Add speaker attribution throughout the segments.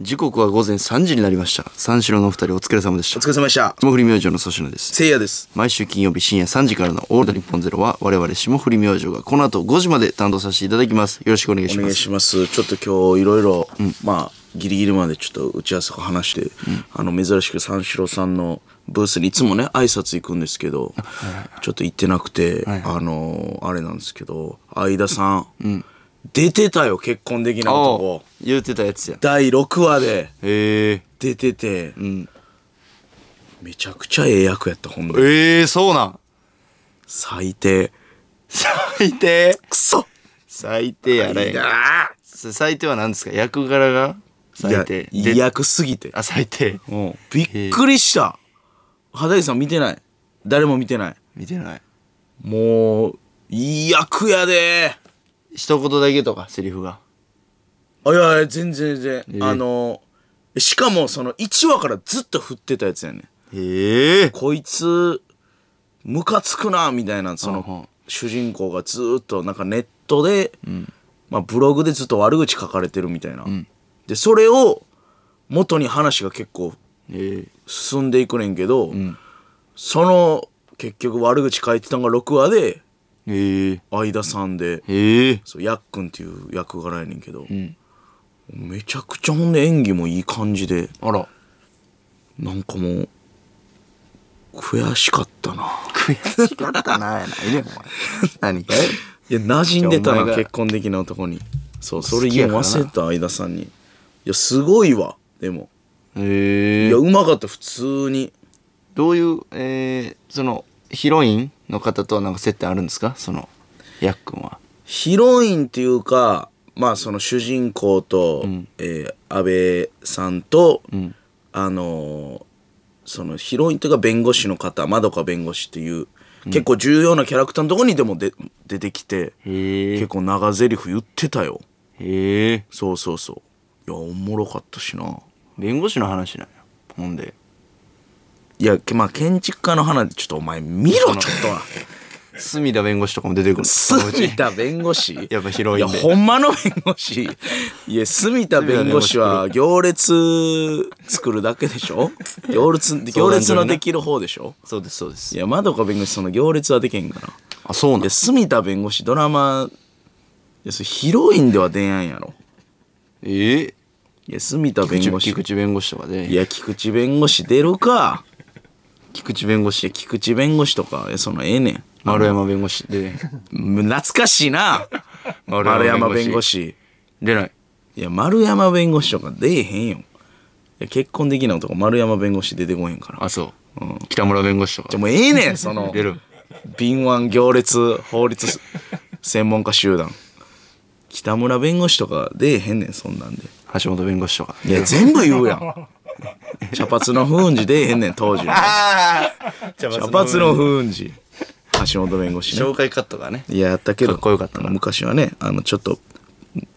Speaker 1: 時刻は午前3時になりました三四郎のお二人お疲れ様でし
Speaker 2: お
Speaker 1: た
Speaker 2: 疲れ様でした。
Speaker 1: 霜降り明星の粗品です
Speaker 2: せいやです。
Speaker 1: 毎週金曜日深夜3時からの「オールド日本ゼロは我々霜降り明星がこの後5時まで担当させていただきますよろしくお願いし
Speaker 2: お願
Speaker 1: ま
Speaker 2: い
Speaker 1: す
Speaker 2: します。ちょっと今日いろいろ、まあ、ギリギリまでちょっと打ち合わせを話して、あの、珍しく三四郎さんのブースにいつもね、挨拶行くんですけど、ちょっと行ってなくて、あのー、あれなんですけど、相田さん、出てたよ、結婚できない
Speaker 1: お
Speaker 2: 男
Speaker 1: う。言うてたやつや
Speaker 2: 第6話で
Speaker 1: へ
Speaker 2: 出てて、
Speaker 1: ん
Speaker 2: めちゃくちゃええ役やった、ほん
Speaker 1: え
Speaker 2: で。
Speaker 1: えー、そうなん
Speaker 2: 最低。
Speaker 1: 最低
Speaker 2: くそ
Speaker 1: 最低や
Speaker 2: い
Speaker 1: ね
Speaker 2: や
Speaker 1: それ最低は何ですか役柄が最低
Speaker 2: いやいい
Speaker 1: で
Speaker 2: 役すぎて。
Speaker 1: あ最低
Speaker 2: うんびっくりした畑井さん見てない誰も見てない
Speaker 1: 見てない
Speaker 2: もういい役やで
Speaker 1: 一言だけとかセリフが
Speaker 2: あいやいや全然全然、
Speaker 1: え
Speaker 2: あのしかもその1話からずっと振ってたやつやね
Speaker 1: へえ
Speaker 2: こいつムカつくなみたいなそ
Speaker 1: うんうん
Speaker 2: の主人公がずーっとなんかネットで、まあ、ブログでずっと悪口書かれてるみたいな、でそれを元に話が結構
Speaker 1: ええ
Speaker 2: 進んでいくねんけど、その結局悪口書いてたのが6話で
Speaker 1: ええ
Speaker 2: 相田さんで
Speaker 1: ええ
Speaker 2: そうやっくんっていう役柄やねんけど、めちゃくちゃほんで演技もいい感じで
Speaker 1: あら
Speaker 2: なんかもう悔しかったな
Speaker 1: 悔しかったなやないねお前何かい
Speaker 2: いや馴染んでた
Speaker 1: お前
Speaker 2: な
Speaker 1: が
Speaker 2: 結婚的な男にそうそ
Speaker 1: 好
Speaker 2: れ
Speaker 1: きや
Speaker 2: 言
Speaker 1: か
Speaker 2: う
Speaker 1: らな
Speaker 2: 忘れた相田さんにいやすごいわでも い
Speaker 1: ええ
Speaker 2: やうまかった普通に
Speaker 1: どういう、えー、そのヒロインの方とはなんか接点あるんですかそのやっくんは
Speaker 2: ヒロインっていうかまあその主人公と、えー安倍さんと、
Speaker 1: ん
Speaker 2: あのーそのヒロインというか弁護士の方まどか弁護士っていう結構重要なキャラクターのとこにでもで出てきて
Speaker 1: へ
Speaker 2: 結構長台詞言ってたよ
Speaker 1: へえ
Speaker 2: そうそうそういやおもろかったしな
Speaker 1: 弁護士の話なんやほんで
Speaker 2: いやけまあ建築家の花ちょっとお前見ろちょっとは
Speaker 1: 隅田弁護士とかも出てくるの
Speaker 2: 住田弁護士
Speaker 1: やっぱ広いん
Speaker 2: い
Speaker 1: で
Speaker 2: やほんまの弁護士いや住田弁護士は行列作るだけでしょ行列行列のできる方でしょ
Speaker 1: そうですそうです
Speaker 2: いや窓か弁護士その行列はできへんから
Speaker 1: あそうなん
Speaker 2: いや住田弁護士ドラマいやそれヒロインでは出やんやろ
Speaker 1: ええ
Speaker 2: いや住田弁護
Speaker 1: ー、
Speaker 2: 士
Speaker 1: 菊池弁護士とかで
Speaker 2: いや菊池弁護士出るか
Speaker 1: 菊池弁護
Speaker 2: い
Speaker 1: 士
Speaker 2: や菊池弁護士とかいやそのええねん
Speaker 1: 丸山弁護士で
Speaker 2: む懐かし いな
Speaker 1: 丸
Speaker 2: 丸
Speaker 1: 山弁
Speaker 2: 山弁
Speaker 1: 護
Speaker 2: 護士
Speaker 1: 出ない
Speaker 2: いや丸山弁護士とか出えへんよいや結婚できない男丸山弁護士出てこへんから
Speaker 1: あそう、北村弁護士と
Speaker 2: じ
Speaker 1: か
Speaker 2: ゃもうえ えねんその
Speaker 1: 出る
Speaker 2: 敏腕行列法律 専門家集団北村弁護士とか出えへんねんそんなんで
Speaker 1: 橋本弁護士とか
Speaker 2: いや全部言う やん茶髪の風雲児出えへんねん当時茶
Speaker 1: あ あ茶
Speaker 2: 髪の風雲児橋本弁護士ね
Speaker 1: 紹介カットがね
Speaker 2: いややったけど
Speaker 1: かっこよかったな
Speaker 2: 昔はねあのちょっと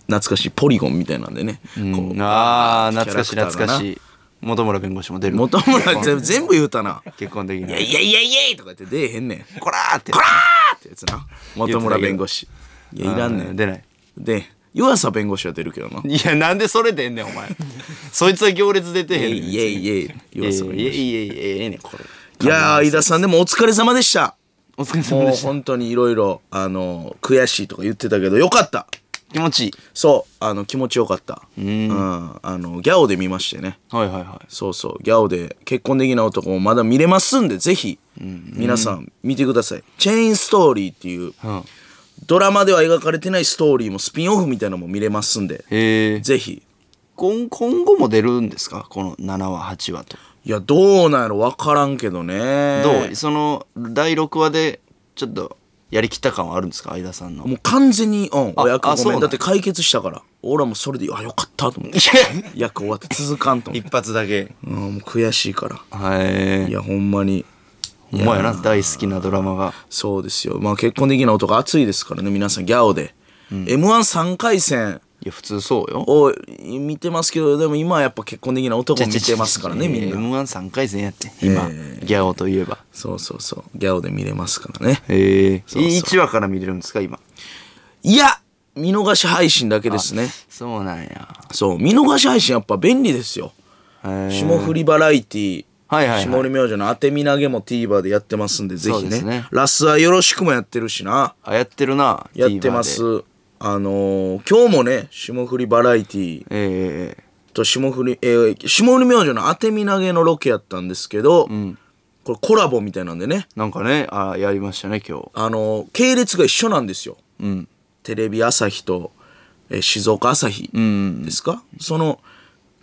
Speaker 2: 懐かしいポリゴンみたいなんでね、こう
Speaker 1: ああ懐かしい
Speaker 2: キャラクター
Speaker 1: 懐
Speaker 2: がな
Speaker 1: かしい本村弁護士も出る
Speaker 2: 元村全部全部言うたな
Speaker 1: 結婚でき
Speaker 2: い
Speaker 1: な
Speaker 2: や
Speaker 1: い
Speaker 2: いやいやいやいとか言って出えへんねん。
Speaker 1: こらーって
Speaker 2: こらーってやつな。元村弁護士。いや、いらんね。
Speaker 1: うん出ない
Speaker 2: で、湯浅弁護士は出るけどな。い
Speaker 1: いやなんでそれ出んねんお前そいつは行列出て
Speaker 2: や
Speaker 1: へんねん
Speaker 2: いやいや、湯浅弁
Speaker 1: いや
Speaker 2: 護士。
Speaker 1: いやいやええねんこれ
Speaker 2: いやー、飯田さんでもお疲れ様でした。
Speaker 1: お疲れ様
Speaker 2: もう
Speaker 1: でした
Speaker 2: 本当にいろいろ、あの、悔しいとか言ってたけど、よかった。
Speaker 1: 気持ちいい
Speaker 2: そう、あの、気持ちよかった。うん。あの、ギャオで見ましてね。
Speaker 1: はいはいはい
Speaker 2: そうそう、ギャオで結婚できない男もまだ見れますんで、ぜひ、皆さん見てください。チェインストーリーっていう、
Speaker 1: うん
Speaker 2: ドラマでは描かれてないストーリーもスピンオフみたいなのも見れますんで、
Speaker 1: へえ
Speaker 2: ぜひ。
Speaker 1: 今今後も出るんですかこの7話8話と
Speaker 2: いや、どうなんやろ分からんけどね。
Speaker 1: どうその第6話でちょっとやりきった感はあるんですか相田さんの
Speaker 2: もう完全に、うん、
Speaker 1: あ
Speaker 2: お役
Speaker 1: あそ
Speaker 2: ご
Speaker 1: う
Speaker 2: め
Speaker 1: なん
Speaker 2: ん。だって解決したから。俺はもうそれで、あ、よかったと思って。役終わって続かん と思って。
Speaker 1: 一発だけ
Speaker 2: うん、もう悔しいから。
Speaker 1: はい
Speaker 2: いや、ほんまに。
Speaker 1: お前やな大好きなドラマが
Speaker 2: そうですよ。まあ結婚できない男熱いですからね、皆さん、ギャオで。M13 回戦
Speaker 1: いや普通そうよ
Speaker 2: を見てますけど、でも今はやっぱ結婚できない男見てますからね、みんな。
Speaker 1: m 1 3回戦やって今、ギャオといえば
Speaker 2: そうそうそう。ギャオで見れますからね。
Speaker 1: へえ
Speaker 2: うそう
Speaker 1: 1話から見れるんですか今
Speaker 2: いや、見逃し配信だけですね
Speaker 1: そうなんや。
Speaker 2: そう見逃し配信やっぱ便利ですよ
Speaker 1: へえ
Speaker 2: 霜降りバラエティ
Speaker 1: はいはいはい
Speaker 2: 霜降り明星の当て身投げも TVer でやってますんでぜひ
Speaker 1: そうで
Speaker 2: ね
Speaker 1: すね
Speaker 2: ラスはよろしくもやってるしな
Speaker 1: あ、やってるな。
Speaker 2: やってま
Speaker 1: TVer で。
Speaker 2: すあのー今日もね霜降りバラエティ
Speaker 1: ええええ
Speaker 2: と霜降り、えー霜降り明星の当て身投げのロケやったんですけど、これコラボみたいなんでね
Speaker 1: なんかね、あ、やりましたね、今日。
Speaker 2: あのー系列が一緒なんですよ
Speaker 1: うん。
Speaker 2: テレビ朝日と、えー静岡朝日
Speaker 1: ん
Speaker 2: ですか、その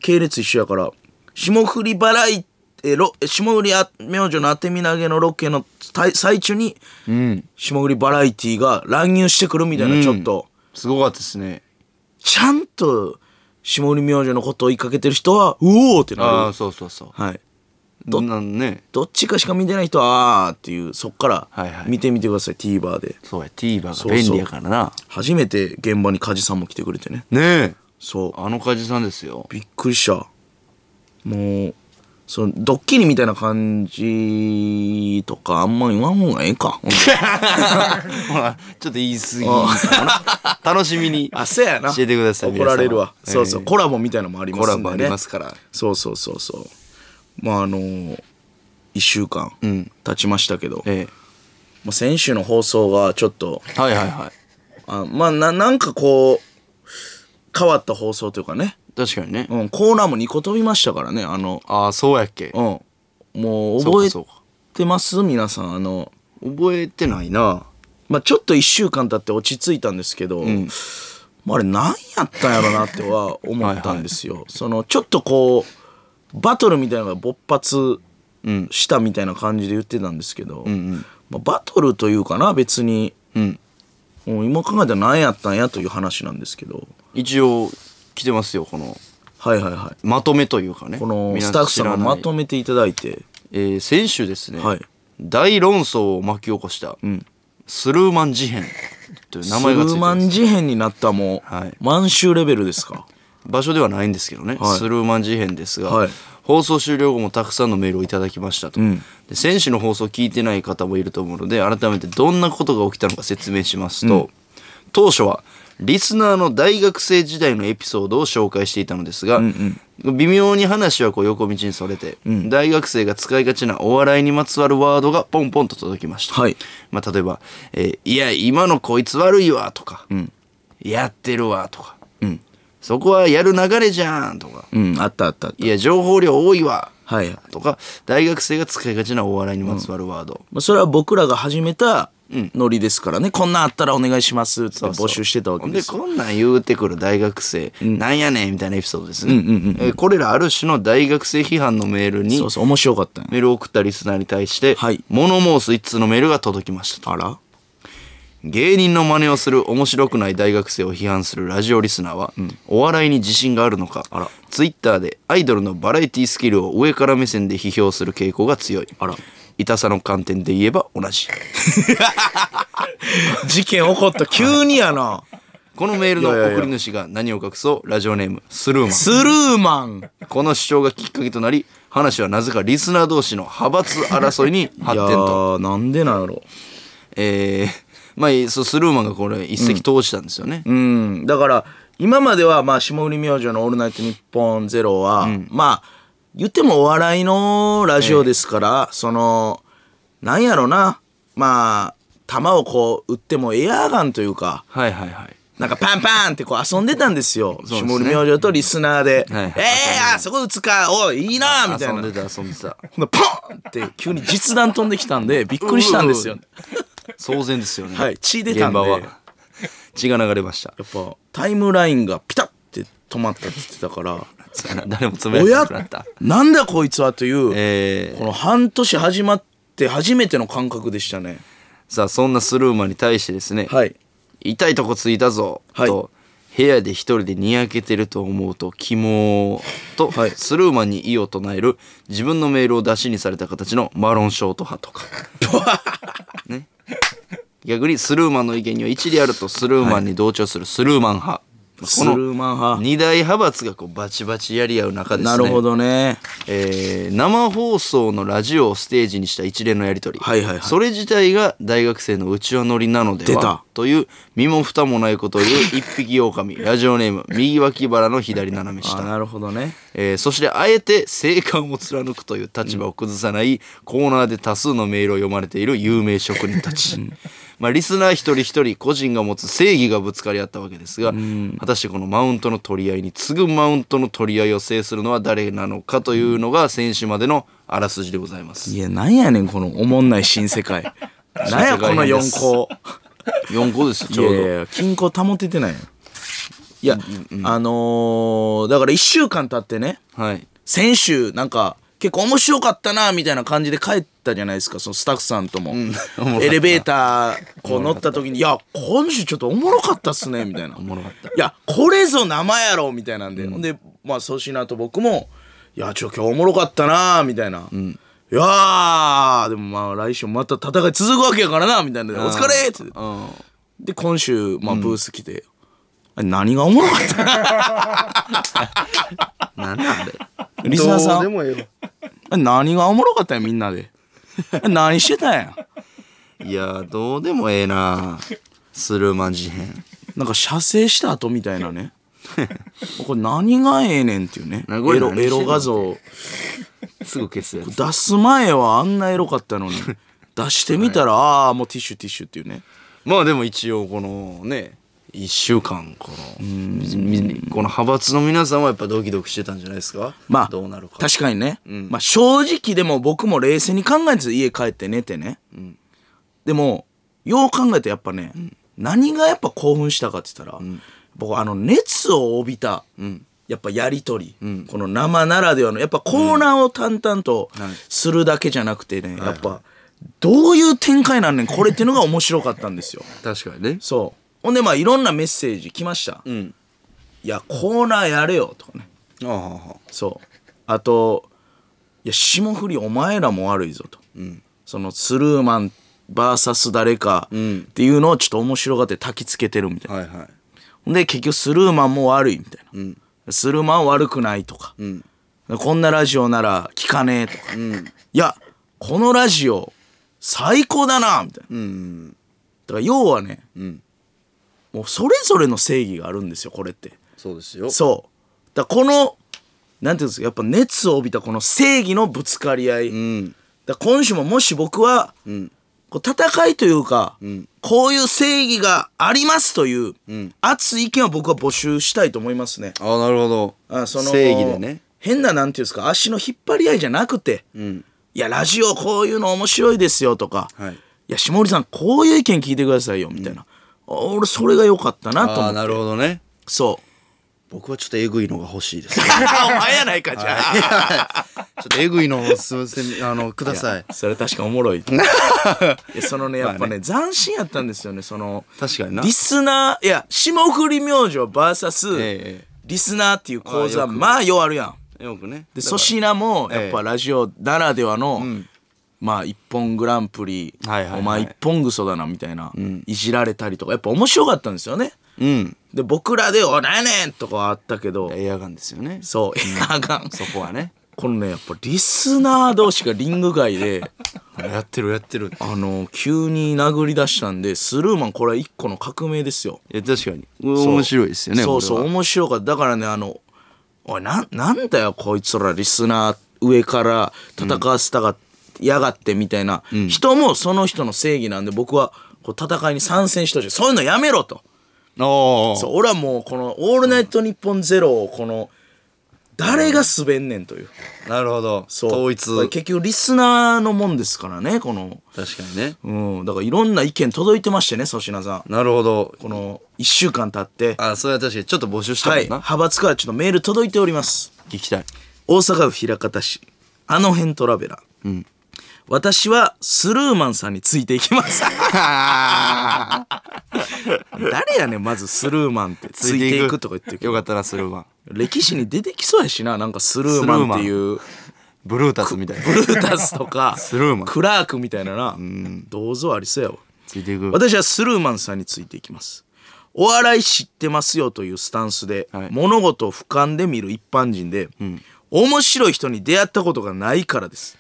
Speaker 2: 系列一緒やから霜降りバラエえーロえー霜降りあ明星の当て身投げのロケの最最中に、
Speaker 1: うん。
Speaker 2: 霜降りバラエティが乱入してくるみたいな、ちょっと
Speaker 1: すごかったですね。
Speaker 2: ちゃんと霜降り明星のことを追いかけてる人はうおーって
Speaker 1: あ
Speaker 2: な
Speaker 1: あ、
Speaker 2: る
Speaker 1: そうそうそう。
Speaker 2: はい
Speaker 1: どんなんね。
Speaker 2: どっちかしか見てない人はあーっていうそっか
Speaker 1: はい
Speaker 2: ら
Speaker 1: はい
Speaker 2: 見てみてください、TVer で
Speaker 1: そうや、TVer
Speaker 2: そう
Speaker 1: が便利やからな。
Speaker 2: 初めて現場に梶さんも来てくれてね
Speaker 1: ねえ。
Speaker 2: そう
Speaker 1: あのカジさんですよ。
Speaker 2: びっくりしたもうそのドッキリみたいな感じとかあんま言わん方がええ かほんと
Speaker 1: ほら、ちょっと言い過ぎかな。楽しみに。
Speaker 2: あそうやな
Speaker 1: 教えてください
Speaker 2: 怒られるわ、
Speaker 1: 皆様
Speaker 2: そうそう
Speaker 1: ええ
Speaker 2: コラボみたいなのもありますんで、ね、
Speaker 1: コラボありますから
Speaker 2: そうそうそうそうまああのー、1週間
Speaker 1: うん
Speaker 2: 経ちましたけど、
Speaker 1: え
Speaker 2: まあ、先週の放送がちょっと
Speaker 1: え。はいはいはい。
Speaker 2: あまあななんかこう変わった放送というかね、
Speaker 1: 確かにね。
Speaker 2: うん、コーナーも2個飛びましたからねあの、
Speaker 1: ああ、そうやっけ。
Speaker 2: うん、もう
Speaker 1: そう
Speaker 2: 覚
Speaker 1: か
Speaker 2: え
Speaker 1: そうか
Speaker 2: てます皆さんあの、
Speaker 1: 覚えてないな。
Speaker 2: まあ、ちょっと1週間経って落ち着いたんですけど、まあ、あれ何やったんやろなっては思ったんですよそのちょっとこうバトルみたいなのが勃発
Speaker 1: うん
Speaker 2: したみたいな感じで言ってたんですけど、まあ、バトルというかな別に、
Speaker 1: うん。
Speaker 2: もう今考えたら何やったんやという話なんですけど
Speaker 1: 一応、来てますよ、この、
Speaker 2: はいはいはい
Speaker 1: まとめというかね。
Speaker 2: このスタッフさんがまと
Speaker 1: め。
Speaker 2: めていただいて
Speaker 1: えー、先週ですね。
Speaker 2: はい
Speaker 1: 大論争を巻き起こした、スルーマン事変という名前がついて
Speaker 2: スルーマ
Speaker 1: ま
Speaker 2: ン
Speaker 1: す
Speaker 2: 事変になったもう、
Speaker 1: はい
Speaker 2: 満州レベルですか
Speaker 1: 場所ではないんですけどね、
Speaker 2: はい
Speaker 1: スルーマン事変ですが、
Speaker 2: はい
Speaker 1: 放送終了後もたくさんのメールをいただきましたと、
Speaker 2: ん
Speaker 1: で選手の放送を聞いてない方もいると思うので改めてどんなことが起きたのか説明しますと、当初はリスナーの大学生時代のエピソードを紹介していたのですが、微妙に話はこう横道にそれて、大学生が使いがちなお笑いにまつわるワードがポンポンと届きました、
Speaker 2: はい
Speaker 1: まあ、例えば、えーいや今のこいつ悪いわ」とか、やってるわ」とか、そこはやる流れじゃん」とか
Speaker 2: うんあったあったあっ
Speaker 1: 「いや情報量多いわ」
Speaker 2: たはいはい
Speaker 1: とか大学生が使いがちなお笑いにまつわるワード、
Speaker 2: まあ、それは僕らが始めたノリですからね、こんなんあったらお願いしますって募集してたわ
Speaker 1: ほ
Speaker 2: け
Speaker 1: ん
Speaker 2: で
Speaker 1: ですこんなん言うてくる大学生、なんやねんみたいなエピソードですね、えーこれらある種の大学生批判のメールに
Speaker 2: そうそう面白かったんや
Speaker 1: メールを送ったリスナーに対して、
Speaker 2: はい
Speaker 1: 物申す一通のメールが届きましたと
Speaker 2: あら
Speaker 1: 芸人の真似をする面白くない大学生を批判するラジオリスナーは、お笑いに自信があるのかツイッターでアイドルのバラエティスキルを上から目線で批評する傾向が強い
Speaker 2: あら
Speaker 1: 痛さの観点で言えば同じ
Speaker 2: 事件起こった急にやな
Speaker 1: このメール
Speaker 2: いやいやい
Speaker 1: の
Speaker 2: や
Speaker 1: 送り主が何を隠そうラジオネームスルーマン
Speaker 2: スルーマン
Speaker 1: この主張がきっかけとなり話はなぜかリスナー同士の派閥争いに発展と
Speaker 2: いやーなんでなんやろ
Speaker 1: えー、まあそうスルーマンがこれ一石投じたんですよね、
Speaker 2: うんだから今まではまあ霜降り明星の「オールナイトニッポンゼロは、まあ言ってもお笑いのラジオですから、そのなんやろなまあ球をこう打ってもエアガンというか、
Speaker 1: はいはいはい
Speaker 2: なんかパンパンってこう遊んでたんですよ。
Speaker 1: そうです
Speaker 2: 下
Speaker 1: ね
Speaker 2: 降り明星とリスナーで。
Speaker 1: はい
Speaker 2: ええー、あそこ打つか、おい、いいなみたい
Speaker 1: 遊ん
Speaker 2: な。
Speaker 1: でた遊んでた
Speaker 2: ほんでポンって急に実弾飛んできたんで、びっくりしたんですよ。
Speaker 1: 騒然ですよね。
Speaker 2: はい血出たんで
Speaker 1: 現場は血が流れました。
Speaker 2: やっぱタイムラインがピタって止まったって言ってたから、
Speaker 1: 誰もつぶ
Speaker 2: お
Speaker 1: や
Speaker 2: や
Speaker 1: いてなくなった。
Speaker 2: なんだこいつはという、
Speaker 1: えー
Speaker 2: この半年始まって初めての感覚でしたね。
Speaker 1: さあそんなスルーマンに対してですね、
Speaker 2: はい。
Speaker 1: 痛いとこついたぞ、
Speaker 2: はい
Speaker 1: と部屋で一人でにやけてると思うとキモーと、
Speaker 2: はい
Speaker 1: スルーマンに異を唱える自分のメールを出しにされた形のマロンショート派と かね逆にスルーマンの意見には一理あるとスルーマンに同調するスルーマン派、こ
Speaker 2: スルーマン
Speaker 1: の
Speaker 2: 派
Speaker 1: 二大派閥がこうバチバチやり合う中ですね
Speaker 2: なるほどね
Speaker 1: えー生放送のラジオをステージにした一連のやり取り、
Speaker 2: はいはいはい
Speaker 1: それ自体が大学生のうちわ乗りなので
Speaker 2: 出
Speaker 1: は
Speaker 2: た
Speaker 1: という身も蓋もないことを言う一匹狼ラジオネーム右脇腹の左斜め
Speaker 2: あ
Speaker 1: 下、
Speaker 2: なるほどね
Speaker 1: えーそしてあえて生還を貫くという立場を崩さないコーナーで多数のメールを読まれている有名職人たち。まあ、リスナー一人一人個人が持つ正義がぶつかり合ったわけですが、果たしてこのマウントの取り合いに次ぐマウントの取り合いを制するのは誰なのかというのが先週までのあらすじでございます。
Speaker 2: いやなんやねんこのおもんない新世界なんや
Speaker 1: 新
Speaker 2: この
Speaker 1: 世界で
Speaker 2: 4
Speaker 1: す
Speaker 2: 校
Speaker 1: 4個ですよ
Speaker 2: い
Speaker 1: ちょうど。
Speaker 2: やいや均衡保ててないよいや、あのーだから1週間経ってね
Speaker 1: はい。
Speaker 2: 先週なんか結構面白かったなみたいな感じで帰ったじゃないですかそのスタッフさんとも、エレベーターこう乗った時に「いや今週ちょっとおもろかったっすね」みたい な「お
Speaker 1: もろかった
Speaker 2: いやこれぞ生やろ」みたいなんで、ほんでまあ粗品と僕も「いやちょ今日おもろかったな」みたいな「いやーでもまあ来週また戦い続くわけやからな」みたいなで「お疲れ!」って
Speaker 1: うん。
Speaker 2: で今週まあブース来て「あれ何がおもろかった?」
Speaker 1: なんなんあれ。
Speaker 2: リスナー
Speaker 3: ど
Speaker 2: さん
Speaker 3: うでもええわ
Speaker 2: え何がおもろかったんやみんなでえ何してたんや
Speaker 1: いやー、どうでもええなスルーマン事変。
Speaker 2: なんか射精した後みたいなね これ何がええねんっていうねエ
Speaker 1: なこれ
Speaker 2: ロ
Speaker 1: 何して
Speaker 2: エ
Speaker 1: んの
Speaker 2: ロ画像
Speaker 1: すぐ消すやつ。
Speaker 2: 出す前はあんなエロかったのに出してみたら、ああもうティッシュティッシュっていうね
Speaker 1: まあでも一応このね1週間このみこの派閥の皆さんはやっぱドキドキしてたんじゃないですか
Speaker 2: まあ
Speaker 1: どうなるか
Speaker 2: 確かにね、まあ、正直でも僕も冷静に考えてたんです家帰って寝てね、でもよう考えてやっぱね、何がやっぱ興奮したかって言ったら、僕あの熱を帯びた、やっぱやり取り、この生ならではのやっぱコーナーを淡々とするだけじゃなくてね、やっぱどういう展開なんねんこれっていうのが面白かったんですよ。
Speaker 1: 確かにね
Speaker 2: そうほんでまあいろんなメッセージ来ました。
Speaker 1: ん
Speaker 2: いやコーナーやれよとかね。
Speaker 1: ああ
Speaker 2: そうあといや霜降りお前らも悪いぞと、そのスルーマン VS 誰か
Speaker 1: ん
Speaker 2: っていうのをちょっと面白がって焚きつけてるみたいな、
Speaker 1: はいはい
Speaker 2: ほんで結局スルーマンも悪いみたいな、スルーマンは悪くないとか、
Speaker 1: ん
Speaker 2: こんなラジオなら聞かねえとか、いやこのラジオ最高だなみたいな、だから要はね、もうそれぞれの正義があるんですよこれって。
Speaker 1: そうですよ
Speaker 2: そう。だからこの、なんていうんですか、やっぱ熱を帯びたこの正義のぶつかり合い。
Speaker 1: うん
Speaker 2: だから今週ももし僕は、こう戦いというか、こういう正義がありますという、熱い意見を僕は募集したいと思いますね。
Speaker 1: ああなるほど
Speaker 2: あその
Speaker 1: 正義でね
Speaker 2: 変ななんていうんですか足の引っ張り合いじゃなくて、いやラジオこういうの面白いですよとか、
Speaker 1: はい
Speaker 2: いや下織さんこういう意見聞いてくださいよみたいな、あ俺それが良かったなと
Speaker 1: あ
Speaker 2: 思
Speaker 1: あ
Speaker 2: って
Speaker 1: なるほどね
Speaker 2: そう
Speaker 1: 僕はちょっとえぐいのが欲しいです
Speaker 2: あお前やないかじゃあ
Speaker 1: ちょっとえぐいのをすいませんあのください
Speaker 2: それ確かおも ろいいやそのねやっぱね,、斬新やったんですよねその
Speaker 1: 確かにな
Speaker 2: リスナーいや霜降り明星 VS、
Speaker 1: ええ
Speaker 2: リスナーっていう講
Speaker 1: あ
Speaker 2: 座
Speaker 1: よく
Speaker 2: まあようあるやん
Speaker 1: よくね
Speaker 2: で
Speaker 1: だ
Speaker 2: 粗品もやっ
Speaker 1: ええ
Speaker 2: ぱラジオならではの、まあ「一本グランプリ」
Speaker 1: はいはいはい
Speaker 2: お前一本グソだな」みたいな、いじられたりとかやっぱ面白かったんですよね
Speaker 1: うん
Speaker 2: で僕らで「おらやねん!」とかはあったけど
Speaker 1: エアガンですよねそ
Speaker 2: そういやあかん
Speaker 1: こはね
Speaker 2: このねやっぱリスナー同士がリング外で
Speaker 1: やってるやってる
Speaker 2: あの急に殴り出したんでスルーマンこれは一個の革命ですよ
Speaker 1: いや確かに面白いですよね
Speaker 2: そうそう
Speaker 1: こ
Speaker 2: 面白かっただからねあのおいななんだよこいつらリスナー上から戦わせたが、やがってみたいな、人もその人の正義なんで僕はこう戦いに参戦してほしいそういうのやめろと
Speaker 1: れはああ
Speaker 2: そう俺はもうこの「オールナイトニッポンゼロをこの誰が滑んねんという
Speaker 1: なるほど
Speaker 2: そう
Speaker 1: 統一
Speaker 2: これ結局リスナーのもんですからねこの
Speaker 1: 確かにね
Speaker 2: うんだからいろんな意見届いてましてね粗品さん
Speaker 1: なるほど
Speaker 2: この1週間経って、
Speaker 1: あそれは確かにちょっと募集したもん
Speaker 2: はい、
Speaker 1: な、
Speaker 2: 派閥からちょっとメール届いております。
Speaker 1: 聞きたい
Speaker 2: 大阪府枚方市、あの辺トラベラ。私はスルーマンさんについていき ます。誰やねん、まずスルーマンって。ついていくとか言ってるけ
Speaker 1: よ
Speaker 2: ど。
Speaker 1: かったなそれは
Speaker 2: 歴史に出てきそうやしな、なんかスルーマンっていう。
Speaker 1: ブルータスみたいな
Speaker 2: ブルータスとか、
Speaker 1: スルーマン
Speaker 2: クラークみたいなな、銅像ありそうやわ。
Speaker 1: ついていく
Speaker 2: 私はスルーマンさんについていきますお笑い知ってますよというスタンスで、
Speaker 1: はい
Speaker 2: 物事を俯瞰で見る一般人で、面白い人に出会ったことがないからです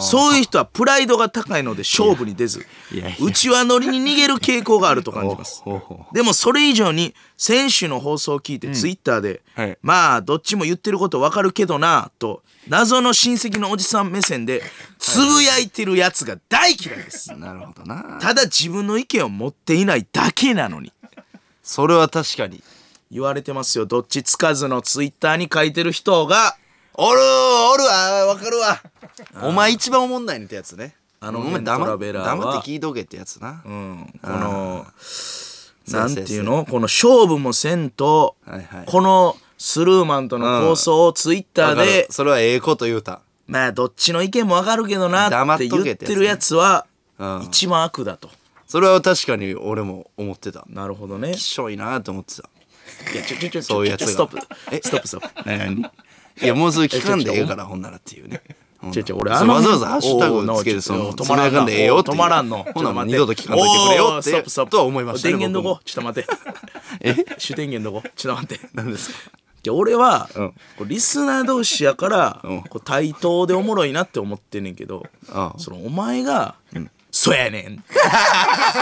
Speaker 2: そういう人はプライドが高いので勝負に出ず
Speaker 1: いやいや
Speaker 2: うちわ乗りに逃げる傾向があると感 じます
Speaker 1: ほうほうほ
Speaker 2: でもそれ以上に先週の放送を聞いてツイッターで、
Speaker 1: はい
Speaker 2: まあどっちも言ってることわかるけどなと謎の親戚のおじさん目線でつぶやいてるやつが大嫌い です
Speaker 1: なるほどな
Speaker 2: ただ自分の意見を持っていないだけなのに
Speaker 1: それは確かに
Speaker 2: 言われてますよどっちつかずのツイッターに書いてる人が
Speaker 1: おるおるわわかるわお前一番おもんないねってやつね
Speaker 2: あの
Speaker 1: お前
Speaker 2: ト
Speaker 1: 黙
Speaker 2: ラ
Speaker 1: って
Speaker 2: ベラーは
Speaker 1: 黙って聞いとけってやつな、
Speaker 2: うんこの
Speaker 1: そう
Speaker 2: な
Speaker 1: そ
Speaker 2: ん
Speaker 1: う
Speaker 2: て
Speaker 1: そう
Speaker 2: いうのこの勝負もせんと、
Speaker 1: はいはい
Speaker 2: このスルーマンとの構想をツイッタ
Speaker 1: わか
Speaker 2: ー
Speaker 1: る
Speaker 2: で、
Speaker 1: それはええこと言うた
Speaker 2: まあどっちの意見もわかるけどなって言ってるやつは
Speaker 1: うん
Speaker 2: 一番悪だと、
Speaker 1: それは確かに俺も思ってた
Speaker 2: なるほどね
Speaker 1: きしょいなと思ってた
Speaker 2: いやちょちょちょ
Speaker 1: そういうやつが
Speaker 2: ストップ
Speaker 1: え
Speaker 2: ストップストップ
Speaker 1: 何いやもうそれ聞かんでええからほんならっていうね
Speaker 2: ちょちょ俺
Speaker 1: そうわざわざハッシュタグつけるそのつぶやかんでええよってい
Speaker 2: 止
Speaker 1: う
Speaker 2: まらんの
Speaker 1: ほなもう二度と聞かんといてくれよって
Speaker 2: ちょっ待おーストップストップ
Speaker 1: とは思いましたね
Speaker 2: 電源ど
Speaker 1: 僕
Speaker 2: こちょっと待って
Speaker 1: え
Speaker 2: 主電源どこちょっと待って
Speaker 1: 何ですか
Speaker 2: じゃあ俺は、
Speaker 1: うん
Speaker 2: こうリスナー同士やから、
Speaker 1: うん
Speaker 2: こう対等でおもろいなって思ってんねんけど、
Speaker 1: ああ
Speaker 2: そのお前が「そうやねん」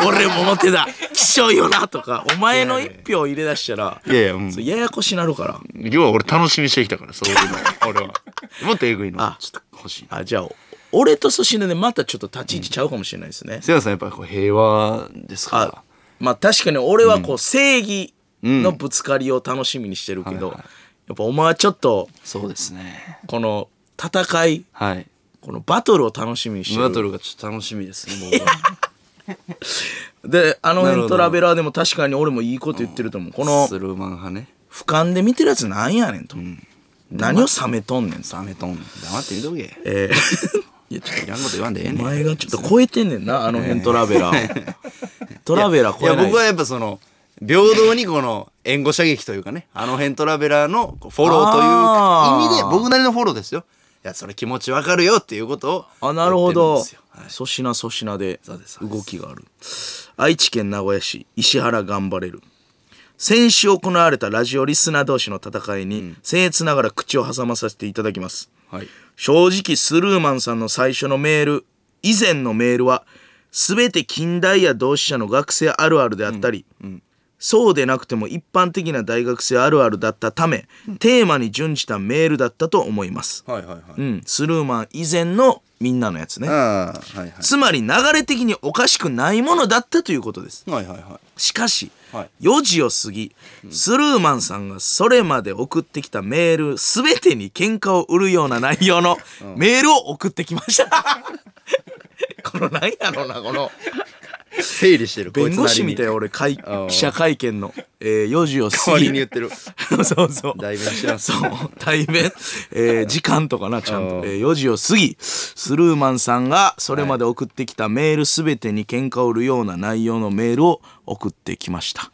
Speaker 2: 俺も思ってた「きしょいよな」とかお前の一票入れ出したら
Speaker 1: いやいやうん
Speaker 2: そうややこしなるから
Speaker 1: 要は俺楽しみにしてきたからそういうの俺は もっとえぐいの
Speaker 2: あ
Speaker 1: ちょっと欲しいな
Speaker 2: あじゃあ俺と粗品でまたちょっと立ち位置ちゃうかもしれないですね、
Speaker 1: せやさんやっぱりこう平和です
Speaker 2: あ
Speaker 1: か
Speaker 2: まあ確かに俺はこう正義のぶつかりを楽しみにしてるけど、
Speaker 1: はいはい
Speaker 2: やっぱお前はちょっと
Speaker 1: らそうですね
Speaker 2: この戦い
Speaker 1: はい
Speaker 2: このバトルを楽しみにして
Speaker 1: バ
Speaker 2: る
Speaker 1: トルがちょっと楽しみです ね僕は
Speaker 2: であの
Speaker 1: なるほ
Speaker 2: 辺
Speaker 1: ど
Speaker 2: トラベラーでも確かに俺もいいこと言ってると思う、この
Speaker 1: スルーマン派ね
Speaker 2: 俯瞰で見てるやつなんやねんと、何を冷めとんねんさ、
Speaker 1: ダメとん黙って見とけ
Speaker 2: えー いやちょ
Speaker 1: いらんこと言わんでええ
Speaker 2: っ
Speaker 1: ね
Speaker 2: と
Speaker 1: ん
Speaker 2: お前がちょっと超えてんねんなあの辺トラベラー、トラベラー
Speaker 1: い
Speaker 2: 超え
Speaker 1: や
Speaker 2: ない
Speaker 1: 僕はやっぱその平等にこの援護射撃というかねあの辺トラベラーのこうフォローという意味で
Speaker 2: あー
Speaker 1: 僕なりのフォローですよいやそれ気持ちわかるよっていうことを
Speaker 2: あなるほ
Speaker 1: 言
Speaker 2: ど
Speaker 1: ってんですよはい
Speaker 2: 粗品粗品で
Speaker 1: うですそうです
Speaker 2: 動きがある愛知県名古屋市石原頑張れる先週行われたラジオリスナー同士の戦いに僭越ながら口を挟まさせていただきます、
Speaker 1: はい
Speaker 2: 正直スルーマンさんの最初のメール以前のメールは全て近代や同志社の学生あるあるであったり、そうでなくても一般的な大学生あるあるだったため、テーマに準じたメールだったと思います、
Speaker 1: はいはいはい
Speaker 2: うん、スルーマン以前のみんなのやつね、
Speaker 1: ああはいはい
Speaker 2: つまり流れ的におかしくないものだったということです
Speaker 1: はいはいはい
Speaker 2: しかし、
Speaker 1: はい
Speaker 2: 4時を過ぎ、スルーマンさんがそれまで送ってきたメール全てに喧嘩を売るような内容のメールを送ってきました、 この何やろうなこの
Speaker 1: 整理してる
Speaker 2: 弁護士みたい
Speaker 1: い
Speaker 2: な俺会
Speaker 1: ー
Speaker 2: 記者会見の、えー、4時を
Speaker 1: 代
Speaker 2: 過
Speaker 1: わ
Speaker 2: ぎ
Speaker 1: りに言ってる
Speaker 2: そうそう
Speaker 1: 代弁してます
Speaker 2: そう対面、えー時間とかなちゃん
Speaker 1: う
Speaker 2: と、
Speaker 1: ん
Speaker 2: えー4時を過ぎスルーマンさんがそれまで送ってきたメール全てに喧嘩を売るような内容のメールを送ってきました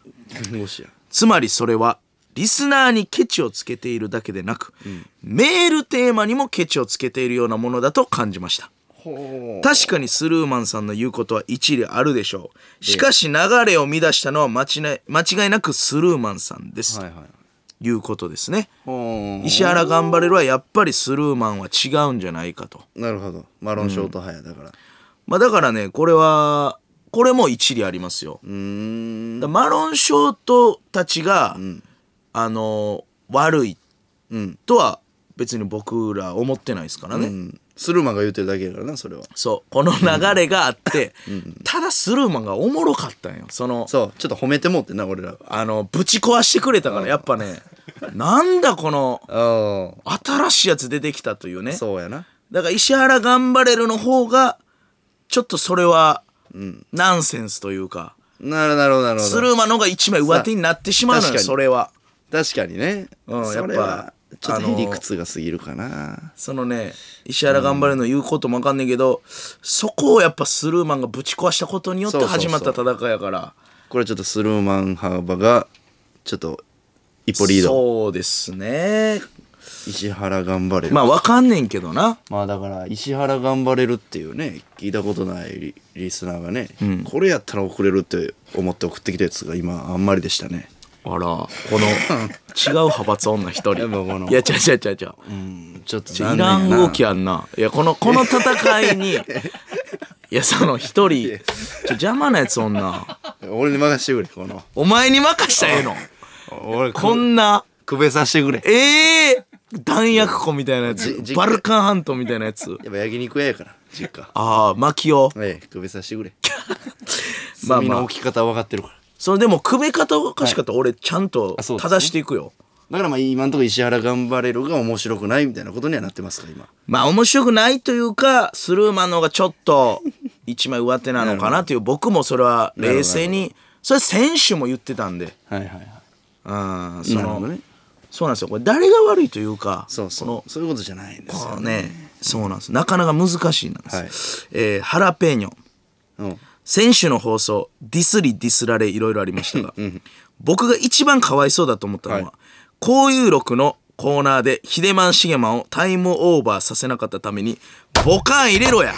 Speaker 1: 弁護士や
Speaker 2: つまりそれはリスナーにケチをつけているだけでなく、メールテーマにもケチをつけているようなものだと感じました
Speaker 1: ほ
Speaker 2: 確かにスルーマンさんの言うことは一理あるでしょうしかし流れを乱したのは間違い間違いなくスルーマンさんです、
Speaker 1: う
Speaker 2: と
Speaker 1: はいはい
Speaker 2: いうことですね
Speaker 1: ほ
Speaker 2: 石原頑張れるはやっぱりスルーマンは違うんじゃないかと
Speaker 1: うなるほどマロンショート派やだから
Speaker 2: まあだからねこれはこれも一理ありますよ
Speaker 1: うーん
Speaker 2: だマロンショートたちが、あの悪い
Speaker 1: うん
Speaker 2: とは別に僕ら思ってないですからね、
Speaker 1: うんスルーマンが言ってるだけやからなそれは
Speaker 2: そうこの流れがあってただスルーマンがおもろかったんよその
Speaker 1: そうちょっと褒めてもってな俺らが
Speaker 2: あのぶち壊してくれたからやっぱねなんだこの
Speaker 1: あ
Speaker 2: 新しいやつ出てきたというね
Speaker 1: あそうやな
Speaker 2: だから石原頑張れるの方がちょっとそれはナンセンスというか、
Speaker 1: なるほどなるほどなるほど
Speaker 2: スルーマンの方が一枚上手になってしまうの
Speaker 1: さあ
Speaker 2: よ
Speaker 1: 確かに
Speaker 2: それは
Speaker 1: 確かにね、
Speaker 2: うん
Speaker 1: それは
Speaker 2: やっぱ
Speaker 1: ちょっとへりくつが過ぎるかな
Speaker 2: そのね石原頑張れの言うこともわかんねえけど、そこをやっぱスルーマンがぶち壊したことによって
Speaker 1: そうそうそう
Speaker 2: 始まった戦いやから
Speaker 1: これちょっとスルーマン幅がちょっと一歩リード
Speaker 2: そうですね
Speaker 1: 石原頑張れる。
Speaker 2: まあわかんねんけどな
Speaker 1: まあだから石原頑張れるっていうね聞いたことないリリスナーがね、これやったら送れるって思って送ってきたやつが今あんまりでしたね
Speaker 2: あらこ の違う派閥女一人
Speaker 1: やっぱこの
Speaker 2: いや違う違う違う違う
Speaker 1: うんちょっと
Speaker 2: ちょいらん動きあんないやこのこの戦い にいやその一人ちょ邪魔なやつそんな
Speaker 1: 俺に任してくれこの
Speaker 2: お前に任したらええの
Speaker 1: 俺
Speaker 2: こ
Speaker 1: こん
Speaker 2: んな
Speaker 1: くべさしてくれ
Speaker 2: ええ弾薬庫みたいなやつ
Speaker 1: じ
Speaker 2: バルカン半島みたいなやつ
Speaker 1: やっぱ焼肉屋やから実家
Speaker 2: ああ薪を
Speaker 1: ええくべさしてくれ
Speaker 2: まあまあ
Speaker 1: 炭の置き方分かってるから
Speaker 2: それでもくべ方おかしかったら俺ちゃんと
Speaker 1: あそうですね
Speaker 2: 正していくよ
Speaker 1: だからまあ今のところ石原頑張れるが面白くないみたいなことにはなってますか今
Speaker 2: まあ面白くないというかスルーマンの方がちょっ と一枚上手なのかなという僕もそれは冷静にそれ選手も言ってたんで
Speaker 1: はいはいはい
Speaker 2: うんそ
Speaker 1: なるほ
Speaker 2: の
Speaker 1: どね
Speaker 2: そうなんですよこれ誰が悪いというか
Speaker 1: そう
Speaker 2: こ
Speaker 1: そ
Speaker 2: の
Speaker 1: うそういうことじゃないんです
Speaker 2: こ
Speaker 1: よ
Speaker 2: のねそうなんですなかなか難しいなんです、
Speaker 1: はい
Speaker 2: えーハラペーニョ
Speaker 1: うん
Speaker 2: 選手の放送ディスりディスられいろいろありましたが、僕が一番かわいそうだと思ったのは、
Speaker 1: はい
Speaker 2: こういう録のコーナーでヒデマンシゲマンをタイムオーバーさせなかったために「ボカン入れろや!」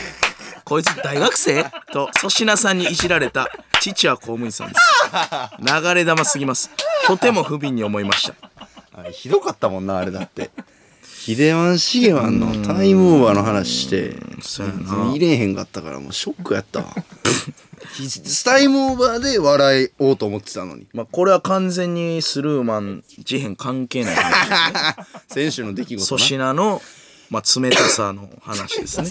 Speaker 2: こいつ大学生と粗品さんにいじられた父は公務員さんです流れ玉すぎますとても不憫に思いました
Speaker 1: あれひどかったもんなあれだって ヒデマンシゲマンのタイムオーバーの話して
Speaker 2: そうやな
Speaker 1: 入れへんかったからもうショックやったわ ひタイムオーバーで笑おうと思ってたのに
Speaker 2: まあこれは完全にスルーマン事変関係ない話
Speaker 1: 選手の出来事
Speaker 2: 粗
Speaker 1: な
Speaker 2: 品の、まあ、冷たさの話ですね。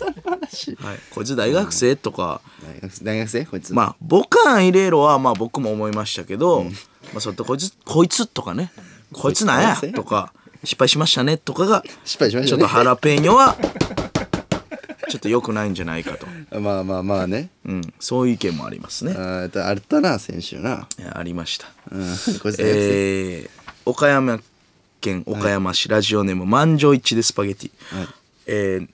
Speaker 2: はい、こいつ大学生とか、
Speaker 1: 大学生大学生こいつ、
Speaker 2: まあ、ボカン入れろは、まあ、僕も思いましたけど、まあ、そうやってこいつ、こいつとかね、こいつなんや
Speaker 1: こいつ
Speaker 2: とか、失敗しましたねとかが、
Speaker 1: 失敗しまし
Speaker 2: ち
Speaker 1: た
Speaker 2: ょっ
Speaker 1: ね
Speaker 2: とハラペーニョは、ちょっと良くないんじゃないかと。
Speaker 1: まあまあまあね
Speaker 2: うん、そういう意見もありますね。
Speaker 1: あーあったな選手な、
Speaker 2: いやありました。
Speaker 1: うん、こいつ大学生、
Speaker 2: えー岡山県岡山市、ラジオネーム満場一致でスパゲティ、えー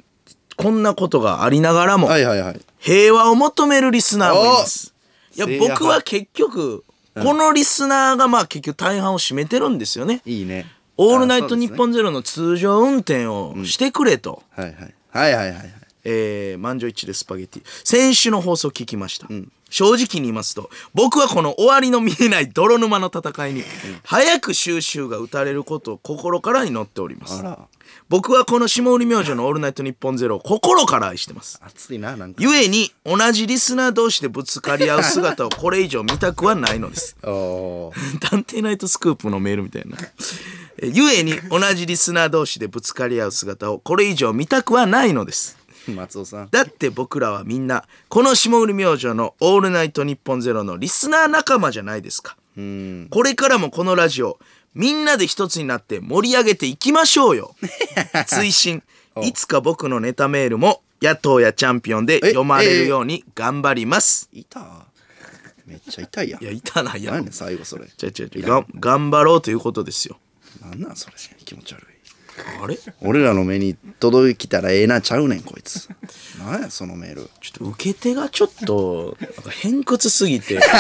Speaker 2: こんなことがありながらも、
Speaker 1: はいはいはい
Speaker 2: 平和を求めるリスナーもいますいや
Speaker 1: せいや
Speaker 2: 僕は結局このリスナーがまあ結局大半を占めてるんですよね
Speaker 1: いいね
Speaker 2: 「オールナイトニッポ
Speaker 1: ン
Speaker 2: ンゼロの通常運転をしてくれと、
Speaker 1: はいはいはいはいはいはい
Speaker 2: えー満場一致でスパゲティ先週の放送聞きました、正直に言いますと僕はこの終わりの見えない泥沼の戦いに早く収集が打たれることを心から祈っております
Speaker 1: あら
Speaker 2: 僕はこの下売り明星の「オールナイトニッポンゼロを心から愛してます
Speaker 1: 熱いななんか
Speaker 2: ゆえに同じリスナー同士でぶつかり合う姿を これ以上見たくはないのです
Speaker 1: おー
Speaker 2: 探偵ナイトスクープのメールみたいな。えゆえに同じリスナー同士でぶつかり合う姿をこれ以上見たくはないのです。
Speaker 1: 松尾さん
Speaker 2: だって僕らはみんなこの下売り明星の「オールナイトニッポンゼロのリスナー仲間じゃないですか。
Speaker 1: うん
Speaker 2: これからもこのラジオみんなで一つになって盛り上げていきましょう よ追伸いつか僕のネタメールも野党やチャンピオンで読まれるように頑張ります
Speaker 1: いためっちゃ痛いやん
Speaker 2: いやいたないや
Speaker 1: 何やねん最後それ
Speaker 2: ちゃちゃちゃがん頑張ろうということですよ
Speaker 1: なんなんそれ気持ち悪い
Speaker 2: あれちょ
Speaker 1: 俺らの目に届きたらええなちゃうねんこい つなんやそのメール
Speaker 2: っと受け手がちょっとなんか偏屈す ぎてうまくい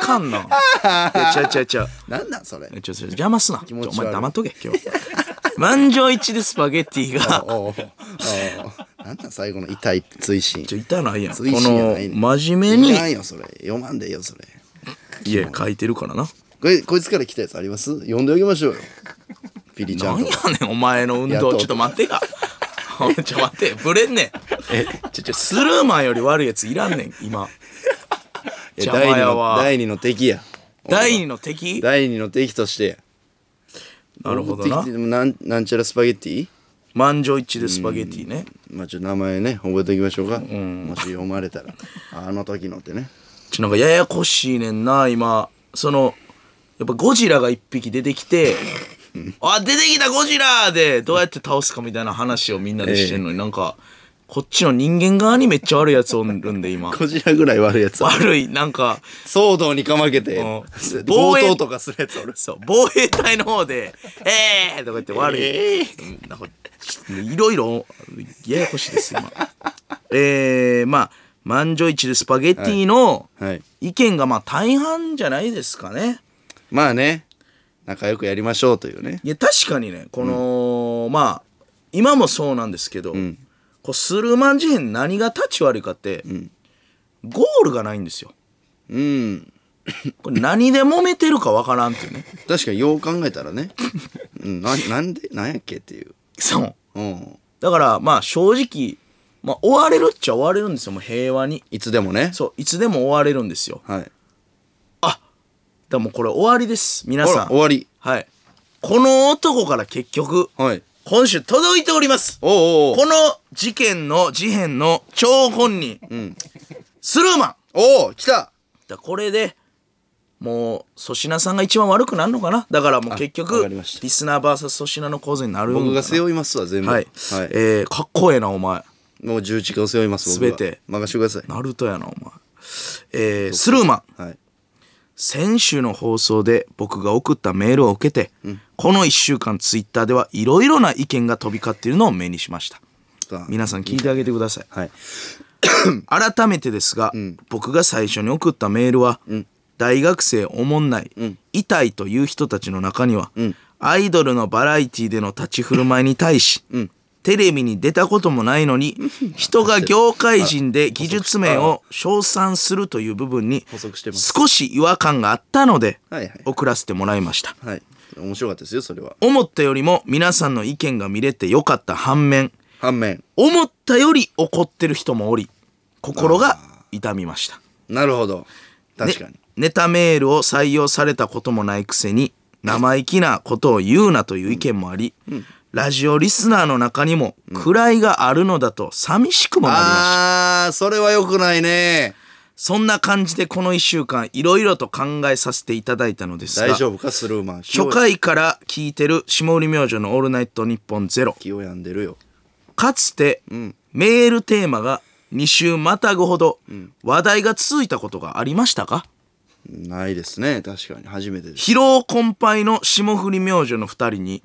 Speaker 2: かんないやちゃちゃちゃ
Speaker 1: なんなんそれ
Speaker 2: ちょちょ邪魔すな
Speaker 1: 持ち悪い
Speaker 2: お前黙っとけ今日満場一致でスパゲッテ ィが
Speaker 1: おうおうなんなん最後の痛い追伸
Speaker 2: ちょいたないやんこ
Speaker 1: 追伸やないねん
Speaker 2: の真面目に
Speaker 1: いらんよそれ読まんでいいよそれ
Speaker 2: いや書いてるからな。
Speaker 1: これこいつから来たやつあります読んでおきま しょうよピリちゃ
Speaker 2: なん
Speaker 1: ん
Speaker 2: や
Speaker 1: と
Speaker 2: ねんお前の運
Speaker 1: やっと
Speaker 2: 動ちょっと待ってや。 おいちょ待ってブレんねん。ちょちょスルーマンより悪いやついらんねん今。
Speaker 1: いや
Speaker 2: 邪魔
Speaker 1: 第二
Speaker 2: や
Speaker 1: の
Speaker 2: わ。
Speaker 1: 第二の敵や
Speaker 2: 第二の敵。
Speaker 1: 第二の敵として
Speaker 2: なるほどな
Speaker 1: 敵。ってなんなんちゃらスパゲッティ
Speaker 2: 満場一致でスパゲティね。
Speaker 1: まあちょっと名前ね覚えておきましょうか、もし読まれたらあの時のってね
Speaker 2: ちょなんかややこしいねんな今そのやっぱゴジラが一匹出て きて「あ出てきたゴジラ!」でどうやって倒すかみたいな話をみんなでしてんのに、なんかこっちの人間側にめっちゃ悪いやつおるんで今
Speaker 1: こちらぐらい悪いやつ
Speaker 2: 悪いなんか
Speaker 1: 騒動にかまけて
Speaker 2: ん
Speaker 1: 強
Speaker 2: 防衛
Speaker 1: 盗とかするやつ俺
Speaker 2: そう防衛隊の方で 「えー!」とか言って悪い、うんなんかちょっといろいろややこしいです今えー、まあ満場一致でスパゲティの
Speaker 1: はい
Speaker 2: 意見がまあ大半じゃないですかね、
Speaker 1: まあね仲良くやりましょうというね
Speaker 2: いや確かにねこの、のーまあ今もそうなんですけど、こうスルーマン事変何が立ち悪いかって、ゴールがないんですよ
Speaker 1: うん
Speaker 2: これ何で揉めてるかわからんってい うね
Speaker 1: 確かによう考えたらね、うん、ななんでなんやっけっていう
Speaker 2: そう
Speaker 1: うん
Speaker 2: だからまあ正直、まあ、追われるっちゃ追われるんですよもう平和に
Speaker 1: いつでもね
Speaker 2: そういつでも追われるんですよだか
Speaker 1: はい
Speaker 2: らもうこれ終わりです皆
Speaker 1: ほ
Speaker 2: さ
Speaker 1: ら
Speaker 2: ん
Speaker 1: 終わり
Speaker 2: はいこの男から結局
Speaker 1: はい
Speaker 2: 今週届いております
Speaker 1: おうおう
Speaker 2: この事件の事変の張本人、スルーマン
Speaker 1: おお来た
Speaker 2: だこれでもう粗品さんが一番悪くなるのかなだからもう結
Speaker 1: あわ
Speaker 2: 局
Speaker 1: かり
Speaker 2: リ
Speaker 1: ました
Speaker 2: スナー VS 粗品の構図になるんかな
Speaker 1: 僕が背負いますわ全部
Speaker 2: はい、えー、かっこええなお前
Speaker 1: もう十字架を背負います僕は
Speaker 2: 全て
Speaker 1: 任してください
Speaker 2: ナルトやなお前えー、スルーマン
Speaker 1: はい
Speaker 2: 先週の放送で僕が送ったメールを受けて、この1週間ツイッターではいろいろな意見が飛び交っているのを目にしました
Speaker 1: さあ
Speaker 2: 皆さん聞いてあげてください
Speaker 1: はい
Speaker 2: 改めてですが、僕が最初に送ったメールは、大学生おもんない、痛いという人たちの中には、アイドルのバラエティでの立ち振る舞いに対し、テレビに出たこともないのに人が業界人で技術面を称賛するという部分に
Speaker 1: 補足してます
Speaker 2: 少し違和感があったので
Speaker 1: はいはい
Speaker 2: 送らせてもらいました
Speaker 1: はい面白かったですよそれは
Speaker 2: 思ったよりも皆さんの意見が見れてよかった反面
Speaker 1: 反面
Speaker 2: 思ったより怒ってる人もおり心が痛みました
Speaker 1: なるほど確かに、
Speaker 2: ねネタメールを採用されたこともないくせに生意気なことを言うなという意見もあり、ラジオリスナーの中にも位があるのだと寂しくもなりました、
Speaker 1: あーそれは良くないね
Speaker 2: そんな感じでこの1週間いろいろと考えさせていただいたのですが
Speaker 1: 大丈夫かスルーマン
Speaker 2: 初回から聞いてる霜降り明星の「オールナイトニッポンゼロ
Speaker 1: 気を病んでるよ
Speaker 2: かつて、メールテーマが2週またぐほど話題が続いたことがありましたか、
Speaker 1: ないですね確かに初めてです
Speaker 2: 疲労困憊の霜降り明星の2人に、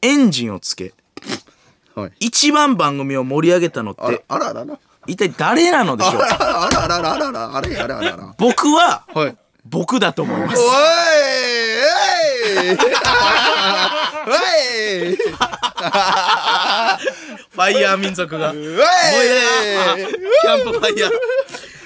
Speaker 2: エンジンをつけ
Speaker 1: はい
Speaker 2: 一番番組を盛り上げたのっ
Speaker 1: あら
Speaker 2: て
Speaker 1: あらあらら
Speaker 2: 一体誰なのでしょうか
Speaker 1: あらあらあらあらあらあれあらあらあら
Speaker 2: 僕は、
Speaker 1: はい
Speaker 2: 僕だと思いま
Speaker 1: お
Speaker 2: す
Speaker 1: いおいおい
Speaker 2: ファイヤー民族が燃
Speaker 1: お
Speaker 2: え
Speaker 1: い
Speaker 2: るキャンプファイヤ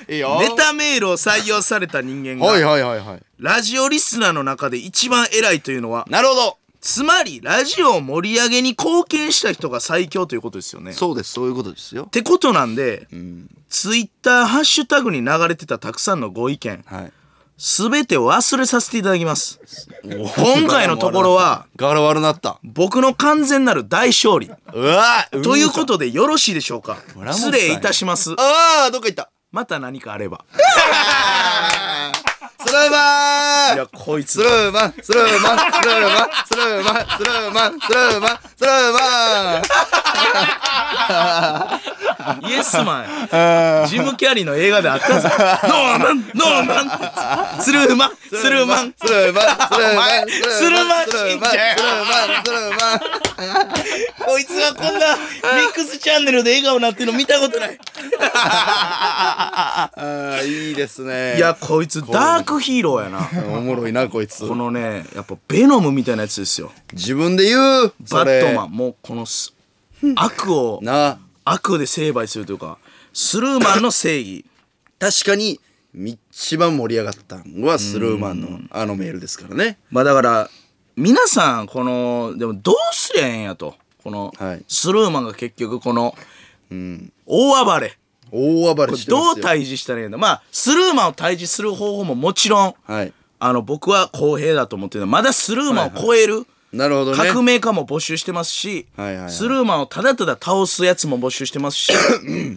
Speaker 2: ー
Speaker 1: いいよ
Speaker 2: ネタメールを採用された人間が、
Speaker 1: はいはいはいはい
Speaker 2: ラジオリスナーの中で一番偉いというのは
Speaker 1: なるほど
Speaker 2: つまりラジオを盛り上げに貢献した人が最強ということですよね
Speaker 1: そうですそういうことですよ
Speaker 2: ってことなんで、ツイッターハッシュタグに流れてたたくさんのご意見
Speaker 1: はい
Speaker 2: すべてを忘れさせていただきます今回のところは
Speaker 1: 柄悪なった
Speaker 2: 僕の完全なる大勝利
Speaker 1: うわ
Speaker 2: ということでよろしいでしょうか
Speaker 1: 村本さ
Speaker 2: 失
Speaker 1: ん
Speaker 2: 礼いたします
Speaker 1: ああどっか行った
Speaker 2: また何かあれば
Speaker 1: スルーマン
Speaker 2: いやこいつ
Speaker 1: スルーマンスルーマンスルーマンスルーマンスルーマンスルーマンスルーマン
Speaker 2: イエスマンジム・キャリーの映画であったんですよノーマンノーマンってスルーマンスルーマン
Speaker 1: スルーマンスルーマン
Speaker 2: スルーマン
Speaker 1: スルーマンスルーマンスルーマン
Speaker 2: こいつはこんなミックスチャンネルで笑顔なってるの見たことない
Speaker 1: ああいいですね
Speaker 2: いやこいつダークヒーローやな
Speaker 1: おもろいなこいつ
Speaker 2: このねやっぱベノムみたいなやつですよ
Speaker 1: 自分で言う
Speaker 2: バ
Speaker 1: それ
Speaker 2: ットマンもうこのす悪を
Speaker 1: な
Speaker 2: 悪で成敗するというかスルーマンの正義
Speaker 1: 確かに一番盛り上がったのはスルーマンのあのメールですからね
Speaker 2: まあだから皆さんこのでもどうすりゃええんやとこの、
Speaker 1: はい
Speaker 2: スルーマンが結局この、大暴れ
Speaker 1: 大暴れしてま
Speaker 2: どう
Speaker 1: すよ
Speaker 2: 退治したらいいんだまあスルーマンを退治する方法ももちろん、
Speaker 1: はい
Speaker 2: あの僕は公平だと思ってるまだスルーマンを超える、
Speaker 1: なるほどね
Speaker 2: 革命家も募集してますし、
Speaker 1: はいはいはい
Speaker 2: スルーマンをただただ倒すやつも募集してますし、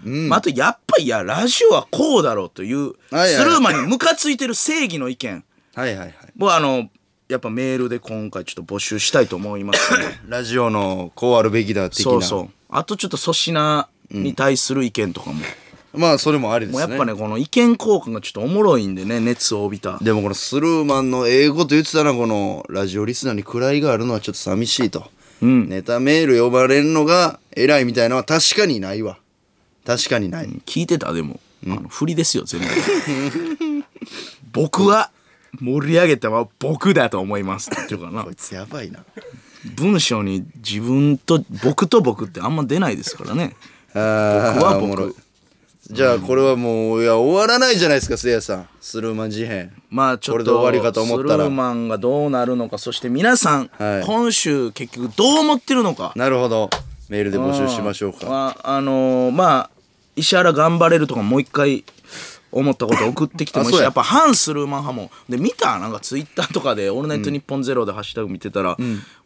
Speaker 2: まあ、あとやっぱりいやラジオはこうだろうという、
Speaker 1: はいはい
Speaker 2: スルーマンにムカついてる正義の意見
Speaker 1: はいはいはい
Speaker 2: もうあのやっぱメールで今回ちょっと募集したいと思いますね
Speaker 1: ラジオのこうあるべきだ的な
Speaker 2: そうそうあとちょっと粗品に対する意見とかも、
Speaker 1: まあそれもありで
Speaker 2: も
Speaker 1: す
Speaker 2: うやっ
Speaker 1: ね
Speaker 2: ぱねこの意見交換がちょっとおもろいんでね熱を帯びた
Speaker 1: でもこのスルーマンの英語と言ってたらこのラジオリスナーに位があるのはちょっと寂しいと、ネタメール呼ばれるのが偉いみたいなのは確かにないわ確かにない、
Speaker 2: 聞いてたでも、あの振りですよ全 部僕は盛り上げたは僕だと思いますって言ってるからな
Speaker 1: こいつやばいな
Speaker 2: 文章に自分と僕と僕ってあんま出ないですからね
Speaker 1: あー
Speaker 2: 僕は僕
Speaker 1: おもろいじゃあこれはもういや終わらないじゃないですかせいやさんスルーマン事変
Speaker 2: まあちょ
Speaker 1: こ
Speaker 2: っと
Speaker 1: れで終わりかと思ったら
Speaker 2: スルーマンがどうなるのかそして皆さん、
Speaker 1: はい
Speaker 2: 今週結局どう思ってるのか
Speaker 1: なるほどメールで募集しましょうか
Speaker 2: ああのーまあ石原頑張れるとかもう一回思ったこと送ってきてもいい
Speaker 1: あそう
Speaker 2: し
Speaker 1: や
Speaker 2: やっぱ反スルーマン派もで見たなんかツイッターとかで「オールナイトニッポンゼロでハッシュタグ見てたら、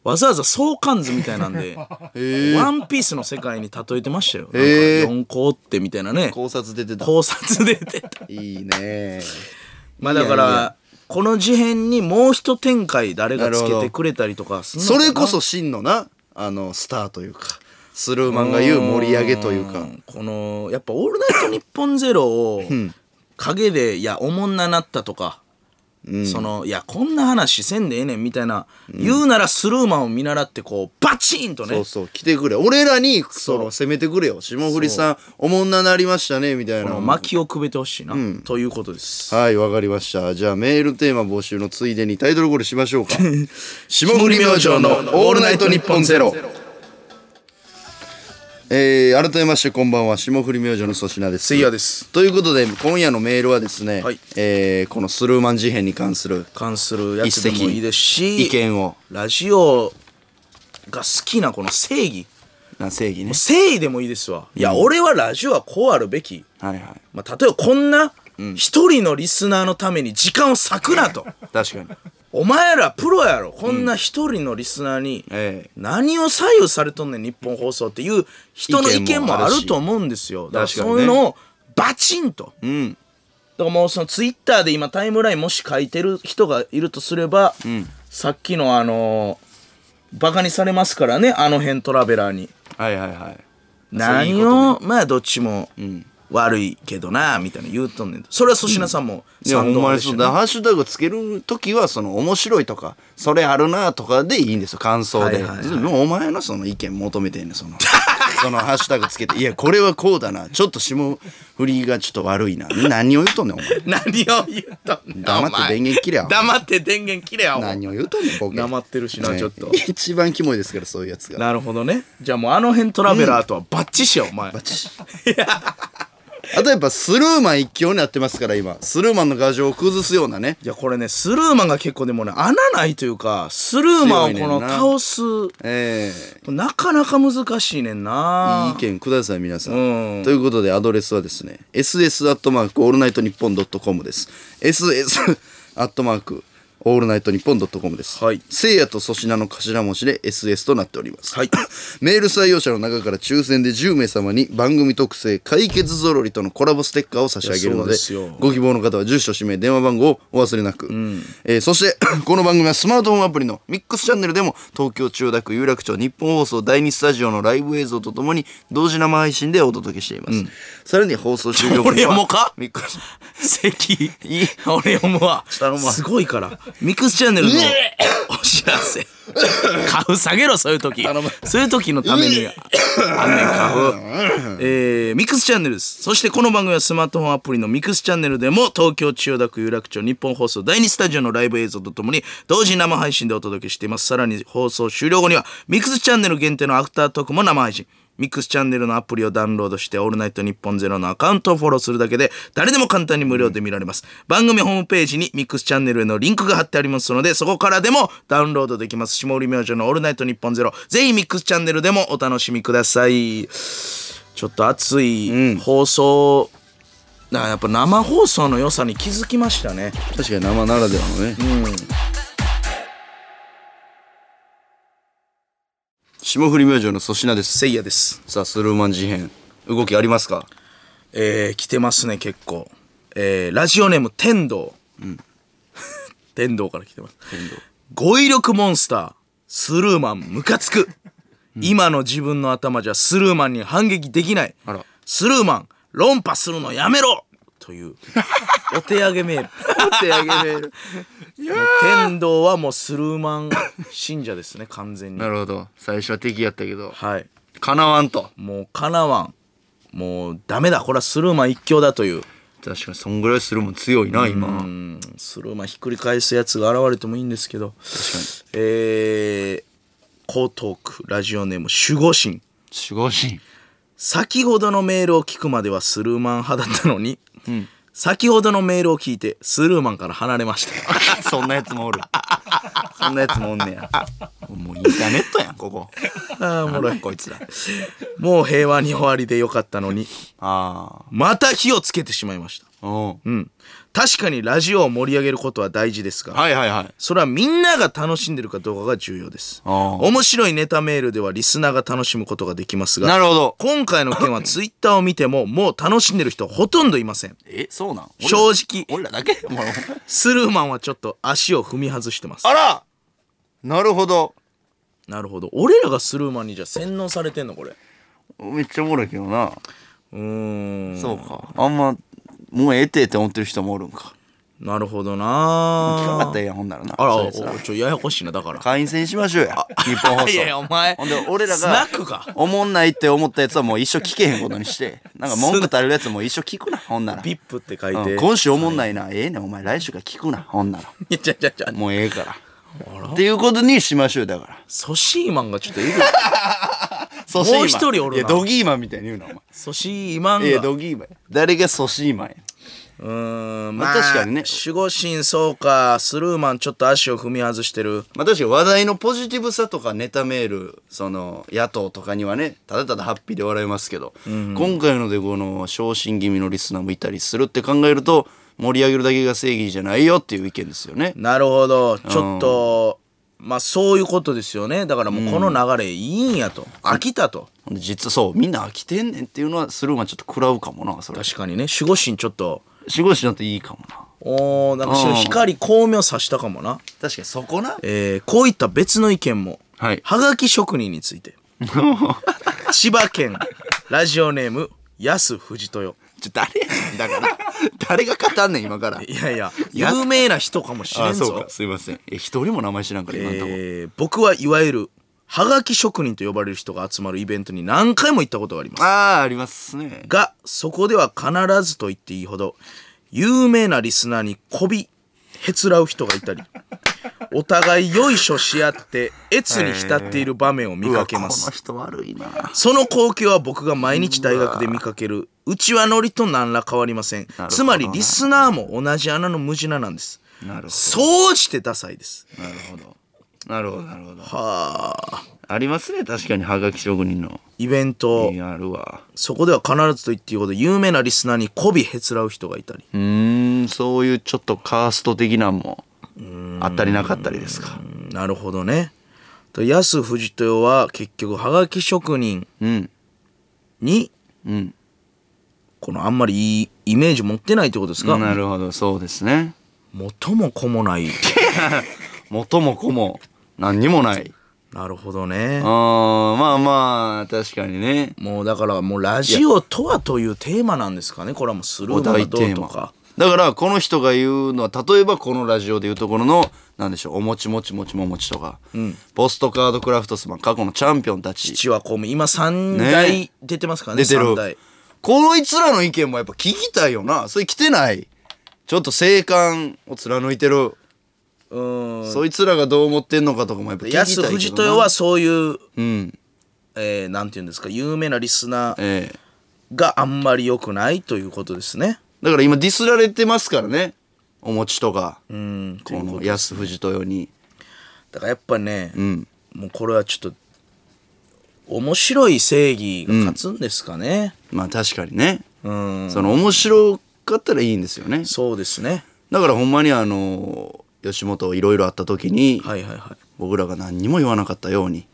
Speaker 2: わざわざ相関図みたいなん で「ワンピースの世界に例えてましたよ「なんか
Speaker 1: へー
Speaker 2: 四校ってみたいなね
Speaker 1: 考察出てた
Speaker 2: 考察で出て た
Speaker 1: いいね
Speaker 2: まあだか
Speaker 1: いやい
Speaker 2: らこの事変にもう一展開誰がつけてくれたりとかすんのか
Speaker 1: そ
Speaker 2: な
Speaker 1: れこそ真のなあのスターというかスルーマンが言う盛り上げというか
Speaker 2: んこのやっぱ「オールナイトニッポンゼロを陰で「いやおもんななった」とか、その「いやこんな話せんでええねん」みたいな、言うならスルーマンを見習ってこうバチンと
Speaker 1: そ
Speaker 2: ね
Speaker 1: うそう来てくれ俺らにその攻めてくれよ霜降りさんおもんななりましたねみたい
Speaker 2: この
Speaker 1: な
Speaker 2: 薪をくべてほしいな、ということです。
Speaker 1: はいわかりましたじゃあメールテーマ募集のついでにタイトルコールしましょうか 霜降り明星の「オールナイトニッポンゼロえー、改めましてこんばんは霜降り明星の粗品です
Speaker 2: せいやです
Speaker 1: ということで今夜のメールはですね、
Speaker 2: はい
Speaker 1: えーこのスルーマン事変に関する
Speaker 2: 関するやつでもいいですし
Speaker 1: 意見を
Speaker 2: ラジオが好きなこの正義
Speaker 1: な正義ね
Speaker 2: 誠意でもいいですわ。いや、俺はラジオはこうあるべき。
Speaker 1: はいはい
Speaker 2: まあ、例えばこんな一人のリスナーのために時間を割く なと。
Speaker 1: 確かに
Speaker 2: お前らプロやろこんな一人のリスナーに
Speaker 1: ええ
Speaker 2: 何を左右されとんねん日本放送っていう人の意見もあると思うんですよだから
Speaker 1: 確かにね
Speaker 2: そういうのをバチンと
Speaker 1: うん
Speaker 2: だからもうそのツイッターで今タイムラインもし書いてる人がいるとすれば、さっきのあのーバカにされますからねあの辺トラベラーに
Speaker 1: はいはいはい
Speaker 2: 何
Speaker 1: そういうことね
Speaker 2: をまあどっちも悪いけどなみたいな言うとんねんとそれは粗品さんも
Speaker 1: いやほ
Speaker 2: 賛
Speaker 1: ん
Speaker 2: 同
Speaker 1: ま
Speaker 2: で
Speaker 1: に
Speaker 2: した
Speaker 1: そう
Speaker 2: ね
Speaker 1: だハッシュタグつける時はその面白いとかそれあるなとかでいいんですよ感想で、
Speaker 2: はいはいはい
Speaker 1: でもお前のその意見求めてんねんその そのハッシュタグつけていやこれはこうだなちょっと霜降りがちょっと悪いな何を言うとんねんお 前
Speaker 2: 何を言うとんねん
Speaker 1: 黙って電源切れ
Speaker 2: お
Speaker 1: や
Speaker 2: 前黙って電源切れやお前
Speaker 1: 何を言うとんねんボケ
Speaker 2: 黙ってるしな
Speaker 1: ね
Speaker 2: ちょっと
Speaker 1: 一番キモいですからそういうやつが
Speaker 2: なるほどねじゃあもうあの辺トラベラーとはバッチしやお前
Speaker 1: バチあとやっぱスルーマン一強になってますから今スルーマンの牙城を崩すようなね
Speaker 2: いやこれねスルーマンが結構でもね穴ないというかスルーマンをこ
Speaker 1: 強
Speaker 2: の
Speaker 1: いねんな
Speaker 2: 倒す
Speaker 1: え
Speaker 2: なかなか難しいねん
Speaker 1: え
Speaker 2: ない
Speaker 1: い意見ください皆さん、
Speaker 2: うん
Speaker 1: ということでアドレスはですね ss アットマークオールナイトニッポンドットコムです ss アットマークオールナイトニッポンドットコムです、
Speaker 2: はい
Speaker 1: せいやと粗品の頭文字で SS となっております、
Speaker 2: はい
Speaker 1: メール採用者の中から抽選で10名様に番組特製解決ぞろりとのコラボステッカーを差し上げるの
Speaker 2: いや
Speaker 1: で
Speaker 2: そうですよ
Speaker 1: ご希望の方は住所氏名電話番号をお忘れなく、えーそして この番組はスマートフォンアプリのミックスチャンネルでも東京千代田区有楽町日本放送第2スタジオのライブ映像とともに同時生配信でお届けしています、さらに放送終了後
Speaker 2: 俺
Speaker 1: には
Speaker 2: 読もうか
Speaker 1: ミックス
Speaker 2: 席俺読むわ
Speaker 1: 頼むわ
Speaker 2: すごいからミックスチャンネルのお知らせ花粉下げろそういう時
Speaker 1: 頼む
Speaker 2: そういう時のためにあんねん花粉えー、ミックスチャンネルですそしてこの番組はスマートフォンアプリのミックスチャンネルでも東京千代田区有楽町日本放送第2スタジオのライブ映像とともに同時生配信でお届けしていますさらに放送終了後にはミックスチャンネル限定のアフタートークも生配信ミックスチャンネルのアプリをダウンロードして、オールナイトニッポンゼロのアカウントをフォローするだけで、誰でも簡単に無料で見られます。番組ホームページにミックスチャンネルへのリンクが貼ってありますので、そこからでもダウンロードできます。下り明星のオールナイトニッポンゼロ。ぜひミックスチャンネルでもお楽しみください。ちょっと熱い放送、なやっぱ生放送の良さに気づきましたね。
Speaker 1: 確かに生ならではのね、霜降り明星の粗品です
Speaker 2: せいやです。
Speaker 1: さあスルーマン事変動きありますか
Speaker 2: えー、来てますね結構、えー、ラジオネーム天童、 天童から来てます語彙力モンスタースルーマンムカつく、今の自分の頭じゃスルーマンに反撃できない
Speaker 1: あら
Speaker 2: スルーマン論破するのやめろという お手上げメール
Speaker 1: 手上げ メール
Speaker 2: 天童はもうスルーマン信者ですね完全に
Speaker 1: なるほど最初は敵やったけど
Speaker 2: はい
Speaker 1: かなわんと
Speaker 2: もうかなわんもうダメだこれはスルーマン一強だという
Speaker 1: 確かにそんぐらいするもん強いな今
Speaker 2: うんスルーマンひっくり返すやつが現れてもいいんですけどえー江東区ラジオネーム守護神
Speaker 1: 守護神
Speaker 2: 先ほどのメールを聞くまではスルーマン派だったのに、先ほどのメールを聞いてスルーマンから離れまし た
Speaker 1: そんなやつ もおるそんなやつもおんねやもうインターネットやんここ
Speaker 2: ああおもろい
Speaker 1: こいつら
Speaker 2: もう平和に終わりでよかったのに
Speaker 1: あ
Speaker 2: また火をつけてしまいました
Speaker 1: あうん
Speaker 2: うん確かにラジオを盛り上げることは大事ですが、
Speaker 1: はいはいはい
Speaker 2: それはみんなが楽しんでるかどうかが重要です
Speaker 1: あー
Speaker 2: 面白いネタメールではリスナーが楽しむことができます
Speaker 1: な
Speaker 2: が
Speaker 1: るほど
Speaker 2: 今回の件はツイッターを見てももう楽しんでる人はほとんどいません
Speaker 1: えそうなん
Speaker 2: 正直
Speaker 1: 俺らだけお前
Speaker 2: スルーマンはちょっと足を踏み外してます
Speaker 1: あらなるほど
Speaker 2: なるほど俺らがスルーマンにじゃあ洗脳されてんのこれ
Speaker 1: めっちゃおもろいけどな
Speaker 2: うーん
Speaker 1: そうかあんまもうええてって思ってる人もおるんか
Speaker 2: なるほど
Speaker 1: 聞かんか
Speaker 2: な
Speaker 1: ったらええやんほんならな
Speaker 2: あら
Speaker 1: そ
Speaker 2: お
Speaker 1: いつら
Speaker 2: おちょややこしいなだから
Speaker 1: 会員制にしましょうや日本放送
Speaker 2: いやいやお前
Speaker 1: ほんで俺ら
Speaker 2: スナ
Speaker 1: が
Speaker 2: ックか
Speaker 1: おもんないって思ったやつはもう一生聞けへんことにしてなんか文句垂れるやつも一生聞くなほんなら、
Speaker 2: ビップって書いて、
Speaker 1: うん今週おもんないなええねんお前来週から聞くなほんなら
Speaker 2: いやちゃちゃちゃ
Speaker 1: もうええからっていうことにしましょうだから
Speaker 2: ソシーマンがちょっといる
Speaker 1: も
Speaker 2: もう一人おるない
Speaker 1: やドギーマンみたいに言うなお
Speaker 2: ソシーマンが
Speaker 1: 前いやドギーマンや誰がソシーマンや
Speaker 2: うーん
Speaker 1: まあ確かにね
Speaker 2: 守護神そうかスルーマンちょっと足を踏み外してる
Speaker 1: まあ確かに話題のポジティブさとかネタメールその野党とかにはねただただハッピーで笑えますけど、今回のでこの昇進気味のリスナーもいたりするって考えると盛り上げるだけが正義じゃないよっていう意見ですよね。
Speaker 2: なるほどちょっとまあそういうことですよねだからもうこの流れいいんやと、飽きたと
Speaker 1: ほんで実はそうみんな飽きてんねんっていうのはスルーマンちょっと食らうかもなそれ
Speaker 2: 確かにね守護神ちょっと
Speaker 1: 仕事しなっていいかもな
Speaker 2: おーなんかしら
Speaker 1: うん
Speaker 2: 光光明さしたかもな、
Speaker 1: 確かにそこな
Speaker 2: えーこういった別の意見も
Speaker 1: はい
Speaker 2: はがき職人につ いて千葉県ラジオネームやす藤豊
Speaker 1: ちょ誰やねんだから 誰が語んねん今から
Speaker 2: いやいや有名な人かもしれん
Speaker 1: あ
Speaker 2: ぞ
Speaker 1: そうかすいませんえ一人も名前知らんから今んとこ、
Speaker 2: えー僕はいわゆるはがき職人と呼ばれる人が集まるイベントに何回も行ったことがあります
Speaker 1: ああありますね
Speaker 2: がそこでは必ずと言っていいほど有名なリスナーにこびへつらう人がいたり お互いよいしょし合って悦に浸っている場面を見かけ
Speaker 1: う
Speaker 2: ま
Speaker 1: わ
Speaker 2: す
Speaker 1: この人悪いな
Speaker 2: その光景は僕が毎日大学で見かけるうちわノリと何ら変わりません、
Speaker 1: ね
Speaker 2: つまりリスナーも同じ穴の無地ななんです
Speaker 1: なるほ
Speaker 2: 総じてダサいです
Speaker 1: どなるほどなるほどなるほど
Speaker 2: はあ
Speaker 1: ありますね確かにハガキ職人の
Speaker 2: イベント
Speaker 1: あるわ
Speaker 2: そこでは必ずと言っていいほど有名なリスナーにこびへつらう人がいたり
Speaker 1: うーんそういうちょっとカースト的なんもあったりなかったりですか
Speaker 2: なるほどね。と安藤豊は結局はがき職人
Speaker 1: うん
Speaker 2: に
Speaker 1: うん
Speaker 2: このあんまりいいイメージ持ってないってことですか、
Speaker 1: なるほどそうですね
Speaker 2: 元も子もない。
Speaker 1: 元も子も何にもない
Speaker 2: なるほどね
Speaker 1: あ。ーまあまあ確かにね
Speaker 2: もうだからもうラジオとはというテーマなんですかねこれはもうスルー
Speaker 1: お
Speaker 2: マンが
Speaker 1: 題
Speaker 2: ど
Speaker 1: テ
Speaker 2: う
Speaker 1: ー
Speaker 2: と
Speaker 1: マ
Speaker 2: か。
Speaker 1: だからこの人が言うのは例えばこのラジオで言うところのなんでしょうおもちもちもちももちとか、ポストカードクラフトスマン過去のチャンピオンたち
Speaker 2: 父は公務今3
Speaker 1: ね
Speaker 2: 代出てますからね
Speaker 1: 出て
Speaker 2: 三
Speaker 1: る
Speaker 2: 代。
Speaker 1: こいつらの意見もやっぱ聞きたいよなそれ来てないちょっと生還を貫いてる、
Speaker 2: うーん。
Speaker 1: そいつらがどう思ってんのかとかもやっぱ聞きたいけど
Speaker 2: 安
Speaker 1: な
Speaker 2: 藤豊はそういう、
Speaker 1: うん
Speaker 2: えー、なんていうんですか有名なリスナー
Speaker 1: ええ
Speaker 2: があんまり良くないということですね。
Speaker 1: だから今ディスられてますからねおもちとか、
Speaker 2: うん。
Speaker 1: この安藤豊に
Speaker 2: だからやっぱね、
Speaker 1: ん
Speaker 2: もうこれはちょっと面白い正義が勝つんですかね
Speaker 1: まあ確かにね、
Speaker 2: うん、
Speaker 1: その面白かったらいいんですよね
Speaker 2: そうですね
Speaker 1: だからほんまにあの吉本いろいろあった時に、
Speaker 2: はいはいは
Speaker 1: 僕らが何にも言わなかったように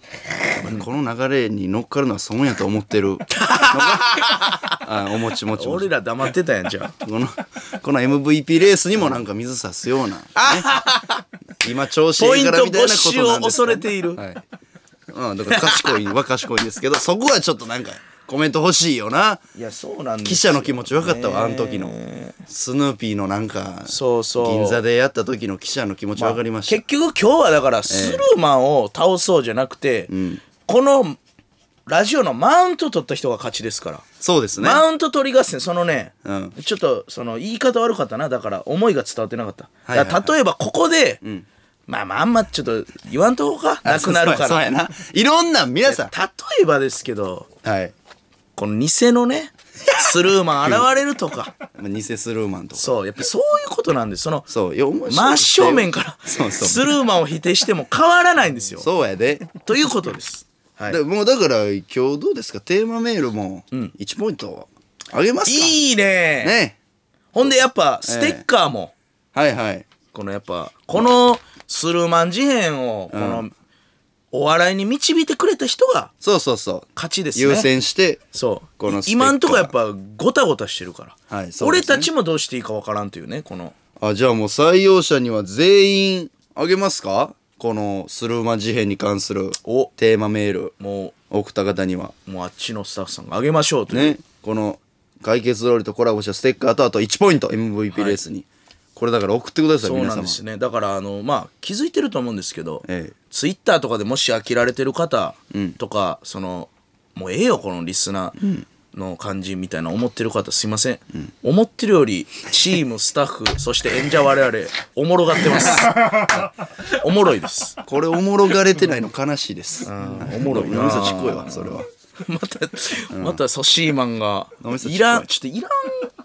Speaker 1: この流れに乗っかるのは損やと思ってるのがあおもちもちも
Speaker 2: い
Speaker 1: ち
Speaker 2: 俺ら黙ってたやんじゃ あ
Speaker 1: このこの MVP レースにもなんか水差すよう な、ね、今調子いいからみたいなことなんですか
Speaker 2: ポイント没収を恐れている
Speaker 1: はいうん、だから賢いは賢いんですけどそこはちょっとなんかコメント欲しいよない
Speaker 2: やそうなんです
Speaker 1: 記者の気持ち分かったわあの時のスヌーピーのなんか
Speaker 2: そうそう
Speaker 1: 銀座でやった時の記者の気持ち分かりました、
Speaker 2: 結局今日はだからスルーマンを倒そうじゃなくて、このラジオのマウント取った人が勝ちですから、
Speaker 1: そうですね
Speaker 2: マウント取り合戦そのね、
Speaker 1: うん
Speaker 2: ちょっとその言い方悪かったなだから思いが伝わってなかった、
Speaker 1: はいはいはい
Speaker 2: だから例えばここで、まあまああんまちょっと言わんとこうかなくなるか
Speaker 1: そうやそ
Speaker 2: ら
Speaker 1: うやな。いろんな、皆さん。
Speaker 2: 例えばですけど
Speaker 1: はい。
Speaker 2: この偽のねスルーマン現れるとか
Speaker 1: まあ偽スルーマンとか。
Speaker 2: そうやっぱそういうことなんですその
Speaker 1: そう、よ、面白い
Speaker 2: 真正面から
Speaker 1: そうそう
Speaker 2: スルーマンを否定しても変わらないんですよ
Speaker 1: そうやで。
Speaker 2: ということですはい
Speaker 1: でもうだから、今日どうですかテーマメールも、1ポイントあげますか。
Speaker 2: いいね
Speaker 1: ね。
Speaker 2: ほんでやっぱステッカーも、
Speaker 1: はいはい。
Speaker 2: このやっぱこのスルーマン事変をこの、お笑いに導いてくれた人が
Speaker 1: そうそうそう。
Speaker 2: 勝ちですね
Speaker 1: 優先して、
Speaker 2: そう
Speaker 1: このステッカー
Speaker 2: 今んとこやっぱごたごたしてるから、
Speaker 1: はいそうで
Speaker 2: 俺
Speaker 1: すね
Speaker 2: たちもどうしていいかわからんというねこの
Speaker 1: あ、じゃあもう採用者には全員あげますかこのスルーマン事変に関する
Speaker 2: お
Speaker 1: テーマメール
Speaker 2: も
Speaker 1: 送った方には。
Speaker 2: うもうあっちのスタッフさんがあげましょうという、
Speaker 1: ね、この解決ロールとコラボしたステッカーとあと1ポイント MVP レースに、これだから送ってください
Speaker 2: そう
Speaker 1: 皆
Speaker 2: なん
Speaker 1: 様
Speaker 2: ですよねだからあのまあ気づいてると思うんですけど、
Speaker 1: ええ
Speaker 2: ツイッターとかでもし飽きられてる方とか、そのもうええよこのリスナーの感じみたいな思ってる方すいません、思ってるよりチーム スタッフそして演者我々おもろがってます はいおもろいです
Speaker 1: これおもろがれてないの悲しいです
Speaker 2: お もろい
Speaker 1: 脳
Speaker 2: な
Speaker 1: みそちっこいわ それは
Speaker 2: また、またソシーマンが
Speaker 1: 脳みそちっこい
Speaker 2: いらんちょっといらん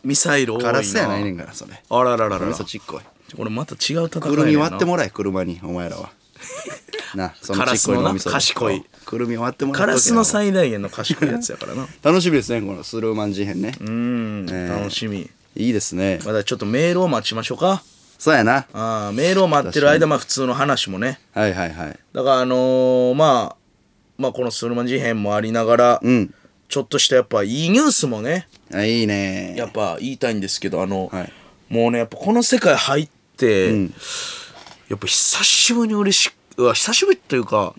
Speaker 2: ミサイル多いな
Speaker 1: ガラスやないねんからそれ
Speaker 2: あらららら
Speaker 1: 脳
Speaker 2: ら
Speaker 1: みそちっこい
Speaker 2: これまた違う戦い
Speaker 1: くるみ割って
Speaker 2: も
Speaker 1: もらえ車にお前ら はなそのちっこい脳みそで
Speaker 2: カラスのな賢い
Speaker 1: くるみ割ってもらっ
Speaker 2: カ
Speaker 1: とけよ
Speaker 2: ラスの最大限の賢いやつやからな
Speaker 1: 楽しみですねこのスルーマン事変ね
Speaker 2: うん、楽しみ
Speaker 1: いいですね
Speaker 2: まだちょっとメールを待ちましょうか
Speaker 1: そうやな
Speaker 2: あーメールを待ってる間まあ普通の話もね
Speaker 1: はいはいはい
Speaker 2: だからあのーまあまあこのスルマン事変もありながら、
Speaker 1: うん
Speaker 2: ちょっとしたやっぱいいニュースもね
Speaker 1: あいいね
Speaker 2: やっぱ言いたいんですけどあの、
Speaker 1: はい
Speaker 2: もうねやっぱこの世界入って、やっぱ久しぶりに嬉しくうわ久しぶりというか、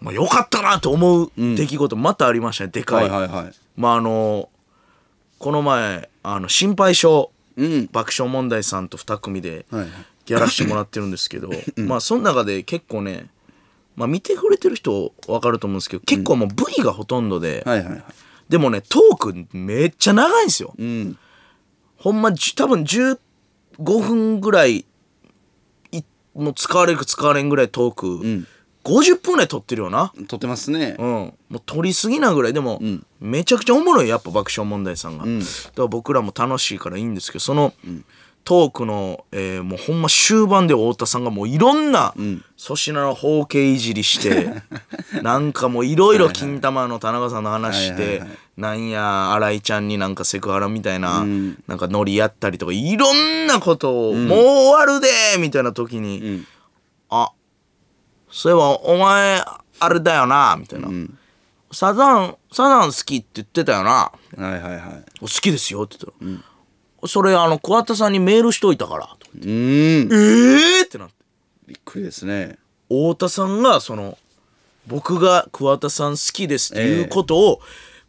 Speaker 2: まあ、よかったなと思う出来事またありましたね、でか、
Speaker 1: はいいはいはい
Speaker 2: まああのこの前あの心配性、
Speaker 1: うん
Speaker 2: 爆笑問題さんと2組で
Speaker 1: はいはい
Speaker 2: やらしてもらってるんですけ ど、まあその中で結構ねまあ見てくれてる人分かると思うんですけど結構もう V がほとんどで、
Speaker 1: はいはいはい
Speaker 2: でもねトークめっちゃ長いんですよ、
Speaker 1: うん
Speaker 2: ほんまじゅ多分15分ぐらいいもう使われるか使われんぐらいトーク、
Speaker 1: ん
Speaker 2: 50分ぐらい撮ってるよな
Speaker 1: 撮ってますね
Speaker 2: うん、もう取りすぎなぐらいでも、めちゃくちゃおもろいやっぱ爆笑問題さんが、だから僕らも楽しいからいいんですけどその、トークの、えーもうほんま終盤で太田さんがもういろんな粗品、の包茎いじりして なんかもういろいろ金玉の田中さんの話し
Speaker 1: は
Speaker 2: て、
Speaker 1: いはいは
Speaker 2: なんや新井ちゃんになんかセクハラみたいな、なんかノリやったりとかいろんなことを、もう終わるでーみたいな時に、あそういえばお前あれだよなみたいな、サザンサザン好きって言ってたよな
Speaker 1: はいはいはい
Speaker 2: 好きですよって言ったら、それあの桑田さんにメールしといたからと
Speaker 1: うーん
Speaker 2: ええー、ってなって
Speaker 1: びっくりですね
Speaker 2: 太田さんがその僕が桑田さん好きですっていうことを、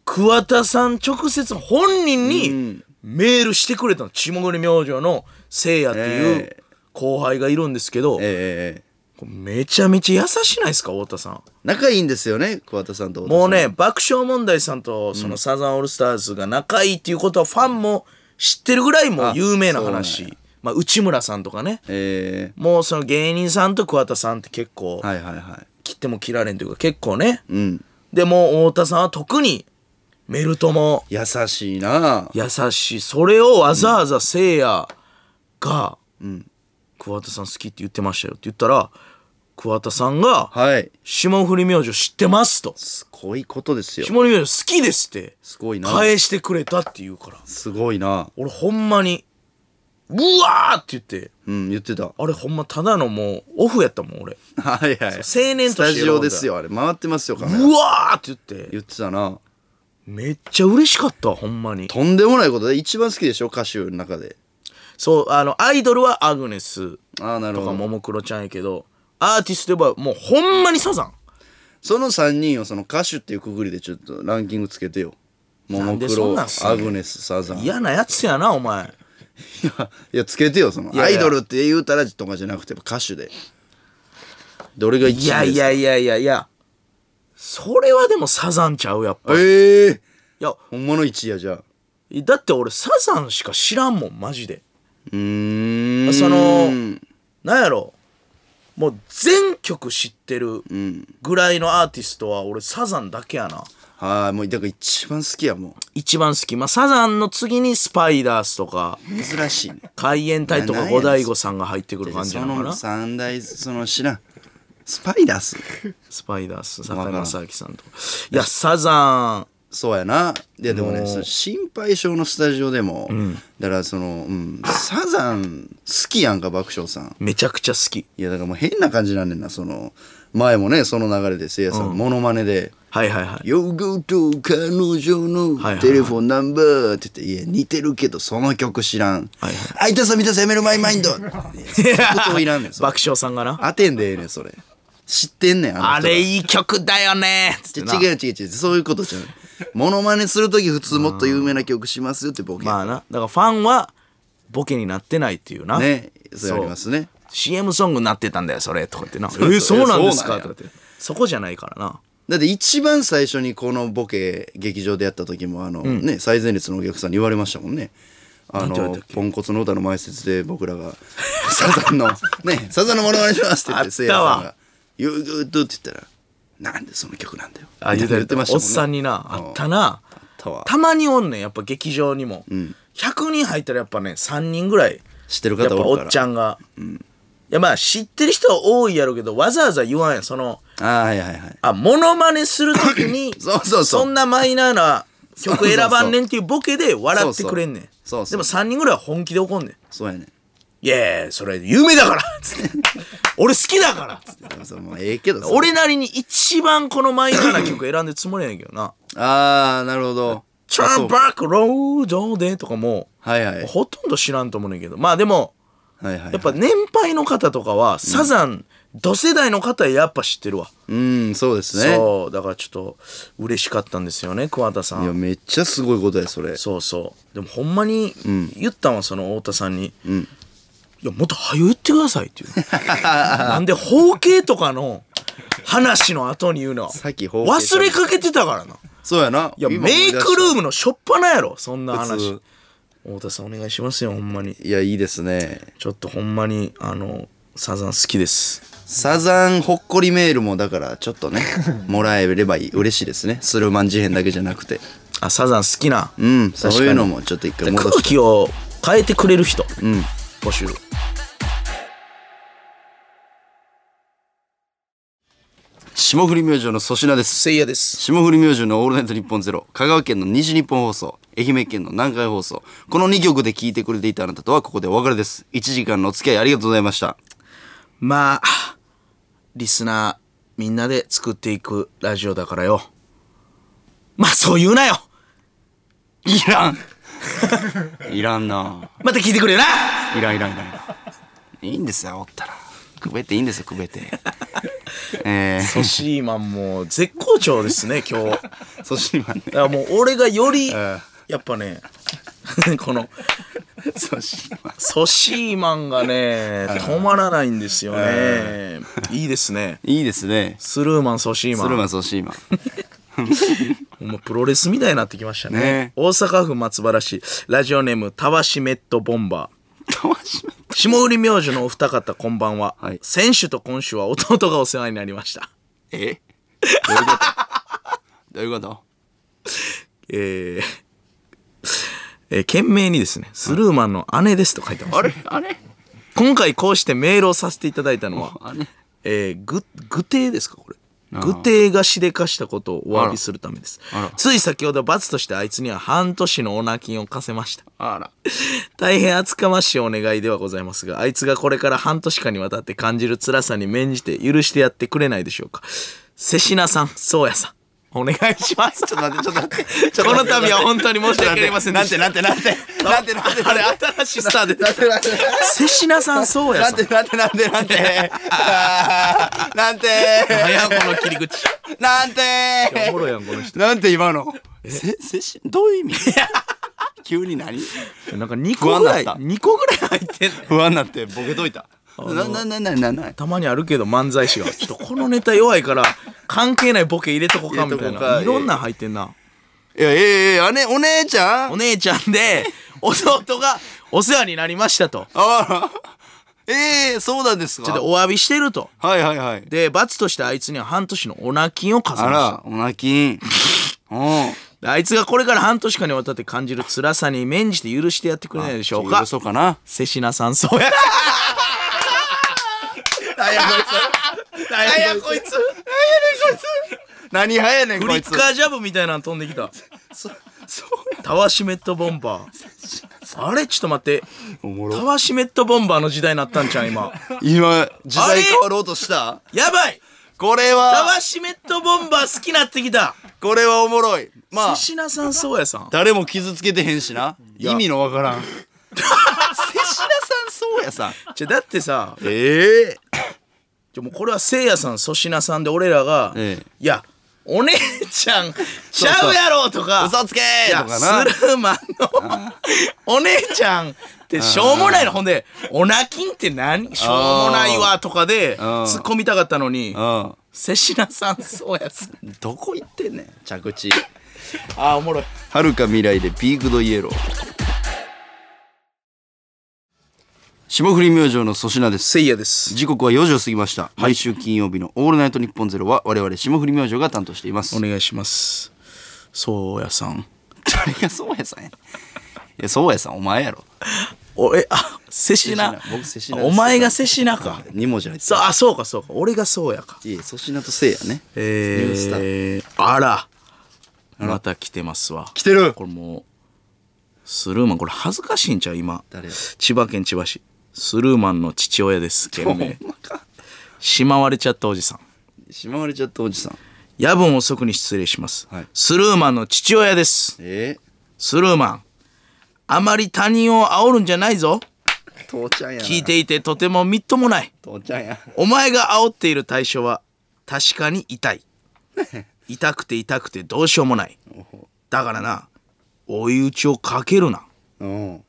Speaker 2: 桑田さん直接本人にメールしてくれたの下栗明星のせいやっていう
Speaker 1: え
Speaker 2: 後輩がいるんですけど、
Speaker 1: ええええ
Speaker 2: めちゃめちゃ優しないですか太田さん
Speaker 1: 仲いいんですよね桑田さんと
Speaker 2: もうね爆笑問題さんとそのサザンオールスターズが仲いいっていうことはファンも知ってるぐらいもう有名な
Speaker 1: あそう
Speaker 2: 話まあ、内村さんとかね
Speaker 1: え
Speaker 2: もうその芸人さんと桑田さんって結構、
Speaker 1: えはいはいはい
Speaker 2: 切っても切られんというか結構ね
Speaker 1: うん
Speaker 2: でも太田さんは特にメルトも
Speaker 1: 優しいな
Speaker 2: 優しいそれをわざわざせいやが、桑田さん好きって言ってましたよ」って言ったら桑田さんが
Speaker 1: はい
Speaker 2: 「霜降り明星知ってます」と
Speaker 1: すごいことです
Speaker 2: 「
Speaker 1: よ
Speaker 2: 霜降り明星好きです」って
Speaker 1: すごいな
Speaker 2: 返してくれたって言うから
Speaker 1: すごいな
Speaker 2: 俺ほんまに「うわ!」って言って
Speaker 1: うん言ってた
Speaker 2: あれほんまただのもうオフやったもん俺
Speaker 1: はいはい
Speaker 2: 青年として
Speaker 1: スタジオですよあれ回ってますよカ
Speaker 2: 「
Speaker 1: メラ
Speaker 2: うわ!」って言って
Speaker 1: 言ってたな
Speaker 2: めっちゃ嬉しかったほんまに
Speaker 1: とんでもないことで一番好きでしょ歌手の中で
Speaker 2: そうあのアイドルはアグネス
Speaker 1: ああなる
Speaker 2: と
Speaker 1: ほ
Speaker 2: かも
Speaker 1: ど
Speaker 2: もクロちゃんやけどアーティストで言えばもうほんまにサザン
Speaker 1: その3人をその歌手っていうくぐりでちょっとランキングつけてよも
Speaker 2: な
Speaker 1: も
Speaker 2: んで
Speaker 1: ク
Speaker 2: そん
Speaker 1: ロ
Speaker 2: なんすんね
Speaker 1: ア
Speaker 2: ん
Speaker 1: グネスサザン
Speaker 2: 嫌なやつやなお前
Speaker 1: いやいやつけてよその
Speaker 2: いや
Speaker 1: アイ
Speaker 2: いや
Speaker 1: ドルって言うたらとかじゃなくて歌手でどれが一
Speaker 2: いや
Speaker 1: 位です
Speaker 2: いやいやいやいやそれはでもサザンちゃうやっぱい
Speaker 1: ええー、
Speaker 2: や
Speaker 1: ほんまの1位やじゃあ
Speaker 2: だって俺サザンしか知らんもんマジで
Speaker 1: うーん
Speaker 2: そのなんやろもう全曲知ってるぐらいのアーティストは俺サザンだけやな
Speaker 1: はいもうだから一番好きやも
Speaker 2: 一番好き、まあ、サザンの次にスパイダースとか
Speaker 1: う珍しい ね
Speaker 2: 海援隊と
Speaker 1: な
Speaker 2: か
Speaker 1: なんや
Speaker 2: 五大悟さんが入ってくる感じ
Speaker 1: そ
Speaker 2: なのか
Speaker 1: の
Speaker 2: な
Speaker 1: 三大その知らんスパイダース
Speaker 2: スパイダース
Speaker 1: わ
Speaker 2: 坂
Speaker 1: か
Speaker 2: 井
Speaker 1: らん
Speaker 2: 正明さんとかいやサザン
Speaker 1: そうやないやでもねその心配性のスタジオでも、だからその、うん、サザン好きやんか爆笑さん
Speaker 2: めちゃくちゃ好き
Speaker 1: いやだからもう変な感じなんねんなその前もねその流れでせいやさん、モノマネで
Speaker 2: はいはいはい
Speaker 1: ヨーグルト彼女
Speaker 2: はいはい
Speaker 1: のテレフォンナンバーって言って、いや、似てるけど、その曲知らん。あいたさみたさやめるマイマ インドってこといらんねん、それ
Speaker 2: 爆笑さんがな
Speaker 1: 当てんでええねん、それ。知ってんねん、
Speaker 2: あ
Speaker 1: の人が
Speaker 2: れいい曲だよねつってな
Speaker 1: 違う違う違う、そういうことじゃない。モノマネするとき普通もっと有名な曲しますよってボケ。
Speaker 2: まあなだからファンはボケになってないっていうな、
Speaker 1: ね、それありますね。
Speaker 2: CM ソングになってたんだよそれとかって な
Speaker 1: う
Speaker 2: えーそうなんです
Speaker 1: そう
Speaker 2: か
Speaker 1: なんや
Speaker 2: とかってそこじゃないからな
Speaker 1: だって一番最初にこのボケ劇場でやった時もあの、ね最前列のお客さんに言われましたもんねあ
Speaker 2: 言われ
Speaker 1: の
Speaker 2: たっ
Speaker 1: ポンコツの歌の前説で僕らが 「サザンのねサザンのものまねします」って言っ
Speaker 2: あ
Speaker 1: て
Speaker 2: った
Speaker 1: せ
Speaker 2: わ
Speaker 1: いやさんが「ユーグッド」って言ったら「なんでその曲なんだよ」みたいな言ってましたも
Speaker 2: おっ
Speaker 1: んね
Speaker 2: さんになあったな
Speaker 1: たわ
Speaker 2: たまにおんねんやっぱ劇場にも、100人入ったらやっぱね3人ぐらい
Speaker 1: 知ってる
Speaker 2: やっぱ
Speaker 1: 方
Speaker 2: お
Speaker 1: おるから
Speaker 2: っちゃんが、いやまあ知ってる人は多いやろうけどわざわざ言わんやんその
Speaker 1: あーはいはいはい
Speaker 2: あモノマネするときに
Speaker 1: そうそうそうん
Speaker 2: なマイナーな曲選ばんねんっていうボケで笑って
Speaker 1: そうそう
Speaker 2: くれんねん
Speaker 1: そうそう
Speaker 2: でも3人ぐらいは本気で怒んねん
Speaker 1: そうやね
Speaker 2: いやいやそれ有名だから つって俺好きだからつって
Speaker 1: だからそのもうええけどさ
Speaker 2: 俺なりに一番このマイナーな曲選んでるつもりやねんけどな
Speaker 1: ああなるほど
Speaker 2: 「トランバックロードで」とかも
Speaker 1: はいはいはい
Speaker 2: ほとんど知らんと思うねんけどまあでも
Speaker 1: はいはい
Speaker 2: やっぱ年配の方とかはサザン、同世代の方はやっぱ知ってるわ、
Speaker 1: うんそうですね
Speaker 2: そうだからちょっと嬉しかったんですよね桑田さ
Speaker 1: いや
Speaker 2: ん
Speaker 1: めっちゃすごいことやそれ
Speaker 2: そうそうでもほんまに言ったんはその太田さんに「いやもっと早言ってください」っていう なんで包茎とかの話の後に言うのは
Speaker 1: さっき包茎
Speaker 2: 忘れかけてたからな
Speaker 1: そうやない
Speaker 2: いやメイクルームのしょっぱなやろそんな
Speaker 1: 普
Speaker 2: 話
Speaker 1: 通
Speaker 2: 太田さんお願いしますよほんまに
Speaker 1: いやいいですね
Speaker 2: ちょっとほんまにあのサザン好きです
Speaker 1: サザンほっこりメールもだからちょっ とねもらえればいい嬉しいですねスルーマン事変だけじゃなくて
Speaker 2: あサザン好きな、
Speaker 1: うんそう
Speaker 2: 確かに
Speaker 1: いうのもちょっと一回戻
Speaker 2: 空
Speaker 1: して
Speaker 2: 気を変えてくれる人、募集
Speaker 1: 霜降り明星の粗品です
Speaker 2: せいやです
Speaker 1: 霜降り明星の「オールナイトニッポンゼロ香川県の西日本放送愛媛県の南海放送この2曲で聴いてくれていたあなたとはここでお別れです1時間のお付き合いありがとうございました
Speaker 2: まあリスナーみんなで作っていくラジオだからよまあそう言うなよ
Speaker 1: いら んいらんな
Speaker 2: また聞いてくれよない
Speaker 1: らんいらんいらんいいんですよおったらくべていいんですよくべ てえー
Speaker 2: ソシーマンも絶好調です ね今日だか
Speaker 1: そして今ね
Speaker 2: らもう俺がよりやっぱね この
Speaker 1: そして今
Speaker 2: ソシーマンがね止まらないんですよねいいですね
Speaker 1: いいですね
Speaker 2: スルーマンソシーマン
Speaker 1: 鶴間そして今
Speaker 2: もうプロレスみたいになってきましたね。
Speaker 1: ね
Speaker 2: 大阪府松原市、ラジオネーム、たわしメットボンバー。
Speaker 1: かわしめ
Speaker 2: 下売り明星のお二方、こんばんは。
Speaker 1: はい
Speaker 2: 先週と今週は弟がお世話になりました。
Speaker 1: えどういうことどういうこと
Speaker 2: えー、 えー、懸命にですね、スルーマンの姉ですと書いてます。
Speaker 1: あれあれ
Speaker 2: 今回こうしてメールをさせていただいたのは、
Speaker 1: あれ
Speaker 2: えー、ぐ、具体ですか、これ。具体がしでかしたことをお詫びするためです
Speaker 1: あらあら。
Speaker 2: つい先ほど罰としてあいつには半年のオナキンを課せました。
Speaker 1: あら
Speaker 2: 大変厚かましいお願いではございますが、あいつがこれから半年間にわたって感じる辛さに免じて許してやってくれないでしょうか。瀬品さん、宗谷さん、お願いします。
Speaker 1: ちょっと待ってちょっと待ってちょっと
Speaker 2: こ
Speaker 1: 待
Speaker 2: の
Speaker 1: って
Speaker 2: 度は本当に申し訳ありませんでした。
Speaker 1: なんてなんてなんてなんて
Speaker 2: あれ、新しいスターで。
Speaker 1: なんて
Speaker 2: 瀬品さん、宗谷
Speaker 1: な
Speaker 2: さ
Speaker 1: ん
Speaker 2: ん
Speaker 1: て。なんてなんてなんてなん てあーなんて
Speaker 2: 早この切り口。
Speaker 1: なんて
Speaker 2: おもろいやん、この 人。
Speaker 1: なんて今のせせしどういう意味 急に何
Speaker 2: なんか2個ぐら
Speaker 1: 不安
Speaker 2: い、
Speaker 1: だった
Speaker 2: 2個ぐらい入ってんねん
Speaker 1: 不安になってボケといたなななななな
Speaker 2: たまにあるけど漫才師が、ちょっとこのネタ弱いから、関係ないボケ入れとこうか、みたい
Speaker 1: 入れとこう
Speaker 2: な。
Speaker 1: か
Speaker 2: いろんなん入ってんな。
Speaker 1: いや、ええええ、姉、お姉ち ゃん
Speaker 2: お姉ちゃんで、弟がお世話になりましたと。
Speaker 1: あら、 ええそうなんです
Speaker 2: ちょっ
Speaker 1: か
Speaker 2: とお詫びしてると。
Speaker 1: はいはいはい
Speaker 2: で、罰としてあいつには半年のおな金を課せ
Speaker 1: あ
Speaker 2: ました
Speaker 1: らおな きんおう
Speaker 2: で。あいつがこれから半年間にわたって感じる辛さに免じて許してやってくれないでしょうか
Speaker 1: 許。そうかな
Speaker 2: 瀬品さん、そうや。なんやこいつ。なんやこいつ。
Speaker 1: 何早いねん
Speaker 2: フ
Speaker 1: こ
Speaker 2: リ
Speaker 1: い
Speaker 2: ッ
Speaker 1: つ
Speaker 2: カージャブみたいなの飛んできた。タワシメットボンバー。あれちょっと待って。
Speaker 1: おも
Speaker 2: タワシメットボンバーの時代になったんちゃう今。
Speaker 1: 今時代変わろうとした
Speaker 2: やばい
Speaker 1: これ
Speaker 2: タ
Speaker 1: は
Speaker 2: ワシメットボンバー好きなってきた。
Speaker 1: これはおもろいまあ
Speaker 2: 瀬品さん、そうやさん。
Speaker 1: 誰も傷つけてへんしな意
Speaker 2: や
Speaker 1: 味のわから ん瀬品さんそうやさん
Speaker 2: じゃ、だってさ、
Speaker 1: ええ
Speaker 2: じゃもうこれはせいやさん、粗品さんで俺らが、
Speaker 1: ええ
Speaker 2: いや、お姉ちゃんちゃうやろとか、
Speaker 1: 嘘つけ
Speaker 2: いや
Speaker 1: とかな
Speaker 2: スルーマンのお姉ちゃんってしょうもないの。ほんで、おなきんって何しょうもないわとかで
Speaker 1: ん
Speaker 2: 突っ込みたかったのに、
Speaker 1: う
Speaker 2: 瀬品さんそうやつ。
Speaker 1: んどこ行ってんねん着地
Speaker 2: あーおもろい。
Speaker 1: はるか未来でピークドイエロー霜降り明星の粗品です
Speaker 2: せいやです。
Speaker 1: 時刻は4時を過ぎました毎週金曜日の「オールナイトニッポンゼロは我々霜降り明星が担当しています
Speaker 2: お願いします。そうやさん。
Speaker 1: 誰がそうやさんやねんいやそうやさんお前やろ
Speaker 2: おえ、あ、瀬
Speaker 1: 瀬
Speaker 2: 品
Speaker 1: 品。僕瀬品です
Speaker 2: お前が瀬品か。
Speaker 1: 2文字入って
Speaker 2: そう、あ、そうかそうか。俺がそうやか。
Speaker 1: いえ粗品とせいやねニュースタ
Speaker 2: えー、あら。また来てますわ。
Speaker 1: 来てる
Speaker 2: これもう、スルーマン、これ恥ずかしいんちゃう今。
Speaker 1: 誰
Speaker 2: 千葉県千葉市。スルーマンの父親です。
Speaker 1: ほ
Speaker 2: 件
Speaker 1: ん
Speaker 2: 名。
Speaker 1: まか
Speaker 2: しまわれちゃったおじさん。
Speaker 1: しまわれちゃったおじさん
Speaker 2: 夜分遅くに失礼します。
Speaker 1: はい
Speaker 2: スルーマンの父親です。
Speaker 1: え
Speaker 2: スルーマン。あまり他人を煽るんじゃないぞ。
Speaker 1: え父ちゃんやな
Speaker 2: 聞いていてとてもみっともない。
Speaker 1: 父ちゃんや
Speaker 2: お前が煽っている対象は確かに痛 い痛くて痛くてどうしようもないだからな追い打ちをかけるな
Speaker 1: うん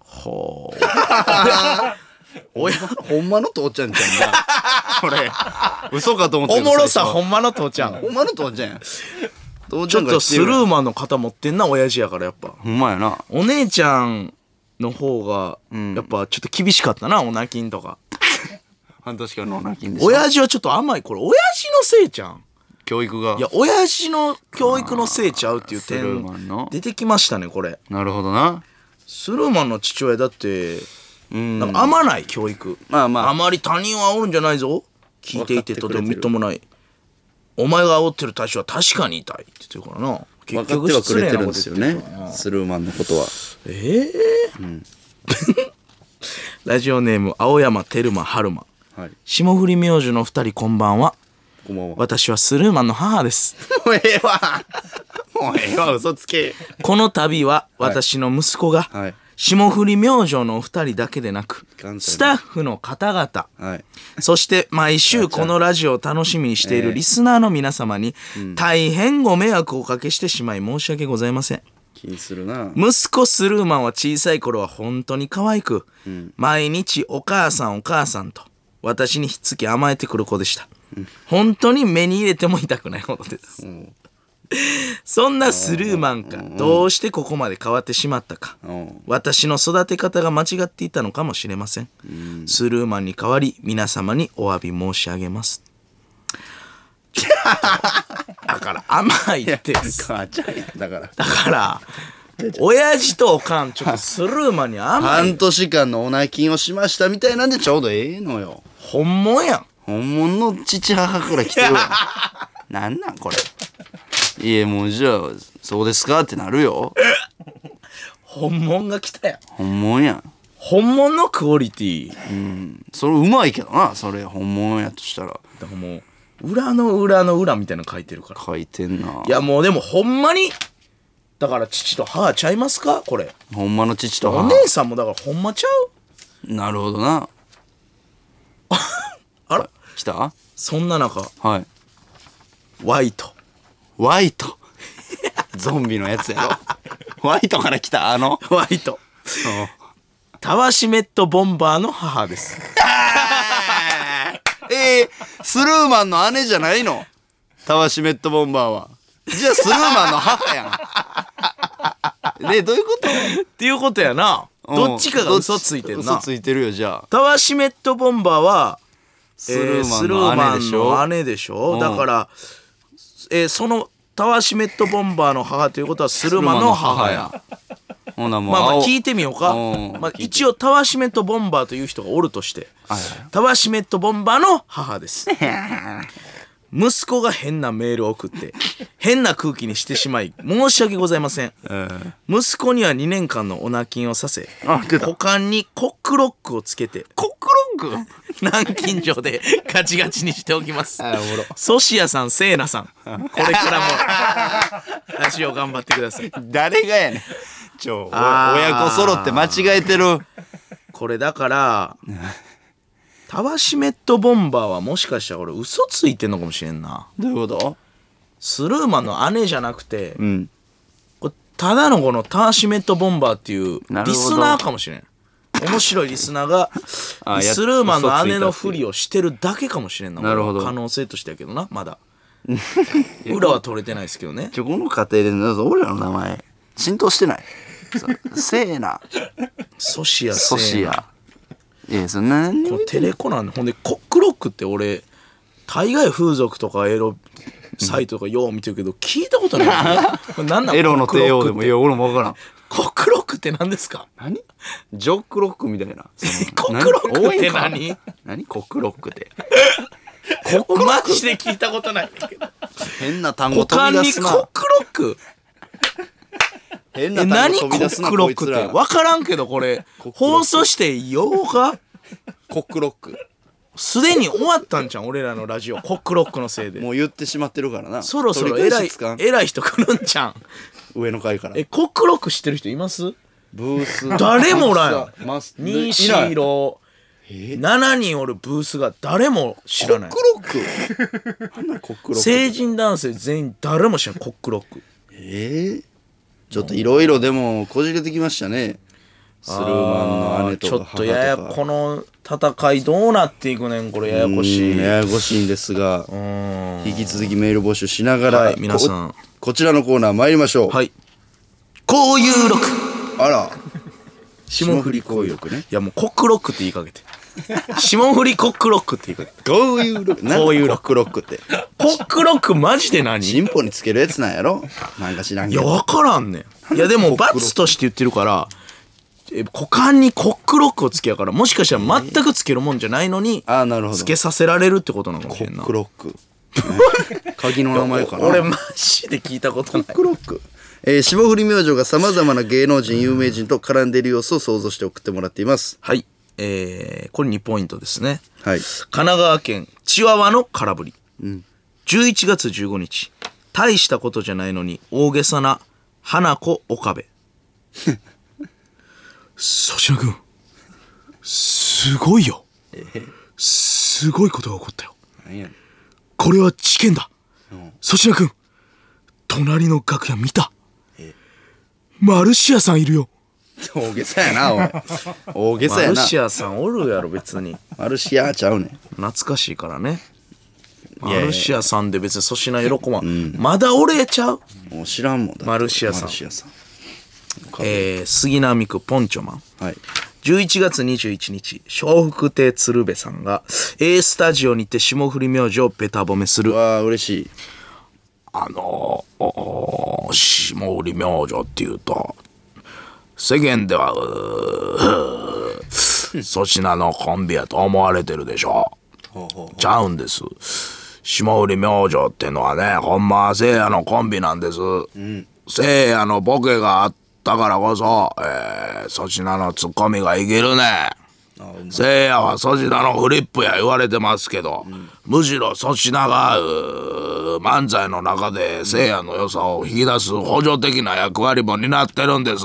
Speaker 2: ほ
Speaker 1: おやほんまの父ちゃんちゃんなこれ嘘かと思っ
Speaker 2: う
Speaker 1: た
Speaker 2: お
Speaker 1: けど
Speaker 2: もろさ
Speaker 1: 最初
Speaker 2: ほんまの父ちゃん
Speaker 1: ほんまの父ちゃんや父ち
Speaker 2: ち
Speaker 1: ゃ
Speaker 2: ょ
Speaker 1: ん
Speaker 2: っ
Speaker 1: から
Speaker 2: と
Speaker 1: 来
Speaker 2: ス
Speaker 1: てる
Speaker 2: ルーマンの肩持ってんな親父やからやっぱ
Speaker 1: ほんまやな
Speaker 2: お姉ちゃんの方が
Speaker 1: ん
Speaker 2: やっぱちょっと厳しかったなおなきんとか
Speaker 1: 半年間のおなきんでしょ
Speaker 2: 親父はちょっと甘いこれ親父のせいちゃん
Speaker 1: 教育が
Speaker 2: いや親父の教育のせいちゃうっていう
Speaker 1: スルーマン
Speaker 2: 点
Speaker 1: の
Speaker 2: 出てきましたねこれ
Speaker 1: なるほどな
Speaker 2: スルーマンの父親だって
Speaker 1: うん
Speaker 2: なんか甘ない教育。
Speaker 1: まあまあ
Speaker 2: あまり他人を煽るんじゃないぞ。聞いていてとてもみっともない。お前が煽ってる対象は確かに痛いって言ってるからな。
Speaker 1: 分
Speaker 2: 結
Speaker 1: かっ
Speaker 2: 局
Speaker 1: てはく
Speaker 2: 失
Speaker 1: れ
Speaker 2: 礼
Speaker 1: て
Speaker 2: な
Speaker 1: るん
Speaker 2: こ
Speaker 1: で
Speaker 2: と
Speaker 1: す
Speaker 2: 言
Speaker 1: よ
Speaker 2: ってる
Speaker 1: ねスルーマンのことは
Speaker 2: ええラジオネーム、青山テルマ春馬。
Speaker 1: はい
Speaker 2: 霜降り明星の二人こんばんは。
Speaker 1: こんばんは
Speaker 2: 私はスルーマンの母です。
Speaker 1: もうええ わもうええわ嘘つけ
Speaker 2: この度は私の息子が、
Speaker 1: はい
Speaker 2: 霜降り明星のお二人だけでなく
Speaker 1: 関西、の
Speaker 2: スタッフの方々、
Speaker 1: はい
Speaker 2: そして毎週このラジオを楽しみにしているリスナーの皆様に大変ご迷惑をおかけしてしまい申し訳ございません。
Speaker 1: 気にするな
Speaker 2: 息子スルーマンは小さい頃は本当に可愛く、毎日お母さんお母さんと私にひっつき甘えてくる子でした。本当に目に入れても痛くないほどです。そんなスルーマンがどうしてここまで変わってしまったか。
Speaker 1: うん
Speaker 2: 私の育て方が間違っていたのかもしれません、スルーマンに代わり皆様にお詫び申し上げ ますちょっとだから甘いって
Speaker 1: 母ちゃんやだから
Speaker 2: だから親父とおかんちょっとスルーマンに甘い
Speaker 1: 半年間のおなきんをしましたみたいなんでちょうどええのよ
Speaker 2: 本物やん
Speaker 1: 本物の父母から来てるわ なんなんこれいえもうじゃあそうですかってなるよ
Speaker 2: 本物が来たやん
Speaker 1: 本物やん
Speaker 2: 本物のクオリティ
Speaker 1: それうまいけどなそれ本物やとしたら
Speaker 2: だからもう裏の裏の裏みたいなの書いてるから
Speaker 1: 書いてんない
Speaker 2: やもうでもほんまにだから父と母ちゃいますかこれ
Speaker 1: ほんまの父と母
Speaker 2: お姉さんもだからほんまちゃう
Speaker 1: なるほどな
Speaker 2: あら
Speaker 1: 来た
Speaker 2: そんな中、
Speaker 1: はい
Speaker 2: Y と。
Speaker 1: Y と ゾンビのやつや ろ Y とから来たあの
Speaker 2: Y と。タワシメットボンバーの母です。
Speaker 1: えー、スルーマンの姉じゃないのタワシメットボンバーはじゃあスルーマンの母やんねえどういうこと
Speaker 2: っていうことやな。どっちかが嘘ついて
Speaker 1: る
Speaker 2: んな
Speaker 1: 嘘ついてるよじゃあ
Speaker 2: タワシメットボンバーは、
Speaker 1: スル
Speaker 2: スル
Speaker 1: ー
Speaker 2: ー
Speaker 1: マ
Speaker 2: マ
Speaker 1: ンの姉で
Speaker 2: ン
Speaker 1: しょ
Speaker 2: の姉でしょ、
Speaker 1: うん
Speaker 2: だから、えーそのタワシメットボンバーの母ということはスルーマンの母や。
Speaker 1: ほなもう
Speaker 2: まあまあ
Speaker 1: 青
Speaker 2: 聞いてみようか
Speaker 1: うん。
Speaker 2: まあ、一応タワシメットボンバーという人がおるとして、タワシメットボンバーの母です。息子が変なメールを送って、変な空気にしてしまい、申し訳ございません。
Speaker 1: うん
Speaker 2: 息子には2年間のお納金をさせ
Speaker 1: あ出た
Speaker 2: 股間にコックロックをつけて
Speaker 1: コックロング
Speaker 2: 南京錠でガチガチにしておきます
Speaker 1: あおもろ
Speaker 2: ソシアさんセイナさんこれから もラジオ頑張ってください
Speaker 1: 誰がやねんちょお
Speaker 2: あー
Speaker 1: 親子揃って間違えてる
Speaker 2: これだからタワシメットボンバーはもしかしたら俺嘘ついてんのかもしれんな
Speaker 1: どういうこと
Speaker 2: スルーマンの姉じゃなくて、
Speaker 1: うん
Speaker 2: これただのこのタワシメットボンバーっていう
Speaker 1: なる
Speaker 2: リ
Speaker 1: ほど
Speaker 2: スナーかもしれん面白いリスナーが
Speaker 1: あや
Speaker 2: スルーマンの姉のふりをしてるだけかもしれんな
Speaker 1: なるほど
Speaker 2: 可能性としてやけどな まだ裏は取れてないですけどね
Speaker 1: ちょこの家庭でなんか俺らの名前浸透して ないそせえな
Speaker 2: ソシア
Speaker 1: ソシアいやそんなに
Speaker 2: このテレコなんでほんでコックロックって俺大概風俗とかエロサイトとかよう見てるけど聞いたこと ないこれ何なん
Speaker 1: エロの帝王でもいや
Speaker 2: よ
Speaker 1: 俺も分からん
Speaker 2: コックロックって何ですか
Speaker 1: 何ジョックロックみたいな
Speaker 2: コックロックって何
Speaker 1: 何コックロックって
Speaker 2: マジで聞いたことないんだけど
Speaker 1: 変な単語
Speaker 2: 股
Speaker 1: 飛
Speaker 2: 間
Speaker 1: び出
Speaker 2: に
Speaker 1: す
Speaker 2: コッ
Speaker 1: な
Speaker 2: クロック
Speaker 1: 変
Speaker 2: え
Speaker 1: な単語
Speaker 2: 何コ
Speaker 1: 飛び出す
Speaker 2: ッ
Speaker 1: な
Speaker 2: クロ
Speaker 1: こ
Speaker 2: ッ
Speaker 1: い
Speaker 2: ク
Speaker 1: つ
Speaker 2: って
Speaker 1: ら
Speaker 2: 分からんけどこれ
Speaker 1: コックロック
Speaker 2: 放送していようか
Speaker 1: コックロック
Speaker 2: すでに終わったんじゃん俺らのラジオコックロックのせいで
Speaker 1: もう言ってしまってるからな
Speaker 2: そろそろ
Speaker 1: 取り
Speaker 2: 偉
Speaker 1: 返
Speaker 2: い
Speaker 1: しつかん
Speaker 2: 偉い人来るんじゃん
Speaker 1: 上の階から
Speaker 2: えコックロック知ってる人います
Speaker 1: ブース
Speaker 2: 誰もおらんよ
Speaker 1: マス
Speaker 2: ニーシ
Speaker 1: い
Speaker 2: ー
Speaker 1: ない
Speaker 2: ロー7人おるブースが誰も知らない
Speaker 1: コックロ ック何なんコックロック
Speaker 2: 成人男性全員誰も知らないコックロック
Speaker 1: えー、ちょっといろいろでもこじれてきましたねスルーマンの姉と
Speaker 2: ちょ
Speaker 1: か
Speaker 2: っとやや
Speaker 1: 母とか
Speaker 2: この戦いどうなっていくねんこれややこし
Speaker 1: う
Speaker 2: い
Speaker 1: ん
Speaker 2: う
Speaker 1: ややこしいんですが
Speaker 2: ーん
Speaker 1: 引き続きメール募集しながら、
Speaker 2: はい皆さん
Speaker 1: ここちらのコーナー参りましょう、
Speaker 2: はい交友録
Speaker 1: あら
Speaker 2: 霜降り
Speaker 1: 交友録ね
Speaker 2: いやもうコックロックって言い かけて霜降りコックロックって言いかけて
Speaker 1: 交友録 なんだ
Speaker 2: 交友
Speaker 1: コッ
Speaker 2: 録
Speaker 1: クロックって
Speaker 2: コックロックマジで何
Speaker 1: チンポにつけるやつなんやろなんか知らん
Speaker 2: い
Speaker 1: け
Speaker 2: や、
Speaker 1: ど
Speaker 2: わからんねん。いや、でも、罰として言ってるから、え股間にコックロックをつけやから、もしかしたら全くつけるもんじゃないのに、
Speaker 1: あーなるほど
Speaker 2: つけさせられるってことなのかもし
Speaker 1: コ
Speaker 2: れんな
Speaker 1: ッ。クロック、ね鍵の名前かな
Speaker 2: 俺、マジで聞いたことない
Speaker 1: コッ。クロック。えー、霜降り明星がさまざまな芸能人、有名人と絡んでいる様子を想像して送ってもらっています。
Speaker 2: はい。えー、これ2ポイントですね。
Speaker 1: はい。
Speaker 2: 神奈川県チワワの空振り、11月15日大したことじゃないのに大げさな花子 岡部粗品君すごいよすごいことが起こったよこれは事件だ粗品君隣の楽屋見たマルシアさんいるよ
Speaker 1: 大げさやな、おい。 大げさ
Speaker 2: マ
Speaker 1: や
Speaker 2: ル
Speaker 1: な。
Speaker 2: シアさんおるやろ別に
Speaker 1: マルシアちゃうねん。
Speaker 2: 懐かしいからね
Speaker 1: い
Speaker 2: マ
Speaker 1: やいや
Speaker 2: ルシアさんで別に粗品喜ばん、まだ俺ちゃう
Speaker 1: もう知らんもんだって。
Speaker 2: マルシアさん
Speaker 1: マルシアさん。
Speaker 2: えー、杉並区ポンチョマン
Speaker 1: はい。
Speaker 2: 11月21日笑福亭鶴瓶さんが A スタジオにて霜降り明星をベタ褒めす
Speaker 1: う
Speaker 2: る
Speaker 1: わあ、嬉しい。
Speaker 2: あのーおー霜降り明星っていうと世間ではうー 粗品のコンビやと思われてるでしょちゃうんです霜降り明星ってのはねほんまはせいやのコンビなんです、せいやのボケがあったからこそ、えー、粗品のツッコミがいけるねせいやは粗品のフリップや言われてますけど、むしろ粗品がうー漫才の中でせいやの良さを引き出す補助的な役割も担ってるんです。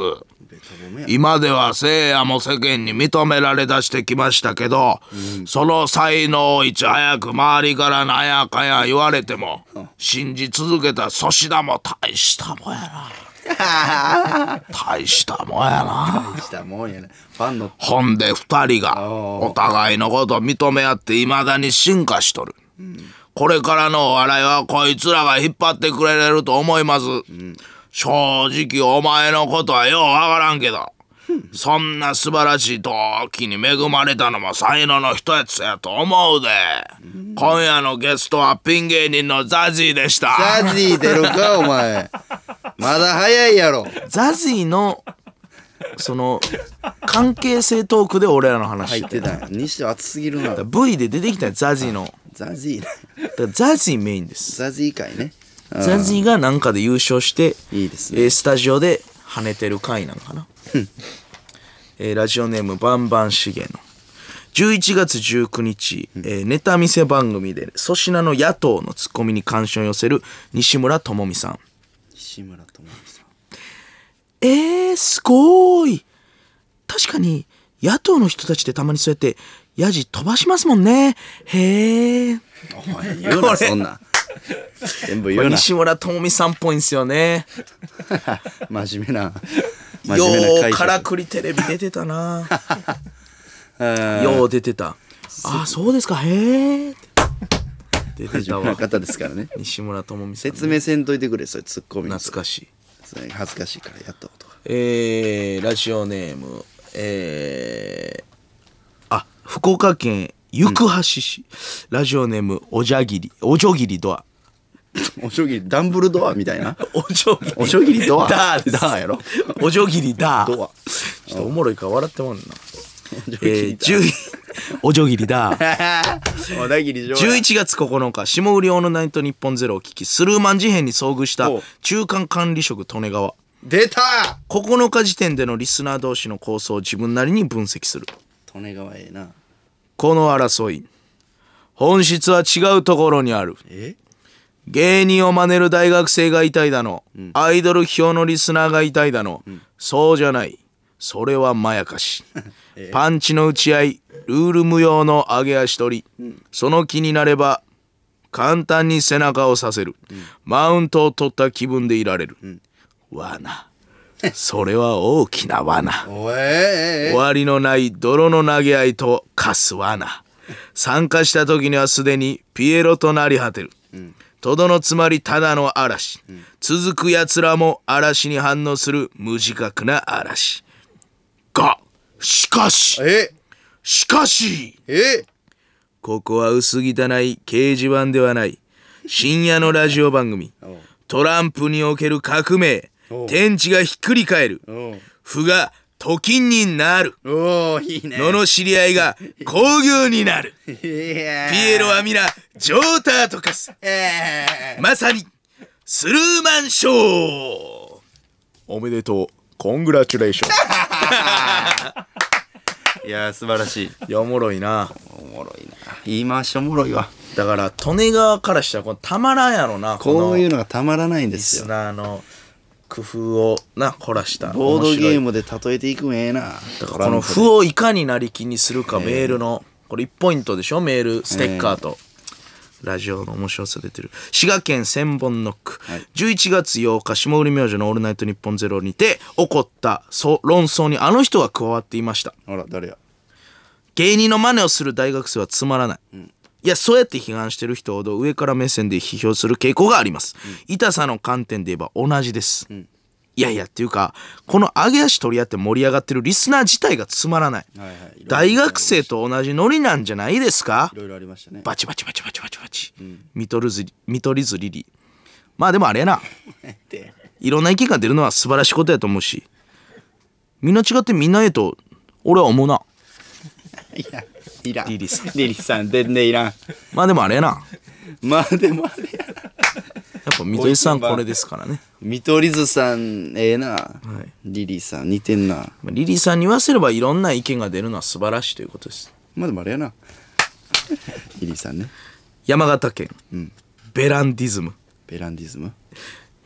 Speaker 2: 今ではせいやも世間に認められだしてきましたけど、その才能をいち早く周りからなんやかんや言われても、信じ続けた粗品も大したもんやな大したもんやな
Speaker 1: 大したもんやね。ファンの。
Speaker 2: ほんで二人がお互いのことを認め合って未だに進化しとる。これからのお笑いはこいつらが引っ張ってくれると思います。正直お前のことはようわからんけど、そんな素晴らしい時に恵まれたのも才能の一つやと思うで。今夜のゲストはピン芸人のザジーでした。
Speaker 1: ザジー出るか、お前。まだ早いやろ。
Speaker 2: ザジーの、その、関係性トークで俺らの話
Speaker 1: 入
Speaker 2: し
Speaker 1: ってて
Speaker 2: た。
Speaker 1: たんや。にしては熱すぎるな。
Speaker 2: V で出てきたよザジーの。
Speaker 1: ザジーね。
Speaker 2: だからザジーメインです。
Speaker 1: ザジー会ね。うん
Speaker 2: ザジーがなんかで優勝して、
Speaker 1: いいですね
Speaker 2: えースタジオで跳ねてる回なんかな。えーラジオネームバンバンしげの。11月19日、えーネタ見せ番組で粗品の野党のツッコミに関心を寄せる西村智美さん。
Speaker 1: 西村智美さん。
Speaker 2: えー、すごーい。確かに、野党の人たちってたまにそうやって、ヤジ飛ばしますもんね。へえ。
Speaker 1: お前言うな、そんな。全部言うな。
Speaker 2: 西村智美さんっぽいんすよね。
Speaker 1: 真面目な。真
Speaker 2: よ
Speaker 1: 面目な
Speaker 2: う
Speaker 1: 解
Speaker 2: から
Speaker 1: 釈。
Speaker 2: くりテレビ出てた な。
Speaker 1: うん
Speaker 2: よう出てた。あ、そうですか。へえ。出て
Speaker 1: 真
Speaker 2: た
Speaker 1: 面目な
Speaker 2: わ。
Speaker 1: 方ですからね。
Speaker 2: 西村智美さん。
Speaker 1: 説明せんといてくれ、それツッコミの。
Speaker 2: 懐かしい。
Speaker 1: それ恥ずかしいからやったことが。
Speaker 2: えー、ラジオネーム、えー、あ、福岡県行橋市、ラジオネーム、おじゃぎり、おじょぎりドア。
Speaker 1: おしょぎり、ダンブルドアみたいな。
Speaker 2: おじょぎり
Speaker 1: おしょぎりドア。
Speaker 2: ダーです。
Speaker 1: ダーやろ。
Speaker 2: おじょぎりダー。
Speaker 1: ドア。
Speaker 2: ちょっとおもろいから笑ってもんな。
Speaker 1: おしょ
Speaker 2: え
Speaker 1: ぎ
Speaker 2: ー、
Speaker 1: りダー
Speaker 2: 10 おじょぎりダ ー。
Speaker 1: おだぎり上手
Speaker 2: 11月9日霜降りオールナイト日本ゼロを聞きスルーマン事変に遭遇した
Speaker 1: おう
Speaker 2: 中間管理職利根川
Speaker 1: 出た
Speaker 2: 9日時点でのリスナー同士の構想を自分なりに分析する
Speaker 1: 利根川ええな
Speaker 2: この争い本質は違うところにある
Speaker 1: え
Speaker 2: 芸人を真似る大学生がいたいだの、アイドル票のリスナーがいたいだの、そうじゃないそれはまやかしパンチの打ち合いルール無用の上げ足取り、その気になれば簡単に背中をさせる、マウントを取った気分でいられる、罠それは大きな罠
Speaker 1: おえ
Speaker 2: 終わりのない泥の投げ合いとカス罠参加した時にはすでにピエロとなり果てるとど、のつまりただの嵐、続くやつらも嵐に反応する無自覚な嵐がしかし
Speaker 1: え
Speaker 2: しかし
Speaker 1: ええ
Speaker 2: ここは薄汚い掲示板ではない深夜のラジオ番組
Speaker 1: おう
Speaker 2: トランプにおける革命
Speaker 1: おう
Speaker 2: 天地がひっくり返る負が時になる
Speaker 1: おおいいね
Speaker 2: のの知り合いが工業になる。
Speaker 1: いや
Speaker 2: ピエロは皆、ジョーターと化す。
Speaker 1: ええ
Speaker 2: まさに、スルーマンショーおめでとう。コングラチュレーション。
Speaker 1: いや素晴らしい
Speaker 2: いや、おもろいな。
Speaker 1: おもろいな言い回しおもろいわ
Speaker 2: だから、利根川からしたら、このたまらんやろな。
Speaker 1: こういう
Speaker 2: の
Speaker 1: のがたまらないんで
Speaker 2: リ
Speaker 1: す
Speaker 2: ス
Speaker 1: よ
Speaker 2: ナーの工夫をな、凝らした。
Speaker 1: ボードゲーム
Speaker 2: ム。
Speaker 1: で例えていくんええなだ
Speaker 2: この負をいかになりきにするか、メールの。これ1ポイントでしょメール、ステッカーと。ラジオの面白さ出てる滋賀県千本ノック、11月8日下売り明星の「オールナイトニッポンゼロにて起こったそ論争にあの人が加わっていました
Speaker 1: ほら誰や
Speaker 2: 芸人の真似をする大学生はつまらない、いやそうやって批判してる人ほど上から目線で批評する傾向があります、痛さの観点で言えば同じです、いやいやっていうかこの上げ足取り合って盛り上がってるリスナー自体がつまらない、
Speaker 1: いはい
Speaker 2: 大学生と同じノリなんじゃないですか
Speaker 1: いろいろありましたね
Speaker 2: バチバチバチバチバチバチ、見取るずり見取り図リリーまあでもあれやな
Speaker 1: って
Speaker 2: いろんな意見が出るのは素晴らしいことやと思うしみんな違ってみんなええと俺は思うない
Speaker 1: やいらん
Speaker 2: リリさ
Speaker 1: んリリさん全然いらん
Speaker 2: まあでもあれやな
Speaker 1: まあでもあれや
Speaker 2: やっぱ見取り図さんこれですからね
Speaker 1: 見取り図さんええな、
Speaker 2: い
Speaker 1: リリーさん似てんな
Speaker 2: まあリリーさんに言わせればいろんな意見が出るのは素晴らしいということです
Speaker 1: まあでもあれやなリリーさんね
Speaker 2: 山形県、ベランディズム
Speaker 1: ベランディズム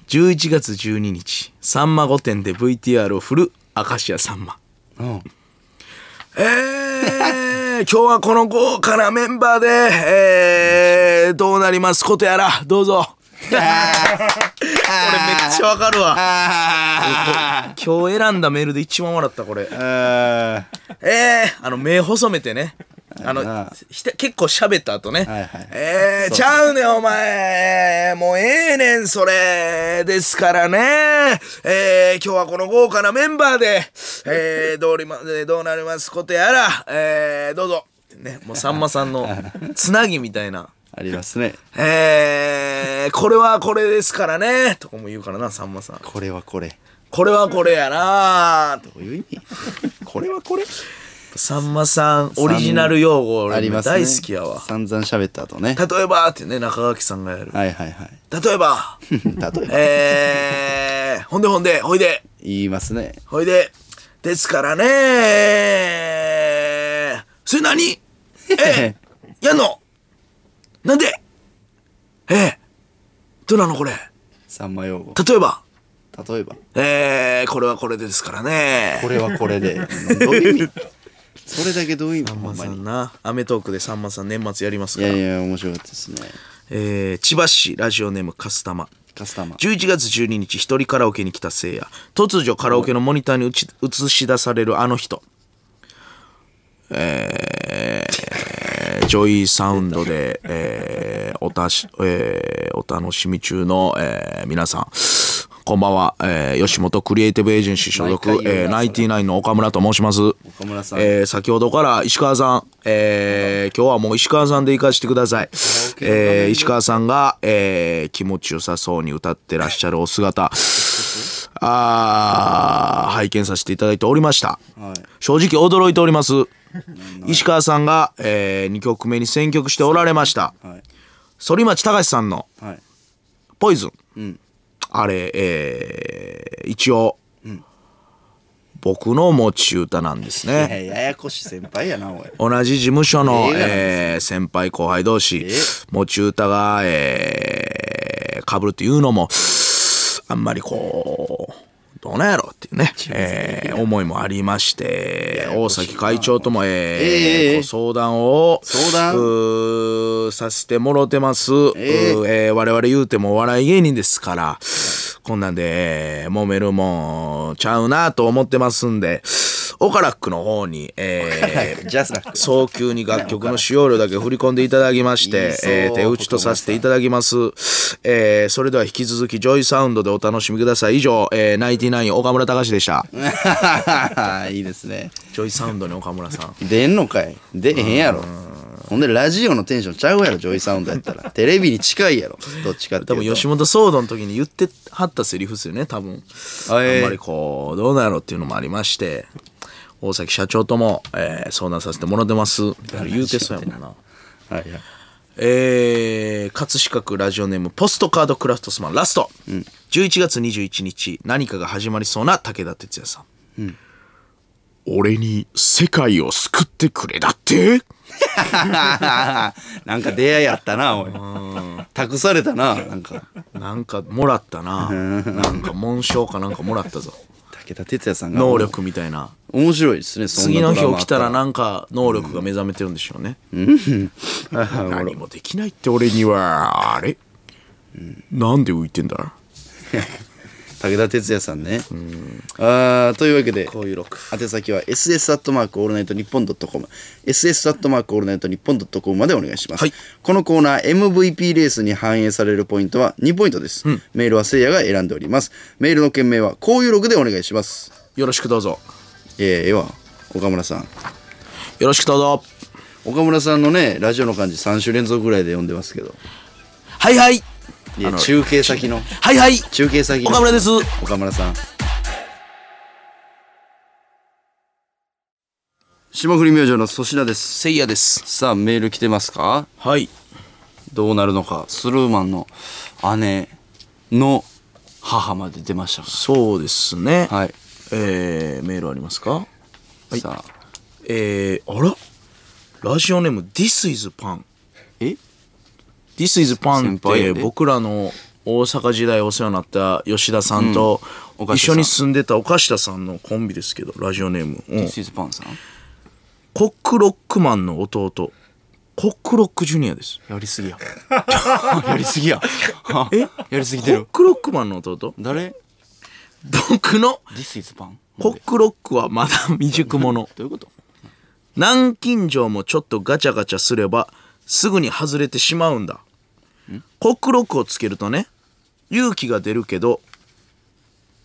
Speaker 2: 11月12日「さんま御殿」で VTR を振る明石家さんま
Speaker 1: うん
Speaker 2: えー、今 日はこの豪華なメンバーで、えー、どうなりますことやら、どうぞ。 これめっちゃわかる わ。
Speaker 1: あ
Speaker 2: 今日選んだメールで一番笑った、これ。
Speaker 1: あ
Speaker 2: えー、あの、目細めてね。
Speaker 1: あ
Speaker 2: あのひた結構喋った後ね「
Speaker 1: はいはい
Speaker 2: えー、ちゃうねお前もうええねんそれですからね、えー、今日はこの豪華なメンバーで、えー、どうりまえーどうなりますことやら、えー、どうぞ」ねもうさんまさ んのつなぎみたいな。
Speaker 1: ありますね。
Speaker 2: えー、これはこれですからねとかも言うからなさんまさん
Speaker 1: これはこれ。
Speaker 2: これはこれやなと
Speaker 1: どういう意味これはこれ
Speaker 2: さんまさんオリジナル用語
Speaker 1: あ
Speaker 2: 俺
Speaker 1: り
Speaker 2: も
Speaker 1: ます
Speaker 2: 大好きやわ、
Speaker 1: 散々喋った後ね。
Speaker 2: 例えばってね中垣さんがやる
Speaker 1: はいはい はい。
Speaker 2: 例えば
Speaker 1: 例えば
Speaker 2: えー、ほんでほんでほいで
Speaker 1: 言いますね。
Speaker 2: ほいでですからねそ れ何えー、やんのなんでえー、どうなのこれ
Speaker 1: さんま用語。
Speaker 2: 例えば
Speaker 1: 例えば。
Speaker 2: えー、これはこれですからね
Speaker 1: これはこれで。どういう意味それだけどういう意味ほんま
Speaker 2: さ
Speaker 1: に。
Speaker 2: んな『アメトーーク』でさんまさん年末やります
Speaker 1: い
Speaker 2: から
Speaker 1: やいや、面白かったですね。
Speaker 2: えー千葉市ラジオネームカスタマ
Speaker 1: カスタマー。
Speaker 2: 11月12日一人カラオケに来たせいや突如カラオケのモニターにうち映し出されるあの人えージョイサウンドで、えーおたし、えーお楽しみ中の、えー皆さん、こんばんは、えー吉本クリエイティブエージェンシー所属、
Speaker 1: 毎回言うな
Speaker 2: えーナインティナインの岡村と申します。
Speaker 1: 岡村さん
Speaker 2: えー先ほどから石川さん、えー今日はもう石川さんで行かしてください。えー石川さんが、えー気持ちよさそうに歌ってらっしゃる お姿、あー拝見させていただいておりました。
Speaker 1: はい。
Speaker 2: 正直驚いております。石川さんが、え2曲目に選曲しておられました。
Speaker 1: はい。
Speaker 2: 反町隆史さんの
Speaker 1: はい。
Speaker 2: ポイズン。
Speaker 1: うん。
Speaker 2: あれ、えー一応、僕の持ち歌なんです
Speaker 1: い
Speaker 2: ね。
Speaker 1: やややこしい先輩やな、おい。
Speaker 2: 同じ事務所の
Speaker 1: 映、画なんです
Speaker 2: えー先輩後輩同士
Speaker 1: え
Speaker 2: 持ち歌が、えー、被るっていうのもあんまりこうどうなんやろっていうね、えー思いもありまして大崎会長とも、えー
Speaker 1: ええ
Speaker 2: こう相談を
Speaker 1: 相談
Speaker 2: うーさせてもろてます、
Speaker 1: ええ
Speaker 2: うーえー我々言うてもお笑い芸人ですからこんなんで、えー揉めるもんちゃうなと思ってますんでオカラックの方に、えー、
Speaker 1: ジャスラッ ク。
Speaker 2: 早急に楽曲の使用料だけ振り込んでいただきまして、えー手打ちとさせていただきます。えーそれでは引き続き、ジョイサウンドでお楽しみください。以上、えーナインティナイン岡村隆史でした。
Speaker 1: いいですね。
Speaker 2: ジョイサウンドに岡村さん。
Speaker 1: 出んのかい出えへんやろ。ほんで、ラジオのテンションちゃうやろ、ジョイサウンドやった ら。テレビに近いやろ、どっちかって
Speaker 2: 多
Speaker 1: いう
Speaker 2: 分、
Speaker 1: と。
Speaker 2: 吉本騒動の時に言ってはったセリフですよね、多分。
Speaker 1: あえー
Speaker 2: あんまりこう、どうなんやろっていうのもありまして、大崎社長とも、えー相談させてもらってます。みたいな言うてそうやもんな。
Speaker 1: はいはい。
Speaker 2: えー、葛飾区ラジオネームポストカードクラフトスマンラスト、11月21日何かが始まりそうな武田鉄矢さん、俺に世界を救ってくれだって
Speaker 1: なんか出会い やったな、おい。託されたな、なんか。
Speaker 2: なんかもらった ななんか紋章かなんかもらったぞ
Speaker 1: 武田鉄矢さんが。
Speaker 2: 能。力みたい な
Speaker 1: 面白いですね、そん
Speaker 2: 次
Speaker 1: なド
Speaker 2: の日
Speaker 1: ラマ
Speaker 2: 起きたら
Speaker 1: あっ
Speaker 2: なんか能力が目覚めてるんでしょうね、
Speaker 1: たら。
Speaker 2: 何もできないって俺にはあれ、なんで浮いてんだ
Speaker 1: 武田鉄矢さんね。あーというわけで。
Speaker 2: こういう6
Speaker 1: 宛先は ss アットマークオールナイトニッポンドットコム ss アットマークオールナイトニッポンドットコムまでお願いします、
Speaker 2: はい
Speaker 1: このコーナー MVP レースに反映されるポイントは2ポイントです、メールはせいやが選んでおりますメールの件名はこういう録でお願いします
Speaker 2: よろしくどうぞ
Speaker 1: ええええわ岡村さん
Speaker 2: よろしくどうぞ
Speaker 1: 岡村さんのねラジオの感じ3週連続ぐらいで読んでますけど
Speaker 2: はいはい
Speaker 1: いや中継先の
Speaker 2: はいはい
Speaker 1: 中継先の
Speaker 2: 岡村です
Speaker 1: 岡村さん霜降り明星の粗品です
Speaker 2: せいやです
Speaker 1: さあメール来てますか
Speaker 2: はい
Speaker 1: どうなるのかスルーマンの姉の母まで出ましたか
Speaker 2: そうですね。
Speaker 1: はい。
Speaker 2: えー、メールありますか
Speaker 1: ら、さあ
Speaker 2: えー、あらラジオネーム This is Pan。
Speaker 1: え
Speaker 2: This is Pan っ
Speaker 1: 先輩や
Speaker 2: て
Speaker 1: で
Speaker 2: 僕らの大阪時代お世話になった吉田さんと、
Speaker 1: うん岡下さん
Speaker 2: 一緒に住んでた岡下さんのコンビですけど、ラジオネーム。うん
Speaker 1: シーズパンさん
Speaker 2: コックロックマンの弟、コックロックジュニアです。
Speaker 1: やりすぎや やりすぎ や
Speaker 2: え
Speaker 1: やりすぎて
Speaker 2: コッ
Speaker 1: る
Speaker 2: クロックマンの弟
Speaker 1: 誰
Speaker 2: 僕の
Speaker 1: ?This is パン
Speaker 2: コックロックはまだ未熟者。
Speaker 1: どういうこと
Speaker 2: 南京錠もちょっとガチャガチャすればすぐに外れてしまうんだ国録をつけるとね勇気が出るけど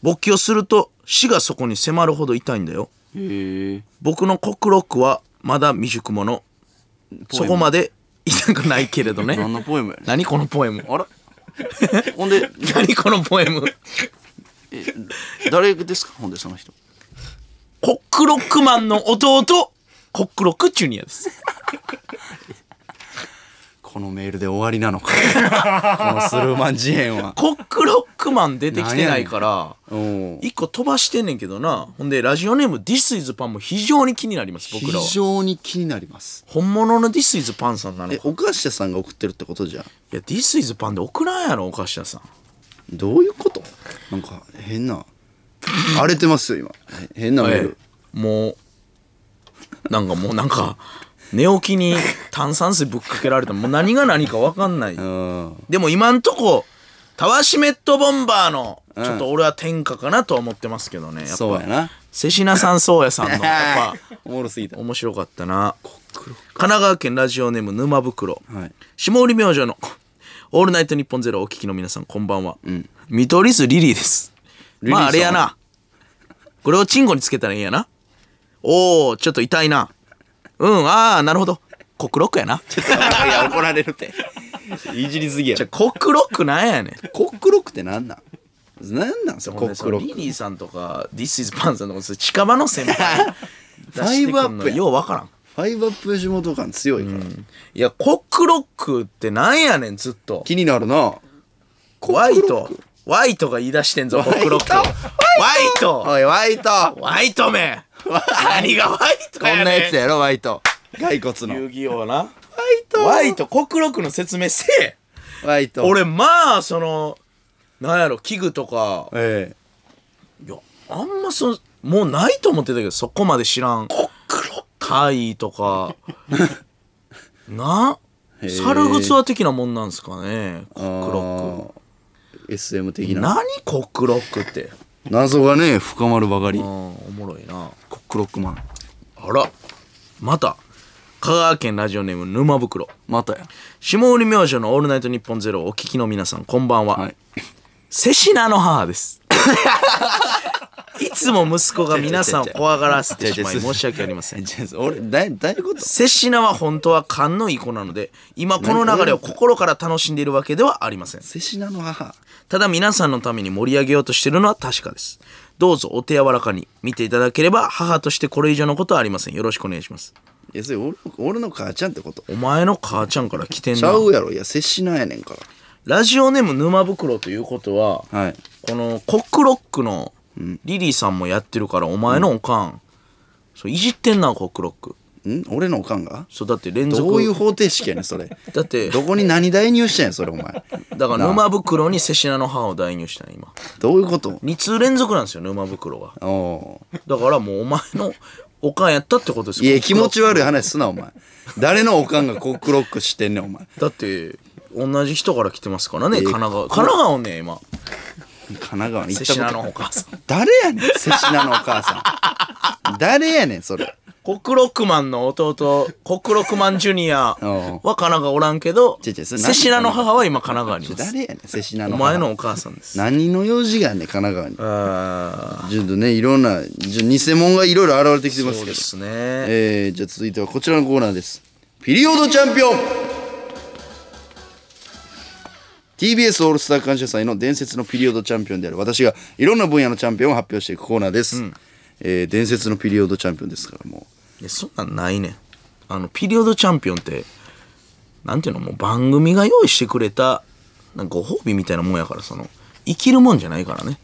Speaker 2: 勃起をすると死がそこに迫るほど痛いんだよ
Speaker 1: へえ
Speaker 2: 僕の国録はまだ未熟者そこまで痛くないけれど ね
Speaker 1: 何のポエムやねん
Speaker 2: 何このポエム
Speaker 1: あらほんで
Speaker 2: 何このポエム
Speaker 1: 誰ですかほんでその人
Speaker 2: コックロックマンの弟コックロックジュニアです
Speaker 1: このメールで終わりなの かこのスルーマン事変は
Speaker 2: コックロックマン出てきてないから
Speaker 1: うん
Speaker 2: 一個飛ばしてんねんけどなほんでラジオネーム This is パンも非常に気になります僕らは
Speaker 1: 非常に気になります
Speaker 2: 本物の This is パンさんなの
Speaker 1: え
Speaker 2: か
Speaker 1: 岡下さんが送ってるってことじゃん
Speaker 2: いや This is パンで送らんやろ岡下さん
Speaker 1: どういうことなんか変な荒れてますよ今へ変なメール、
Speaker 2: もうなんかもうなんか寝起きに炭酸水ぶっかけられたもう何が何か分かんない
Speaker 1: うん
Speaker 2: でも今んとこタワシメットボンバーのちょっと俺は天下かなとは思ってますけどねやっぱ
Speaker 1: そうやな
Speaker 2: 瀬品さん宗谷さんの やっぱ
Speaker 1: おもろすぎた
Speaker 2: 面白かったな神奈川県ラジオネーム沼袋、
Speaker 1: はい
Speaker 2: 下降り明星の「オールナイトニッポンゼロお聞きの皆さんこんばんは、見取り図リリーです
Speaker 1: リリーさん
Speaker 2: まああれやなこれをチンコにつけたらいいんやなおおちょっと痛いなうんああなるほどコクロックやなじ
Speaker 1: いや怒られるっていじりすぎや
Speaker 2: ゃコクロックなんやねん
Speaker 1: コックロックってなんなんなんなんすかコックロッ
Speaker 2: リ
Speaker 1: ク
Speaker 2: リーさんとか This is パンさんとかそういう近場の 先輩フ
Speaker 1: ァイブアップや
Speaker 2: ようわからん
Speaker 1: ファイブアップ地元感強いから、
Speaker 2: いやコックロックってなんやねんずっと
Speaker 1: 気になるな
Speaker 2: ワイトワイトが言い出してんぞコックロックをワイト
Speaker 1: おいワイト
Speaker 2: ワイトめ何がワイト
Speaker 1: こん
Speaker 2: や
Speaker 1: なや
Speaker 2: ね
Speaker 1: つやろワイト骸骨
Speaker 2: ん遊
Speaker 1: の
Speaker 2: 戯王な
Speaker 1: ワイト
Speaker 2: ワイトコックロックの説明せえ
Speaker 1: ワイト
Speaker 2: 俺まあそのなんやろ器具とか
Speaker 1: ええ
Speaker 2: いやあんまそのもうないと思ってたけどそこまで知らんコックロック怪異とかな猿グツア的なもんなんすかねコックロック
Speaker 1: ック SM 的な
Speaker 2: 何コックロックって、
Speaker 1: 謎がね深まるばかり
Speaker 2: うん、おもろいな
Speaker 1: コックロックマン
Speaker 2: あらまた香川県ラジオネーム沼袋
Speaker 1: またや
Speaker 2: 下売り明星の「オールナイトニッポンゼロをお聞きの皆さんこんばんは、
Speaker 1: はい
Speaker 2: セシナの母です いつも息子が皆さんを怖がらせてしまい申し訳ありません
Speaker 1: じゃあ俺だいだいこと
Speaker 2: セシナは本当は勘のいい子なので今この流れを心から楽しんでいるわけではありません
Speaker 1: セシナの母
Speaker 2: ただ皆さんのために盛り上げようとしているのは確かですどうぞお手柔らかに見ていただければ母としてこれ以上のことはありませんよろしくお願いします
Speaker 1: いやそれ俺の俺の母ちゃんってこと
Speaker 2: お前の母ちゃんから来てん
Speaker 1: ち
Speaker 2: な
Speaker 1: ゃうやろいやセシナやねんか
Speaker 2: ラジオネーム沼袋ということは
Speaker 1: らはい
Speaker 2: このコックロックのリリーさんもやってるからお前のおかん、そういじってんなコックロック
Speaker 1: ん俺のおかんが
Speaker 2: そうだって連続
Speaker 1: どういう方程式やねんそれ
Speaker 2: だって
Speaker 1: どこに何代入してんやそれお前
Speaker 2: だから沼袋にセシナの母を代入したね今
Speaker 1: どういうこと
Speaker 2: 2通連続なんですよ沼袋は
Speaker 1: おお
Speaker 2: だからもうお前のおかんやったってことです
Speaker 1: い
Speaker 2: よ
Speaker 1: や気持ち悪い話すなお 前誰のおかんがコックロックしてんねんお前
Speaker 2: だって同じ人から来てますからね
Speaker 1: え
Speaker 2: 神奈川神奈川をね今
Speaker 1: 神奈川に行
Speaker 2: セ
Speaker 1: った
Speaker 2: シ
Speaker 1: こと
Speaker 2: ナのお母さん
Speaker 1: 誰やねんセシナのお母さん誰やねんそれ
Speaker 2: コックロックマンの弟コックロックマンジュニアは
Speaker 1: おう
Speaker 2: 神奈川おらんけど
Speaker 1: 違う違うそれ
Speaker 2: セシナの母は今神奈川にいます
Speaker 1: 誰やねんセシナ
Speaker 2: お
Speaker 1: の母
Speaker 2: 前のお母さんです
Speaker 1: 何の用事があんねん神奈川に
Speaker 2: あ
Speaker 1: ちょっとねいろんなちょ偽物がいろいろ現れてきてま
Speaker 2: ー
Speaker 1: す
Speaker 2: そう
Speaker 1: け
Speaker 2: で
Speaker 1: ど
Speaker 2: すね
Speaker 1: えー、じゃあ続いてはこちらのコーナーですピリオドチャンピオン TBS オールスター感謝祭の伝説のピリオドチャンピオンである私がいろんな分野のチャンピオンを発表していくコーナーです、えー伝説のピリオドチャンピオンですからも
Speaker 2: いやそんなんないねんあのピリオドチャンピオンってなんていうのもう番組が用意してくれたなんかご褒美みたいなもんやからその生きるもんじゃないからね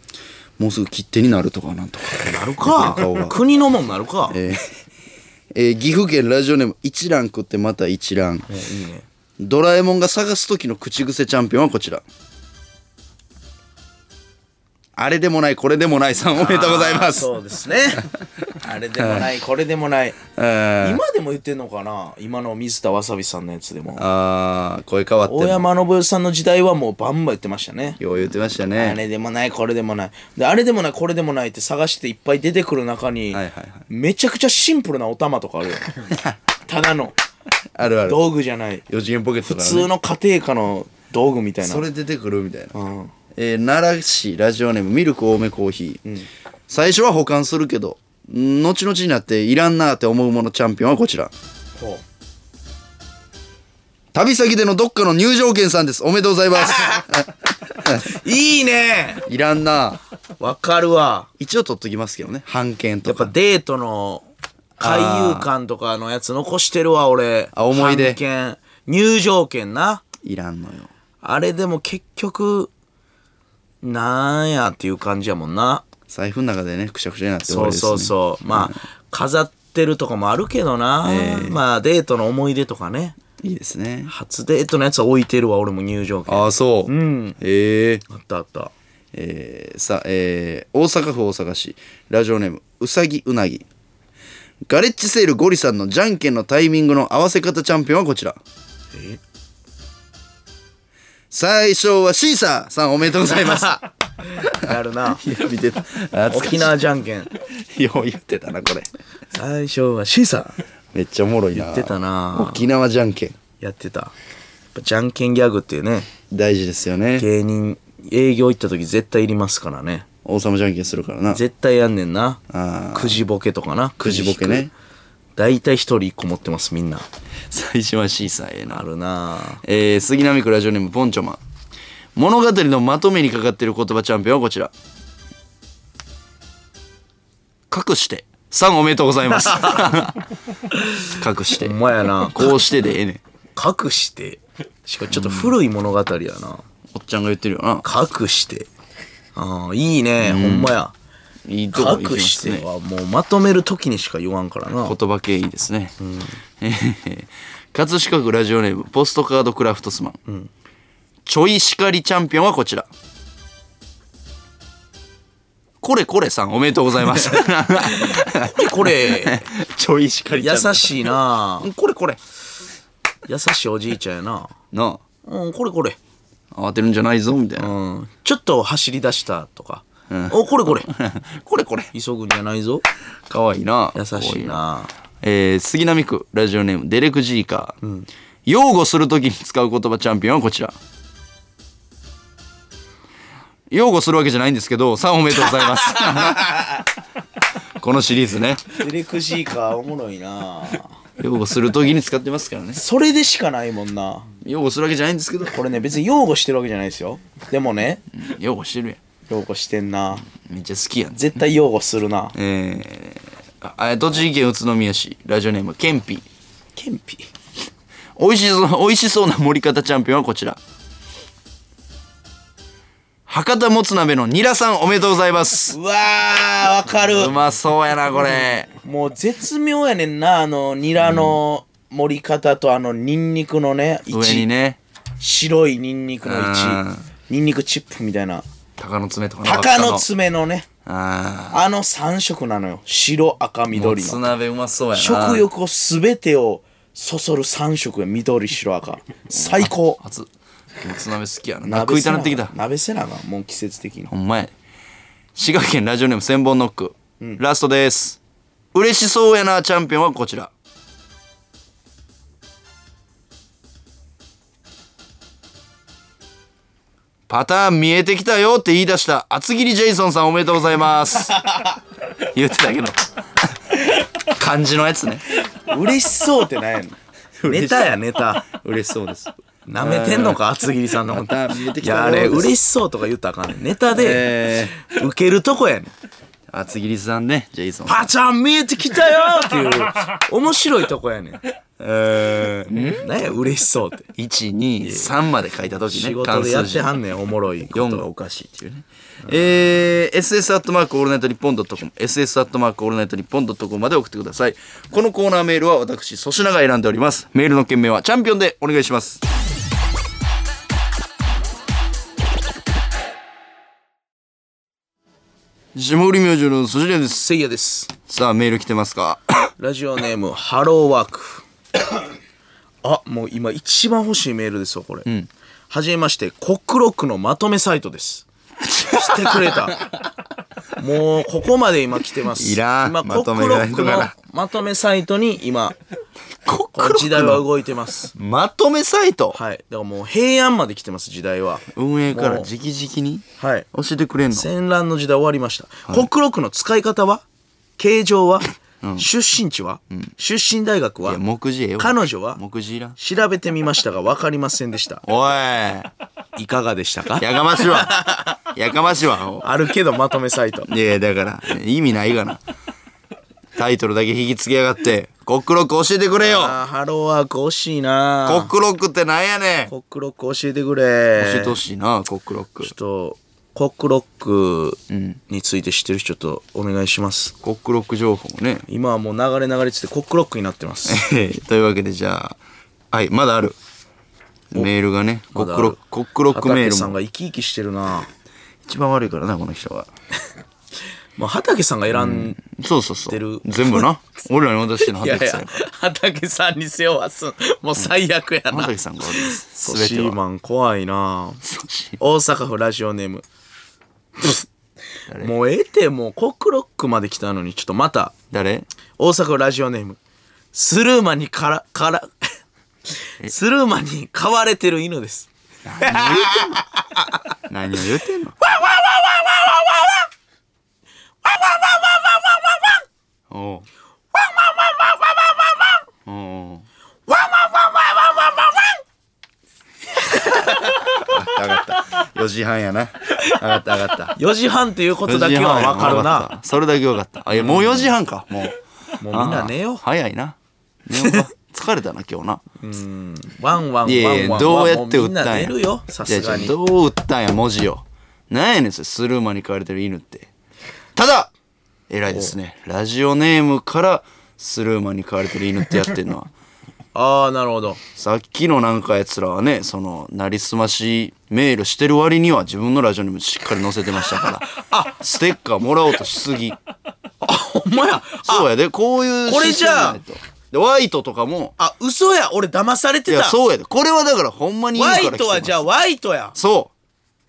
Speaker 1: うもうすぐ切手になるとかなんとか
Speaker 2: なるか
Speaker 1: 顔が
Speaker 2: 国のもんなるか、
Speaker 1: えーえー岐阜県ラジオネーム一蘭食ってまた一蘭
Speaker 2: いいね
Speaker 1: ドラえもんが探す時の口癖チャンピオンはこちらあれでもないこれでもないさんおめでとうございます
Speaker 2: そう ですねあれでもないこれでもない
Speaker 1: うん
Speaker 2: 今でも言ってんのかな今の水田わさびさんのやつでも
Speaker 1: あー声変わって
Speaker 2: 大
Speaker 1: も
Speaker 2: 山信代さんの時代はもうバンバン言ってましたね
Speaker 1: よう言ってました
Speaker 2: あ
Speaker 1: ね
Speaker 2: れでもないこれでもないであれでもないこれでもないって探していっぱい出てくる中に、
Speaker 1: はいはいはい
Speaker 2: めちゃくちゃシンプルなお玉とか あるよただの
Speaker 1: あるある
Speaker 2: 道具じゃない
Speaker 1: 4次元ポケットだ
Speaker 2: 普
Speaker 1: ね
Speaker 2: 通の家庭科の道具みたいな
Speaker 1: それ出てくるみたいな
Speaker 2: うん、
Speaker 1: えー奈良市ラジオネームミルク多めコーヒー、最初は保管するけど後々になっていらんなーって思うものチャンピオンはこちら
Speaker 2: ほ
Speaker 1: 旅先でのどっかの入場券さんですおめでとうござい ます
Speaker 2: ういいね
Speaker 1: いらんなー
Speaker 2: わかるわ
Speaker 1: 一応取っときますけどね半券
Speaker 2: や
Speaker 1: と
Speaker 2: っぱ
Speaker 1: か
Speaker 2: デートの回遊感とかのやつ残してるわ俺
Speaker 1: あ思い出
Speaker 2: 半券入場券ない
Speaker 1: らんのよ
Speaker 2: あれでも結局なんやっていう感じやもんな
Speaker 1: 財布の中でねくしゃくしゃになって終わ
Speaker 2: そ
Speaker 1: り
Speaker 2: う
Speaker 1: です、ね、
Speaker 2: そうそうまあ飾ってるとかもあるけどな、まあデートの思い出とかね
Speaker 1: いいですね
Speaker 2: 初デートのやつは置いてるわ俺も入場券あ
Speaker 1: ああそううんええー、
Speaker 2: ったあった
Speaker 1: えー、さえー、大阪府大阪市ラジオネームうさぎうなぎガレッジセールゴリさんのじゃんけんのタイミングの合わせ方チャンピオンはこちら
Speaker 2: え
Speaker 1: 最初はシーサーさんおめでとうございます
Speaker 2: やる な
Speaker 1: いや見てた懐かし
Speaker 2: 沖縄じゃんけん
Speaker 1: いよう言ってたなこれ
Speaker 2: 最初はシーサー
Speaker 1: めっちゃおもろいな
Speaker 2: 言ってたな
Speaker 1: 沖縄じゃんけん
Speaker 2: やってたやっぱじゃんけんギャグっていうね
Speaker 1: 大事ですよね
Speaker 2: 芸人営業行った時絶対いりますからね
Speaker 1: 王様じゃんけんするからな
Speaker 2: 絶対やんねんな
Speaker 1: あー
Speaker 2: くじボケとかな
Speaker 1: くじボケね
Speaker 2: 大体一人一個持ってますみんな
Speaker 1: 最初はシーサーええな
Speaker 2: あるな
Speaker 1: えー、杉並区ラジオネームポンチョマン物語のまとめにかかっている言葉チャンピオンはこちら隠してさんおめでとうござい ます隠して
Speaker 2: ほんまやな
Speaker 1: こうしてでええねん
Speaker 2: 隠してしかもちょっと古い物語やな、
Speaker 1: おっちゃんが言ってるよな
Speaker 2: 隠してああいいね、ほんまや
Speaker 1: いいとこ行きま
Speaker 2: 隠し
Speaker 1: すね
Speaker 2: てはもうまとめる時にしか言わんからな
Speaker 1: 言葉系いいですね、えー 葛飾区ラジオネームポストカードクラフトスマン、ちょい叱りチャンピオンはこちらこれこれさんおめでとうございます
Speaker 2: これ
Speaker 1: ちょい叱りチャン
Speaker 2: 優
Speaker 1: ピオン
Speaker 2: しいな
Speaker 1: これこれ
Speaker 2: 優しいおじいちゃんやな
Speaker 1: な
Speaker 2: うんこれこれ
Speaker 1: あ慌てるんじゃないぞみたいうな、
Speaker 2: んちょっと走り出したとか、おこれこれ
Speaker 1: これこれ
Speaker 2: 急ぐんじゃないぞ
Speaker 1: かわいいな
Speaker 2: 優しいな
Speaker 1: えー杉並区ラジオネームデレク・ジーカー、擁護するときに使う言葉チャンピオンはこちら擁護するわけじゃないんですけど3おめでとうございます このシリーズね
Speaker 2: デレクジーカーおもろいな
Speaker 1: 擁護するときに使ってますからね
Speaker 2: それでしかないもんな
Speaker 1: 擁護するわけじゃないんですけど
Speaker 2: これね別に擁護してるわけじゃないですよでもね
Speaker 1: 擁護してるや
Speaker 2: 擁護してんなん
Speaker 1: めっちゃ好きやん
Speaker 2: 絶対擁護するな
Speaker 1: えーあ栃木県宇都宮市ラジオネームケンピ
Speaker 2: ケンピ
Speaker 1: 美味しそう、美味しそうな盛り方チャンピオンはこちら。博多もつ鍋のニラさんおめでとうございます。
Speaker 2: うわーわかる
Speaker 1: うまそうやな、これ。
Speaker 2: もう絶妙やねんなあのニラの盛り方とあのニンニクのね位
Speaker 1: 上
Speaker 2: 置
Speaker 1: にね、
Speaker 2: 白いニンニクの位
Speaker 1: うん
Speaker 2: 置ニンニクチップみたいな
Speaker 1: 鷹の爪とかな
Speaker 2: 鷹の。爪のね
Speaker 1: あ
Speaker 2: あの3色なのよ白赤
Speaker 1: ーも
Speaker 2: 緑
Speaker 1: つ
Speaker 2: の
Speaker 1: 鍋うまそうやな。
Speaker 2: 食。欲を全てをそそる3色や緑白赤最高
Speaker 1: 初。もつ鍋好きやな。食いたなってきた。
Speaker 2: 鍋せながもう季節的に
Speaker 1: ほんまや。滋賀県ラジオネーム千本ノック。ラストです。嬉しそうやな、チャンピオンはこちら。パターン見えてきたよって言い出した厚切りジェイソンさんおめでとうござい ます。言ってたけど。 漢字のやつね。
Speaker 2: 嬉しそうってなんやねんネタやネタ
Speaker 1: 嬉しそうです。
Speaker 2: なめてんのか厚切りさんのこと
Speaker 1: また見えて
Speaker 2: い
Speaker 1: きたよ
Speaker 2: やあれ嬉しそうとか言ったらあかんねんネタで
Speaker 1: え
Speaker 2: 受けるとこやねん
Speaker 1: ー、厚切りさんね、ジェイソン。
Speaker 2: パちゃん見えてきたよっていう面白いとこやねん
Speaker 1: えー、
Speaker 2: 何や嬉しそうって
Speaker 1: 1、2、3まで書いた時ね。
Speaker 2: 仕事でやって
Speaker 1: 字
Speaker 2: はんねんおもろいこ
Speaker 1: 4
Speaker 2: と
Speaker 1: がおかしいっていうね。えー、ss アットマークオールナイトニッポンドットコム、ss アットマークオールナイトニッポンドットコムまで送ってください。このコーナーメールは私、粗品が選んでおります。メールの件名はチャンピオンでお願いします。霜降り明星のそちらです。
Speaker 2: せいやです
Speaker 1: さあ、メール来てます か
Speaker 2: ラジオネームハローワークあもう今一番欲しいメールですよこれ、はじめましてコックロックのまとめサイトですしてくれたもうここまで今来てます
Speaker 1: いらん
Speaker 2: 今
Speaker 1: ま
Speaker 2: コ
Speaker 1: と
Speaker 2: ッ
Speaker 1: め
Speaker 2: ク
Speaker 1: が
Speaker 2: ロ
Speaker 1: ない
Speaker 2: ッ
Speaker 1: の
Speaker 2: ク
Speaker 1: かな
Speaker 2: のまとめサイトに今
Speaker 1: コ
Speaker 2: この時代は動いてます
Speaker 1: まとめサイト、
Speaker 2: はいだからもう平安まで来てます時代は
Speaker 1: 運営から
Speaker 2: もう
Speaker 1: 直々に
Speaker 2: はい
Speaker 1: 教えてくれんの
Speaker 2: 戦乱の時代終わりました。コックロックの使い方は形状は、出身地は、出身大学
Speaker 1: い
Speaker 2: は
Speaker 1: や、目次ええわ。
Speaker 2: 彼女は
Speaker 1: 目次いらん。
Speaker 2: 調べてみましたが分かりませんでした。
Speaker 1: おい。
Speaker 2: いかがでしたか
Speaker 1: やかましいわ。やかましいわ。
Speaker 2: あるけどまとめサイト。
Speaker 1: いや、だから、意味ないがな。タイトルだけ引きつけやがって、コックロック教えてくれよ
Speaker 2: あーハローワーク惜しい
Speaker 1: コッ
Speaker 2: な
Speaker 1: クロックってなんやねん教
Speaker 2: コックロック教えてくれ。
Speaker 1: えてほしいな、コックロック
Speaker 2: ちょ。っと、コックロックについて知ってる人ちょっとお願いします。
Speaker 1: コックロック情報もね。
Speaker 2: 今はもう流れ流れつってコックロックになってます。
Speaker 1: というわけで、じゃあ、はい、まだある。メールがね、コックロック、コックロックメー
Speaker 2: 畑
Speaker 1: ル
Speaker 2: さん
Speaker 1: も。
Speaker 2: が生き生きしてるな
Speaker 1: 一番悪いからな、この人は。
Speaker 2: まあ、畑さんが選ん
Speaker 1: そうそうそ
Speaker 2: て
Speaker 1: う
Speaker 2: る。
Speaker 1: 全部な。俺らに渡してんの
Speaker 2: いやい
Speaker 1: 畑さん
Speaker 2: や
Speaker 1: やか、
Speaker 2: 畑さんに背負わすん。もう最悪や
Speaker 1: ら。
Speaker 2: な。
Speaker 1: 畑さんが悪いです。
Speaker 2: ソ
Speaker 1: すべ
Speaker 2: シ
Speaker 1: て
Speaker 2: ー
Speaker 1: は。
Speaker 2: マン怖いな
Speaker 1: ソシー
Speaker 2: 大阪府ラジオネーム。もうええて、もうコックロックまで来たのに、ちょっとまた、
Speaker 1: 誰
Speaker 2: 大阪府ラジオネーム。スルーマンにから、から、スルーマンに飼われてる犬です。
Speaker 1: 何を言ってんのおうおう
Speaker 2: ワンワンワンワンワンワンワン
Speaker 1: 上がった4時半やな上がった上がった
Speaker 2: ワン !4 時半っていうことだけはわかるな。
Speaker 1: それだけ分かったあいやもう4時半かもう
Speaker 2: もうみんな寝よう
Speaker 1: あー早いな寝よう か疲れたな今日な
Speaker 2: ワンワンワンワン
Speaker 1: いやいやどうやって
Speaker 2: もみ
Speaker 1: 売
Speaker 2: ん
Speaker 1: ったん
Speaker 2: な
Speaker 1: や
Speaker 2: 寝るよ、さすがに。
Speaker 1: いやいやどう売ったんや文字をなんやねんそれスルーマンに飼われてる犬ってただ偉いですねラジオネームからスルーマンに飼われてる犬ってやってんのは
Speaker 2: ああ、なるほど。
Speaker 1: さっきのなんかやつらはねそのなりすましメールしてる割には自分のラジオにもしっかり載せてましたからあステッカーもらおうとしすぎ
Speaker 2: ほんまや。
Speaker 1: そうやでこういう
Speaker 2: これじゃあ
Speaker 1: システムないとでワイトとかも
Speaker 2: あ、嘘や。俺騙され
Speaker 1: い
Speaker 2: て
Speaker 1: や
Speaker 2: た。
Speaker 1: そうやでこれはだからほんまに犬か
Speaker 2: ワ
Speaker 1: ら来て
Speaker 2: イ
Speaker 1: ます
Speaker 2: トはじゃあワイトや。
Speaker 1: そう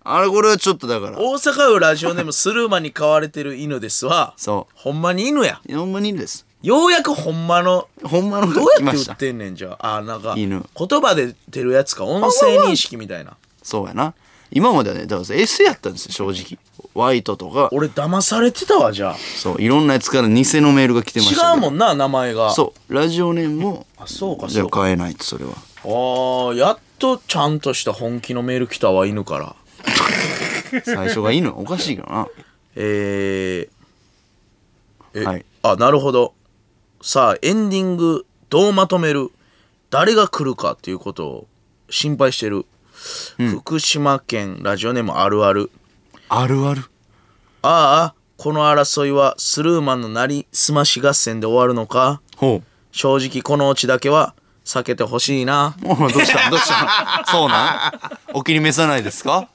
Speaker 1: あれこれはちょっとだから
Speaker 2: 大阪府ラジオネームスルーマンに飼われてる犬ですわ。
Speaker 1: そ
Speaker 2: ほんまに犬や。
Speaker 1: うほんまに犬です
Speaker 2: ようやくほんまの、
Speaker 1: ほんまの
Speaker 2: どう
Speaker 1: 来
Speaker 2: やっ
Speaker 1: ま
Speaker 2: て
Speaker 1: し。
Speaker 2: 売ったてんねんじゃあ。あー、なんか、
Speaker 1: 犬
Speaker 2: 言葉で出るやつか、音声認識みたいな。
Speaker 1: そうやな。今まではね、だから S やったんですよ、正直。ワイトとか、
Speaker 2: 俺騙されてたわ、じゃあ。
Speaker 1: そう、いろんなやつから偽のメールが来てました、
Speaker 2: 違うもんな、名前が。
Speaker 1: そう、ラジオネームも、
Speaker 2: あ、そうか、
Speaker 1: じゃ
Speaker 2: そ
Speaker 1: あ
Speaker 2: うか。
Speaker 1: 変えないと、それは。
Speaker 2: あー、やっとちゃんとした本気のメール来たわ、犬から。
Speaker 1: 最初がいいのおかしいけどな。
Speaker 2: えー、え、
Speaker 1: はい
Speaker 2: あなるほどさあエンディングどうまとめる誰が来るかっていうことを心配してる、福島県ラジオネームあるある
Speaker 1: あるある。
Speaker 2: ああこの争いはスルーマンのなりすまし合戦で終わるのか
Speaker 1: ほ
Speaker 2: 正直このオチだけは避けてほしいな
Speaker 1: う。おどうしたのどうしたのそうなんお気に召さないですか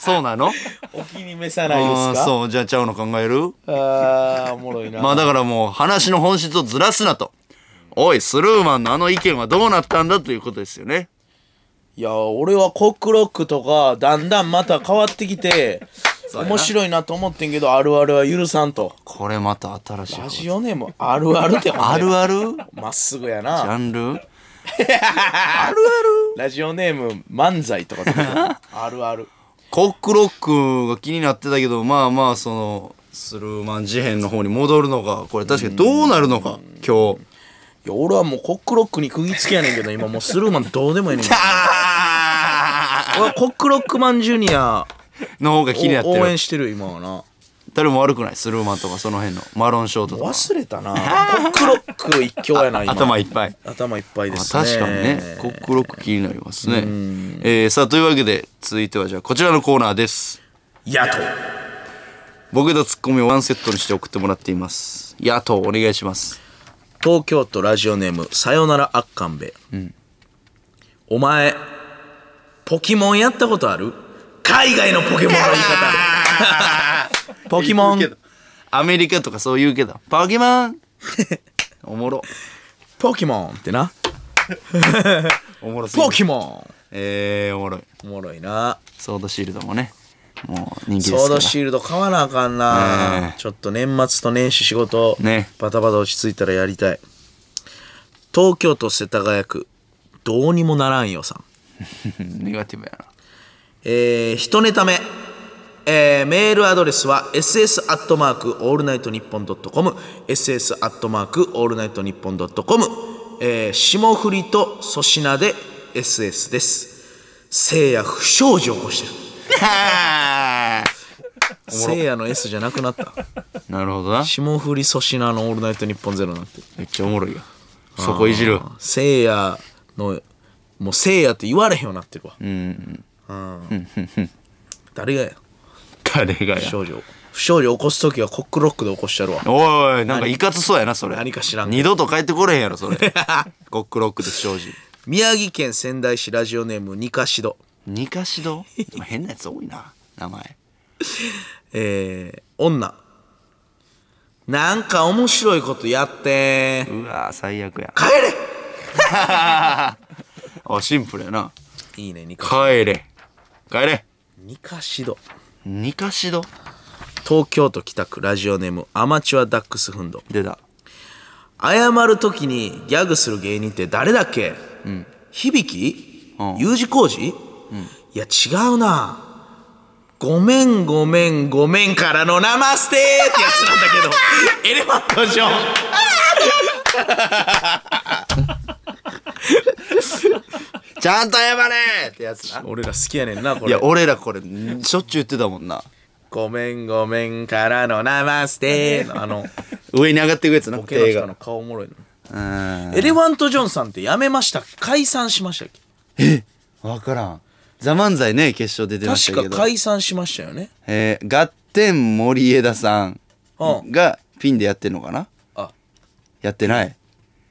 Speaker 1: そうなの
Speaker 2: お気に召さな
Speaker 1: ああ、そう、じゃあちゃうの考える
Speaker 2: ああおもろいな
Speaker 1: まあだからもう話の本質をずらすなと。おい、スルーマンのあの意見はどうなったんだということですよね。
Speaker 2: いや俺はコックロックとかだんだんまた変わってきて
Speaker 1: うやな
Speaker 2: 面白いなと思ってんけどあるあるは許さんと
Speaker 1: これまた新しい
Speaker 2: ラ
Speaker 1: 話。
Speaker 2: ジオネームあるあるってほんま
Speaker 1: あ
Speaker 2: に
Speaker 1: るある
Speaker 2: まっすぐや
Speaker 1: ジャ
Speaker 2: な
Speaker 1: ンル
Speaker 2: ラジオネーム漫才とか 出てくるあるある
Speaker 1: コックロックが気になってたけどまあまあそのスルーマン事変の方に戻るのかこれ確かにどうなるのか今日
Speaker 2: いや俺はもうコックロックに釘付けやねんけど今もうスルーマンどうでもいいねんけど俺はコックロックマンジュニア
Speaker 1: の方が気になっ
Speaker 2: を
Speaker 1: て
Speaker 2: 応
Speaker 1: る
Speaker 2: 援してる今はな
Speaker 1: 誰も悪くないスルーマンとかその辺のマロンショートとか
Speaker 2: 忘れ たなコックロック一強やな今
Speaker 1: 頭いっぱい
Speaker 2: 頭いっぱいで
Speaker 1: あ
Speaker 2: すね
Speaker 1: 確かにねコックロック気になりますねえーさあというわけで続いてはじゃあこちらのコーナーです
Speaker 2: 野党
Speaker 1: 僕とツッコミをワンセットにして送ってもらっています野党お願いします
Speaker 2: 東京都ラジオネームさよならあっかんべ、お前 ポケモンやったことある海外のポケモンの言い方ポケモン
Speaker 1: 言うけどアメリカとかそう言うけどポケモ ンおもろ
Speaker 2: ポケモンってな
Speaker 1: おもろすぎる
Speaker 2: ポケモ
Speaker 1: えー、おもろい
Speaker 2: ンおもろいな
Speaker 1: ソードシールドもねもう人気ですから
Speaker 2: ソードシールド買わなあかんな、
Speaker 1: ねえ
Speaker 2: ちょっと年末と年始仕事、
Speaker 1: ね
Speaker 2: バタバタ落ち着いたらやりたい東京都世田谷区どうにもならんよさん
Speaker 1: うんネガティブやな
Speaker 2: えー、一ネタ目、えー、メールアドレスは ss アットマークオールナイトニッポンドットコム ss アットマークオールナイトニッポンドットコム霜降りと粗品で SS ですせいや不祥事を起こしてるせいやの S じゃなくなった
Speaker 1: なるほどな
Speaker 2: 霜降り粗品のオールナイトニッポンゼロなんて
Speaker 1: めっちゃおもろいよそこいじる
Speaker 2: せいやのもうせいやって言われへんようになってるわうん誰がや
Speaker 1: 誰が
Speaker 2: 不
Speaker 1: や
Speaker 2: 祥事を不祥事起こす時はコックロックで起こしてやるわ
Speaker 1: おいなんかいかつそうやなそれ
Speaker 2: 何か知らんけど
Speaker 1: 二度と帰ってこれへんやろ それコックロックで不祥事
Speaker 2: 宮城県仙台市ラジオネームニカシド
Speaker 1: 二かし ど変なやつ多いな名前
Speaker 2: えー、女なんか面白いことやって
Speaker 1: うわー最悪や
Speaker 2: 帰
Speaker 1: あシンプルやな
Speaker 2: れいいねニカ
Speaker 1: 帰れ帰れ
Speaker 2: ニカシド
Speaker 1: 二かしど
Speaker 2: 東京都北区ラジオネームアマチュアダックスフンド
Speaker 1: 出た
Speaker 2: 謝るときにギャグする芸人って誰だっけ、響、
Speaker 1: うん
Speaker 2: U 字工事、いや違うなごめんごめんごめんからのナマステーってやつなんだけどエレファントジョン
Speaker 1: ちゃんと謝れってやつな
Speaker 2: 俺ら好きやねんなこ
Speaker 1: い
Speaker 2: れ
Speaker 1: や俺らこれしょっちゅう言ってたもんな
Speaker 2: ごめんごめんからのナマステー のあの
Speaker 1: 上に上がっていくやつな
Speaker 2: ボケの
Speaker 1: 手
Speaker 2: 人
Speaker 1: が
Speaker 2: の顔おもろいの
Speaker 1: うん
Speaker 2: エレファントジョンさんってやめました解散しましたっけ
Speaker 1: 分からん「ザ漫才ね決勝出てましたけ
Speaker 2: 確
Speaker 1: ど
Speaker 2: か解散しましたよね
Speaker 1: えー、ガッテン森枝さん
Speaker 2: うん
Speaker 1: がピンでやってんのかな
Speaker 2: あ
Speaker 1: やってない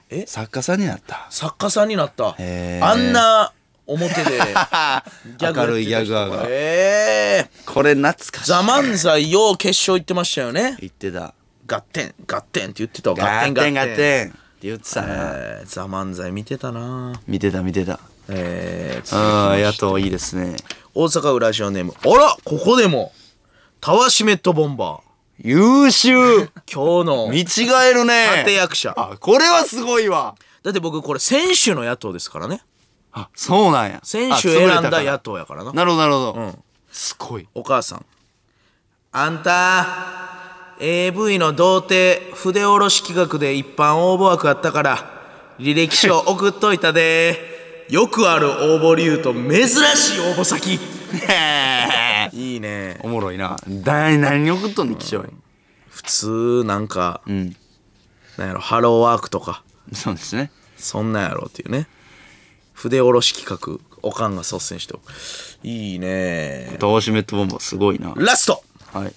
Speaker 2: え
Speaker 1: 作家さんになった
Speaker 2: 作家さんになった
Speaker 1: へー
Speaker 2: あんな表で ギャグ
Speaker 1: 明るいギ
Speaker 2: や
Speaker 1: ャ
Speaker 2: ってた人
Speaker 1: ガーが
Speaker 2: ええ
Speaker 1: これ懐かしい
Speaker 2: ザ・漫才よう決勝行ってましたよね
Speaker 1: 言ってた
Speaker 2: ガッテンガッテンって言ってたわ
Speaker 1: ガッテンガッ
Speaker 2: ン
Speaker 1: テンって言ってたな
Speaker 2: えーザ・漫才見てたな
Speaker 1: 見てた見て た
Speaker 2: えー
Speaker 1: ああ野党いいですね
Speaker 2: 大阪府ラジオネームあらここでもタワシメットボンバ
Speaker 1: 優秀
Speaker 2: ー今
Speaker 1: 見違
Speaker 2: 日の
Speaker 1: えるね
Speaker 2: 立役者
Speaker 1: あこれはすごいわ
Speaker 2: だって僕これ選手の野党ですからね
Speaker 1: あそうなんや
Speaker 2: 選
Speaker 1: あ
Speaker 2: 手
Speaker 1: 潰れ
Speaker 2: 選
Speaker 1: た
Speaker 2: ん
Speaker 1: か
Speaker 2: だ
Speaker 1: ら
Speaker 2: 野党やからな
Speaker 1: なるほどなるほど、
Speaker 2: うん
Speaker 1: すごい
Speaker 2: お母さんあんた AV の童貞筆下ろし企画で一般応募枠あったから履歴書送っといたでよくある応募理由と珍しい応募先いいね
Speaker 1: おもろいなだい何送っとんの貴重に
Speaker 2: 普通なんか、
Speaker 1: ん
Speaker 2: なんやろハローワークとか
Speaker 1: そうですね
Speaker 2: そんなんやろっていうね筆下ろし企画おかんが率先していいね
Speaker 1: タワシメットボンバーすごいな
Speaker 2: ラスト
Speaker 1: はい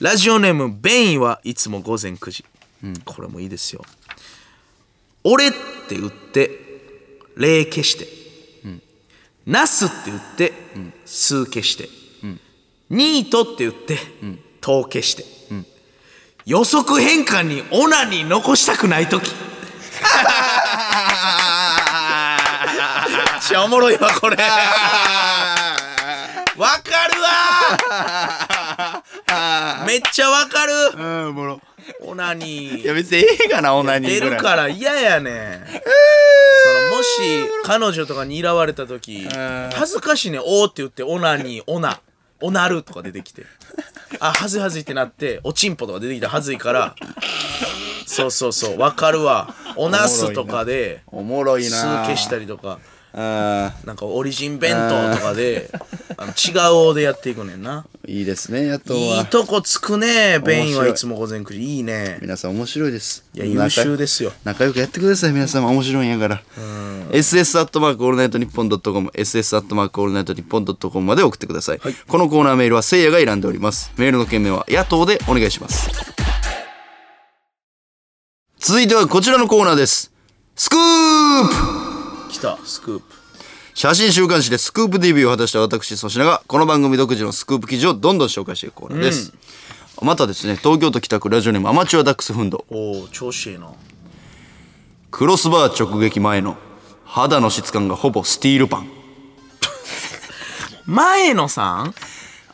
Speaker 2: ラジオネーム便意はいつも午前9時、これもいいですよ「俺」って打って「霊消して」ナス」って打って「数、消して」ニート」って打って「と、う消して」予測変換にオナに残したくない 時めっちゃおもろいわこれわかるわめっちゃわかる
Speaker 1: うんおもろ
Speaker 2: オナニ
Speaker 1: いや
Speaker 2: ー
Speaker 1: 別にええがなオナニーぐ
Speaker 2: 出
Speaker 1: ら
Speaker 2: る
Speaker 1: い
Speaker 2: から嫌やねんそのもし彼女とかにいらわれた時恥ずかしいねん「お」って言って「オナニー」「オナ」「オナル」とか出てきてあはずいはずいってなって「おちんぽ」とか出てきたらはずいからそうそうそうわかるわ「おなす」とかで
Speaker 1: おもろい
Speaker 2: 数
Speaker 1: な
Speaker 2: 消したりとか
Speaker 1: あ
Speaker 2: なんかオリジン弁当とかであの違う「お」でやっていくねんな
Speaker 1: ーいいですね野党
Speaker 2: いい
Speaker 1: は
Speaker 2: とこつくね便意は
Speaker 1: 面白い
Speaker 2: いつも午前9時いいね
Speaker 1: 皆さん面白いです
Speaker 2: いや優秀ですよ
Speaker 1: 仲良くやってください皆様面白いんやから SS アットマークオールナイトニッポンドットコム SS アットマークオールナイトニッポンドットコムまで送ってください、このコーナーメールはせいやが選んでおりますメールの件名は野党でお願いします続いてはこちらのコーナーですスクープ
Speaker 2: 来たスクープ
Speaker 1: 写真週刊誌でスクープ TV を果たした私粗品がこの番組独自のスクープ記事をどんどん紹介していくコーナーです、またですね東京都北区ラジオネームアマチュアダックスフンド
Speaker 2: おお調子いいな
Speaker 1: クロスバー直撃前の肌の質感がほぼスティールパン
Speaker 2: 前野さん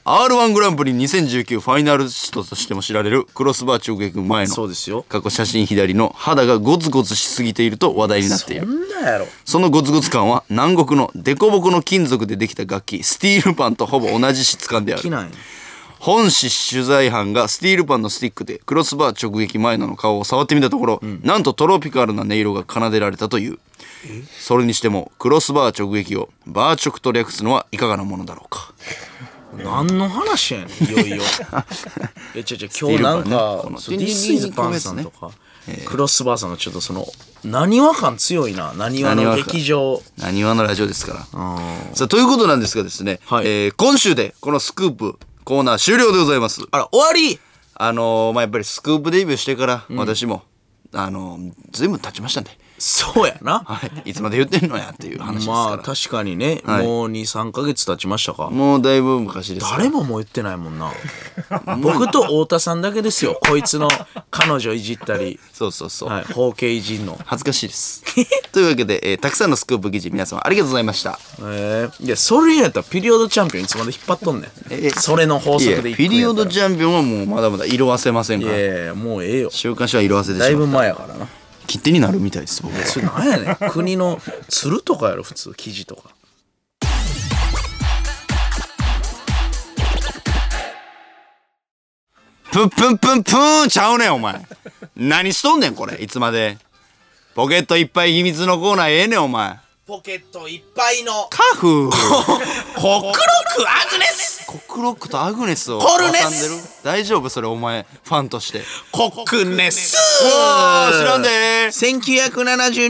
Speaker 1: R1 グランプリ2019ファイナリストとしても知られるクロスバー直撃前の
Speaker 4: そうですよ
Speaker 1: 過去写真左の肌がゴツゴツしすぎていると話題になっている
Speaker 2: んなやろ
Speaker 1: そのゴツゴツ感は南国のデコボコの金属でできた楽器スティールパンとほぼ同じ質感であ
Speaker 2: き
Speaker 1: る
Speaker 2: なんや
Speaker 1: 本誌取材班がスティールパンのスティックでクロスバー直撃前の顔を触ってみたところ、なんとトロピカルな音色が奏でられたというそれにしてもクロスバー直撃をバー直と略すのはいかがなものだろうか
Speaker 2: 何の話やねんいよ いよいや違う違う今日なん
Speaker 1: ね
Speaker 2: か
Speaker 1: この
Speaker 2: そうディスイズパンさんとか、クロスバーさんのちょっとそのなにわ感強いななに
Speaker 1: な
Speaker 2: わ
Speaker 1: に
Speaker 2: の
Speaker 1: わ感
Speaker 2: 劇場
Speaker 1: 何話のラジオですからさあということなんですがですね、
Speaker 2: はい
Speaker 1: えー今週でこのスクープコーナー終了でございます
Speaker 2: あら終わり
Speaker 1: あのーまあやっぱりスクープデビューしてから私も、あのー、ずいぶん経ちましたんで、
Speaker 2: そうやな
Speaker 1: はい、いつまで言ってんのやっていう話ですから、
Speaker 2: まあ確かにね、
Speaker 1: い
Speaker 2: もう23か月経ちましたか
Speaker 1: もうだいぶ昔ですから
Speaker 2: 誰ももう言ってないもん な僕と太田さんだけですよこいつの彼女いじったり、
Speaker 1: そうそうそう、
Speaker 2: はい、包茎いじんの
Speaker 1: 恥ずかしいです。 というわけで、えーたくさんのスクープ記事皆様ありがとうございました。
Speaker 2: えー、いやそれやったらピリオドチャンピオンいつまで引っ張っとんねん、
Speaker 1: え
Speaker 2: それの法
Speaker 1: いや
Speaker 2: 則でいくん
Speaker 1: ピ
Speaker 2: やった
Speaker 1: リオ
Speaker 2: ら
Speaker 1: ドチャンピオンはもうまだまだ色褪せませんか
Speaker 2: い
Speaker 1: ら。
Speaker 2: やいやもうええよ
Speaker 1: 週刊誌は色褪せで
Speaker 2: だ
Speaker 1: し
Speaker 2: い
Speaker 1: ょ。
Speaker 2: ぶ前やからな
Speaker 1: 切手になるみたいです、僕は。
Speaker 2: それなんやねん国の鶴とかやろ普通記事とか
Speaker 1: プンプンプンプーンちゃうねん、お前。何しとんねん、これ。いつまで。ポケットいっぱい秘密のコーナーええねん、お前。
Speaker 2: ポケットいっぱいの
Speaker 1: カフ
Speaker 2: コクロクアグネス
Speaker 1: コクロックとアグネスを
Speaker 2: コルネス
Speaker 1: 挟んでる大丈夫それ、お前、ファンとして。
Speaker 2: コクネス
Speaker 1: おー、知らんでー。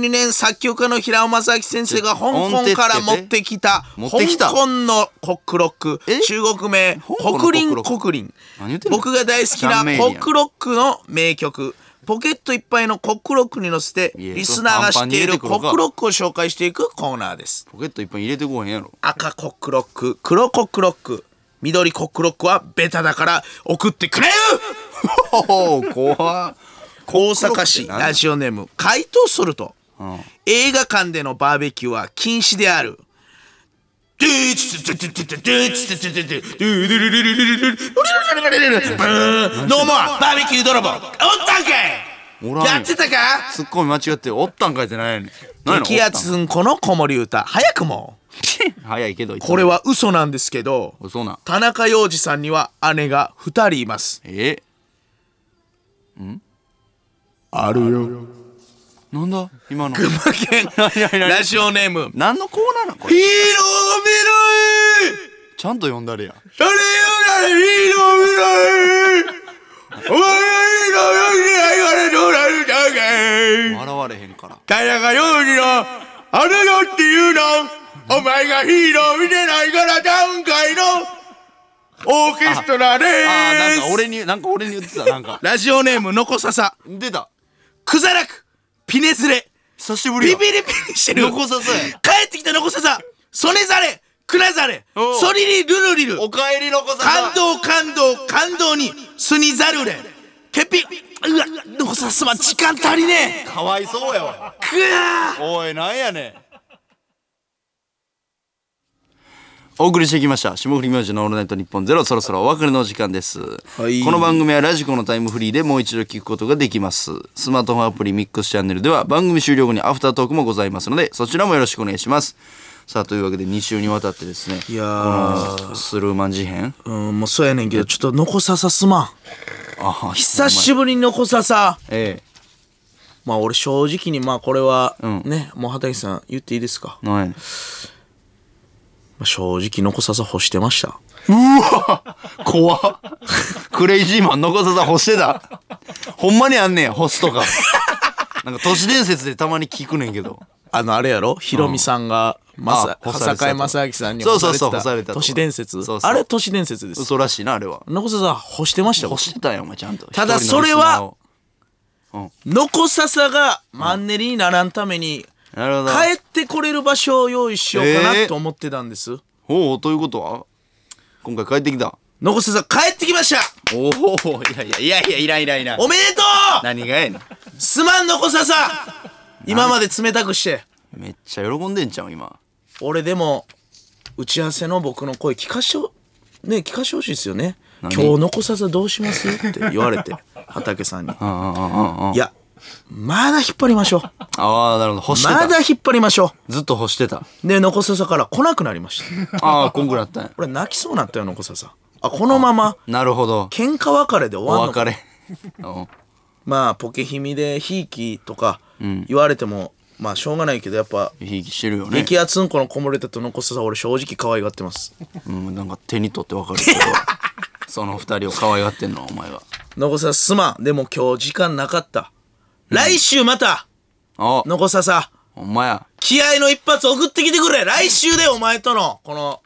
Speaker 2: 1972年作曲家の平尾正明先生が香港から持ってきた
Speaker 1: 持ってきた
Speaker 2: 香港のコックロック
Speaker 1: え
Speaker 2: 中国名
Speaker 1: 香港のコック
Speaker 2: 国
Speaker 1: ロ
Speaker 2: 林
Speaker 1: ック
Speaker 2: 国林
Speaker 1: 何言ってんの
Speaker 2: 僕が大好き
Speaker 1: ジャ
Speaker 2: な
Speaker 1: ンメイリア
Speaker 2: コックロックの名曲ポケットいっぱいのコックロックに乗せて
Speaker 1: いや
Speaker 2: リスナーが知ってい
Speaker 1: そ
Speaker 2: る
Speaker 1: うパンパンに入れて
Speaker 2: コ
Speaker 1: くるか
Speaker 2: ックロックを紹介していくコーナーです
Speaker 1: ポケットいっぱい入れてこうへんやろ。
Speaker 2: 赤コックロック黒コックロック緑コックロックはベタだから送ってくれよ
Speaker 1: おー、怖っ。
Speaker 2: 大阪市ラジオネーム怪盗ソルト、
Speaker 1: ん
Speaker 2: 映画館でのバーベキューは禁止であるノーモアバーベキュー泥棒おったん
Speaker 1: お
Speaker 2: から
Speaker 1: ん
Speaker 2: い
Speaker 1: よ
Speaker 2: やってたか
Speaker 1: ツッコミ間違っておったんかいってないやねん。何やねん
Speaker 2: 激アツんこの子守歌早くも
Speaker 1: 早いけどいつも
Speaker 2: これは嘘なんですけど
Speaker 1: そうなん
Speaker 2: 田中洋次さんには姉が2人います
Speaker 1: え
Speaker 2: あるよ
Speaker 1: なんだ今の
Speaker 2: ラジオネーム
Speaker 1: 何のコーナーなのこれ
Speaker 2: ヒーローメロイ
Speaker 1: ちゃんと読んだれや
Speaker 2: それよならヒーローメロイお前がヒーローメロイからどうなるんだかい
Speaker 1: 笑われへんから
Speaker 2: 田中洋次のあの世っていうのお前がヒーロー見てないからダウン会のオーケストラで
Speaker 1: あーなんか
Speaker 2: す
Speaker 1: 俺になんか俺に言ってたなんか
Speaker 2: ラジオネームのこささ
Speaker 1: 出た
Speaker 2: くざらくピネズレ
Speaker 1: 久しぶ
Speaker 2: ビ
Speaker 1: りや
Speaker 2: ビリビリしてる
Speaker 1: のこささや
Speaker 2: 帰ってきたのこささそねざれくなざれ
Speaker 1: おう
Speaker 2: そりりるるりる
Speaker 1: おかえりのこさ
Speaker 2: 感
Speaker 1: さ
Speaker 2: 動感動感動にすにざるれケピうわのこさすま時間足りねえ
Speaker 1: かわいそうやわ
Speaker 2: くわ
Speaker 1: おいなんやねんお送りしてきました霜降り明星のオールナイトニッポンゼロそろそろお別れのお時間です、
Speaker 2: はい
Speaker 1: この番組はラジコのタイムフリーでもう一度聞くことができますスマートフォンアプリミックスチャンネルでは番組終了後にアフタートークもございますのでそちらもよろしくお願いしますさあというわけで2週にわたってですね
Speaker 2: いやー
Speaker 1: このスルーマン事変
Speaker 2: うんもうそうやねんけどちょっとのこささすまん
Speaker 1: あは
Speaker 2: 久しぶりにのこささ
Speaker 1: え
Speaker 2: まあ俺正直にまあこれは
Speaker 1: うん
Speaker 2: ね、もう畑さん言っていいですか、
Speaker 1: えなんやねん
Speaker 2: まあ、正直のこささ干してました
Speaker 1: 怖っクレイジーマン残ささ干してたほんまにあんねん干すとかなんか都市伝説でたまに聞くねんけど
Speaker 2: あのあれやろひろみさんが、まさ
Speaker 1: あ干されてた
Speaker 2: 坂井正明さんに
Speaker 1: そうそうそう
Speaker 2: 干
Speaker 1: 干さ
Speaker 2: され
Speaker 1: れて
Speaker 2: てた
Speaker 1: た
Speaker 2: 都市伝説
Speaker 1: そうそう
Speaker 2: あれ都市伝説です
Speaker 1: 嘘らしいなあれは
Speaker 2: のこささ干してました
Speaker 1: 干
Speaker 2: 僕
Speaker 1: してたよお前ちゃんと
Speaker 2: ただ
Speaker 1: 一人の
Speaker 2: それは
Speaker 1: リスナーを
Speaker 2: のこささがマンネリにならんために、
Speaker 1: なるほど
Speaker 2: 帰ってこれる場所を用意しようか
Speaker 1: え
Speaker 2: な
Speaker 1: ー
Speaker 2: と思ってたんです、
Speaker 1: おおということは今回帰ってきた
Speaker 2: 残せず帰ってきました
Speaker 1: おおいやいやいやいやいらんいらんいらん
Speaker 2: おめでとう
Speaker 1: 何がやねん
Speaker 2: すまん残 ささ今まで冷たくして
Speaker 1: めっちゃ喜んでんじゃん今
Speaker 2: 俺でも打ち合わせの僕の声聞かしてほね聞かしてほしいですよね今日残さずどうしますって言われて畑さんにいやまだ引っ張りましょう
Speaker 1: ああなるほど干してた、
Speaker 2: まだ引っ張りましょ
Speaker 1: ずっと干してた
Speaker 2: うで残ささから来なくなりました
Speaker 1: ああこんぐらいあったんや
Speaker 2: 俺泣きそうになったよ残ささあこのまま
Speaker 1: なるほど
Speaker 2: 喧嘩別れで終
Speaker 1: お
Speaker 2: わんの
Speaker 1: 別
Speaker 2: か
Speaker 1: れうん
Speaker 2: まあポケひみでひいきとか言われても、まあしょうがないけどやっぱ
Speaker 1: ひいきしてるよね
Speaker 2: 激アツんこのこぼれたと残ささ俺正直可愛がってます
Speaker 1: うんなんか手に取ってわかる けどその二人を可愛がってんのはお前は
Speaker 2: 残さすまんでも今日時間なかった来週また
Speaker 1: あ
Speaker 2: 残ささ
Speaker 1: お前や
Speaker 2: 気合の一発送ってきてくれ来週でお前とのこの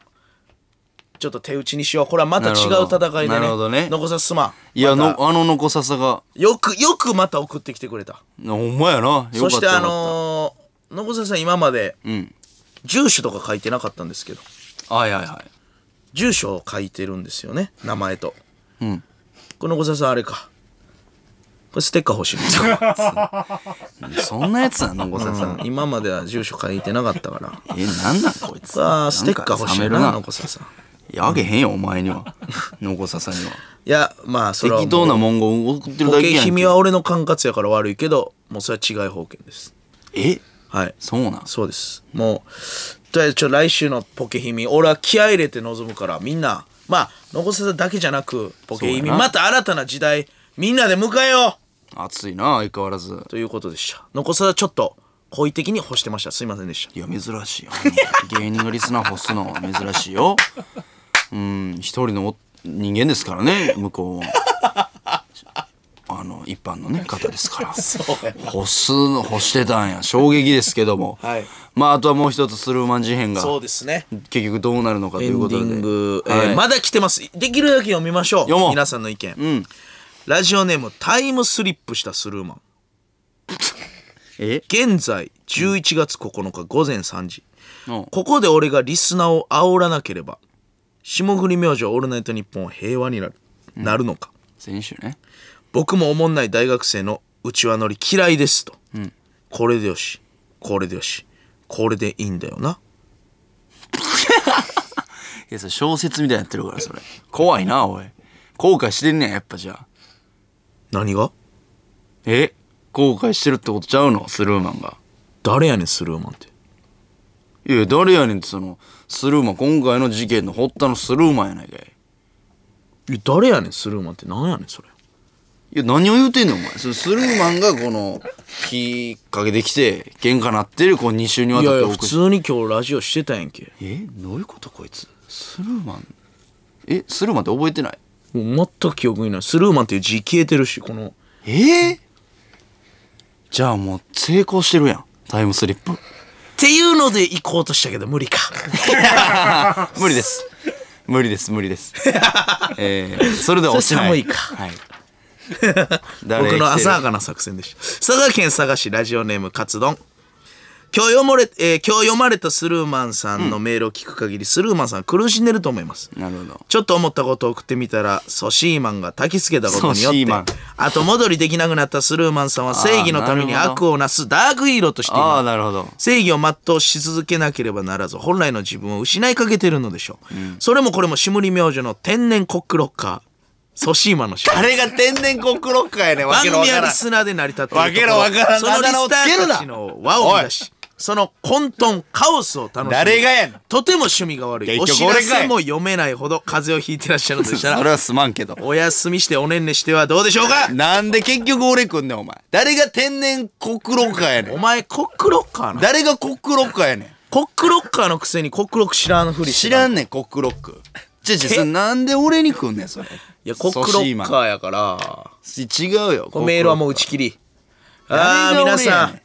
Speaker 2: ちょっと手打ちにしようこれはまた違う戦いで
Speaker 1: なる
Speaker 2: ね
Speaker 1: ほどね
Speaker 2: 残さすまん
Speaker 1: いや
Speaker 2: また
Speaker 1: のあの残ささが
Speaker 2: よくよくまた送ってきてくれた
Speaker 1: なほんまやなよかった
Speaker 2: そして
Speaker 1: よか
Speaker 2: あ
Speaker 1: った
Speaker 2: のー、残ささ今まで
Speaker 1: うん
Speaker 2: 住所とか書いてなかったんですけど
Speaker 1: はいはいはい
Speaker 2: 住所を書いてるんですよね名前と
Speaker 1: うん
Speaker 2: この残ささあれかこれステッカー欲しいんですよ
Speaker 1: そんなやつなの残ささ
Speaker 2: うん今までは住所書いてなかったから
Speaker 1: えなんなんこいつ
Speaker 2: さあステッカー欲しい
Speaker 1: なんか冷める
Speaker 2: な
Speaker 1: な
Speaker 2: のこささん
Speaker 1: いやあげへんよお前に は残ささにはい
Speaker 2: やまあそれは
Speaker 1: 適当な文言送ってるだけやん
Speaker 2: 君
Speaker 1: け
Speaker 2: は俺の管轄やから悪いけどもうそれは違い保険です
Speaker 1: え
Speaker 2: はい
Speaker 1: そうなん
Speaker 2: そうですもうとりあえずちょ来週のポケヒミ俺は気合入れて臨むからみんなまあ残さずだけじゃなくポケヒ
Speaker 1: そう
Speaker 2: ミ
Speaker 1: やな
Speaker 2: また新たな時代みんなで迎えよ
Speaker 1: 熱いな相変わらず
Speaker 2: うということでした残さずちょっと好意的に干してましたすいませんでした
Speaker 1: いや珍しいよ芸人がリスナー干すのは珍しいようん一人のお人間ですからね向こうはあの一般のね方ですから干すの干してたんや衝撃ですけども、
Speaker 2: はい
Speaker 1: まああとはもう一つスルーマン事変が
Speaker 2: そうですね
Speaker 1: 結局どうなるのかと
Speaker 2: エ
Speaker 1: いう
Speaker 2: ン
Speaker 1: こ
Speaker 2: デ
Speaker 1: とで
Speaker 2: ィング、えー
Speaker 1: はい
Speaker 2: まだ来てますできるだけ読みましょう
Speaker 1: 読もう
Speaker 2: 皆さんの意見、
Speaker 1: うん
Speaker 2: ラジオネームタイムスリップしたスルーマン
Speaker 1: え
Speaker 2: 現在11月9日午前3時、
Speaker 1: うん
Speaker 2: ここで俺がリスナーを煽らなければ霜降り明星オールナイトニッポンは平和になる,、なるのか
Speaker 1: 先週ね
Speaker 2: 僕もおもんない大学生のうちわ乗り嫌いですと、これでよしこれでよしこれでいいんだよない
Speaker 1: やそれ小説みたいになってるからそれ怖いなおい後悔してんねんやっぱじゃあ
Speaker 2: 何が
Speaker 1: え後悔してるってことちゃうのスルーマンが
Speaker 2: 誰やねんスルーマンって
Speaker 1: いや誰やねんってそのスルーマン今回の事件の発端のスルーマンやないかい
Speaker 2: いや誰やねんスルーマンって何やねんそれ
Speaker 1: いや何を言うてんねんお前そのスルーマンがこの引っ掛けてきて喧嘩なってるこう2週にわ
Speaker 2: い
Speaker 1: たっ
Speaker 2: やい
Speaker 1: て
Speaker 2: や
Speaker 1: 送
Speaker 2: 普
Speaker 1: って
Speaker 2: 通に今日ラジオしてたやんけ
Speaker 1: えどういうことこいつスルーマンえスルーマンって覚えてない
Speaker 2: もう全く記憶にないスルーマンっていう字消えてるしこの
Speaker 1: えーじゃあもう成功してるやんタイムスリップ
Speaker 2: っていうので行こうとしたけど無理か
Speaker 1: 無理です無理です無理です えー、それでは落ちない
Speaker 2: それ寒いか
Speaker 1: はい、
Speaker 2: 僕の浅は
Speaker 1: 朝
Speaker 2: かな作戦でした佐賀県佐賀市ラジオネームカツ丼今日読まれ、えー今日読まれたスルーマンさんのメールを聞く限り、スルーマンさん苦しんでると思います
Speaker 1: なるほど
Speaker 2: ちょっと思ったことを送ってみたらソシーマンが焚きつけたことによ
Speaker 1: ソ
Speaker 2: っ
Speaker 1: シーマン
Speaker 2: て後戻りできなくなったスルーマンさんは正義のために
Speaker 1: あーなるほ
Speaker 2: 悪をなすダークヒーローとしています
Speaker 1: ああなるほど
Speaker 2: 正義を全うし続けなければならず本来の自分を失いかけてるのでしょう、それもこれも霜降り明星の天然コックロッカーソシーマの仕事
Speaker 1: あれが天然コックロッカーやねんわ
Speaker 2: 番
Speaker 1: けのわ
Speaker 2: 組
Speaker 1: か
Speaker 2: は
Speaker 1: ら
Speaker 2: リ
Speaker 1: ん
Speaker 2: スナーで成り立っているところ
Speaker 1: わけのわからん
Speaker 2: そのリ
Speaker 1: あだ名
Speaker 2: ス
Speaker 1: をつ
Speaker 2: タ
Speaker 1: ける
Speaker 2: ー
Speaker 1: な
Speaker 2: たちの輪を乱しその混沌カオスを楽しむ
Speaker 1: 誰がやねん
Speaker 2: とても趣味が悪いお
Speaker 1: 結
Speaker 2: 知
Speaker 1: 局俺
Speaker 2: ら
Speaker 1: かい
Speaker 2: せも読めないほど風邪をひいてらっしゃるのでした
Speaker 1: それ
Speaker 2: ら
Speaker 1: はすまんけど
Speaker 2: お休みしておねんねしてはどうでしょうか
Speaker 1: なんで結局俺くんねんお前誰が天然コックロッカーやね
Speaker 2: お
Speaker 1: ん
Speaker 2: 前コックロッカーな
Speaker 1: 誰がコックロッカーやね
Speaker 2: コックロッカーのくせにコックロック知らんふ
Speaker 1: ん
Speaker 2: りして
Speaker 1: 知
Speaker 2: た
Speaker 1: らんねんコックロックちょちょそれなんで俺にくんねんそれ
Speaker 2: いや、コックロッカーやから、
Speaker 1: ソシーマン違うよ
Speaker 2: これメールはもう打ち切り。ああ、
Speaker 1: 誰が
Speaker 2: 皆
Speaker 1: 俺や
Speaker 2: さ
Speaker 1: ね
Speaker 2: ん、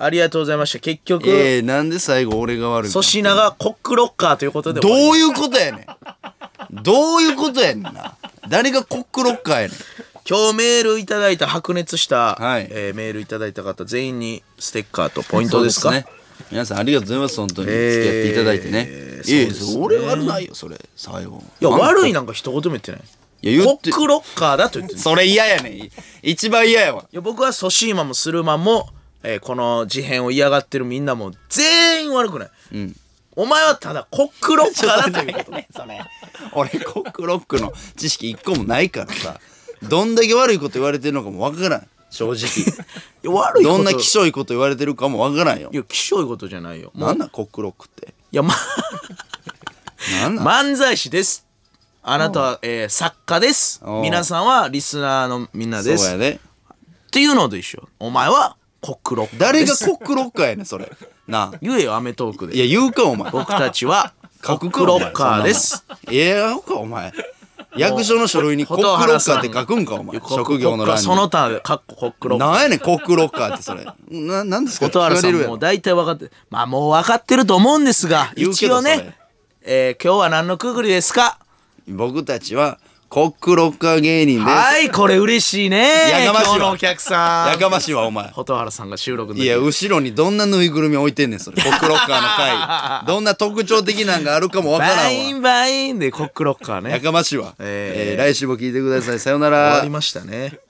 Speaker 2: ありがとうございました。結
Speaker 1: ん
Speaker 2: 局、
Speaker 1: えー、なんで最後俺が悪いの
Speaker 2: 粗品がコックロッカーということで終
Speaker 1: どう
Speaker 2: わり、
Speaker 1: いうことやねんどういうことやねんな誰がコックロッカーやねん
Speaker 2: 今日メールいただいた、白熱した、
Speaker 1: はい
Speaker 2: えーメールいただいた方、全員にステッカーとポイントですか
Speaker 1: そうね皆さんありがとうございます本当に付き合っていただいてね、
Speaker 2: ね
Speaker 1: いやいや
Speaker 2: そうですね
Speaker 1: 俺悪ないよそれ最後
Speaker 2: いや悪いなんか一言も言ってない
Speaker 1: いや言っ
Speaker 2: コ
Speaker 1: て
Speaker 2: ックロッカーだと言ってるい
Speaker 1: それ嫌やねん一番嫌やわ
Speaker 2: や僕はソシーマもスルーマンも、えーこの事変を嫌がってるみんなも全員悪くない、お前はただコックロッカーだという こと
Speaker 1: それ俺コックロックの知識一個もないからさどんだけ悪いこと言われてるのかもわからん正直
Speaker 2: いや悪いこと
Speaker 1: どんなきしょいこと言われてるかもわからんよ
Speaker 2: いやきしょいことじゃないよもう
Speaker 1: なんなんコックロックって
Speaker 2: い やま
Speaker 1: なんなん
Speaker 2: 漫才師ですあなたは、えー作家です
Speaker 1: おう
Speaker 2: 皆さんはリスナーのみんな
Speaker 1: そう
Speaker 2: です
Speaker 1: やね
Speaker 2: っていうのと一緒お前はコックロッカー
Speaker 1: 誰
Speaker 2: で
Speaker 1: が
Speaker 2: す
Speaker 1: コックロッカーやねんそれなあ
Speaker 2: 言えよアメトークで
Speaker 1: いや言うかお前
Speaker 2: 僕た ちはコックロッカーです。
Speaker 1: いやうかお前役所の書類にコックロッカーって書くんかお前職業の欄に
Speaker 2: その他かっこコックロッカー。
Speaker 1: なんやねんコックロッカーってそれななんですか
Speaker 2: 蛍原さん
Speaker 1: 聞かれる
Speaker 2: も
Speaker 1: や
Speaker 2: う大体分かってまあもう分かってると思うんですが
Speaker 1: 言うけ
Speaker 2: 一
Speaker 1: ど
Speaker 2: 応
Speaker 1: それ
Speaker 2: ね、えー今日は何のくぐりですか
Speaker 1: ろ僕たちはコックロッカー芸人です
Speaker 2: はいこれ嬉しいね
Speaker 1: やかましいわ
Speaker 2: 今日のお客さ
Speaker 1: や
Speaker 2: ん
Speaker 1: かましいわお前
Speaker 2: 蛍原さんが収録の
Speaker 1: い
Speaker 2: 時
Speaker 1: や後ろにどんなぬいぐるみ置いてんねんそれコックロッカーの会 どんな特徴的なんがあるかもわからん
Speaker 2: バイ
Speaker 1: わ
Speaker 2: ンバインでコックロッカーね
Speaker 1: やかましいわ、
Speaker 2: えー
Speaker 1: えー来週も聞いてくださいさよな
Speaker 2: 終
Speaker 1: ら
Speaker 2: わりましたね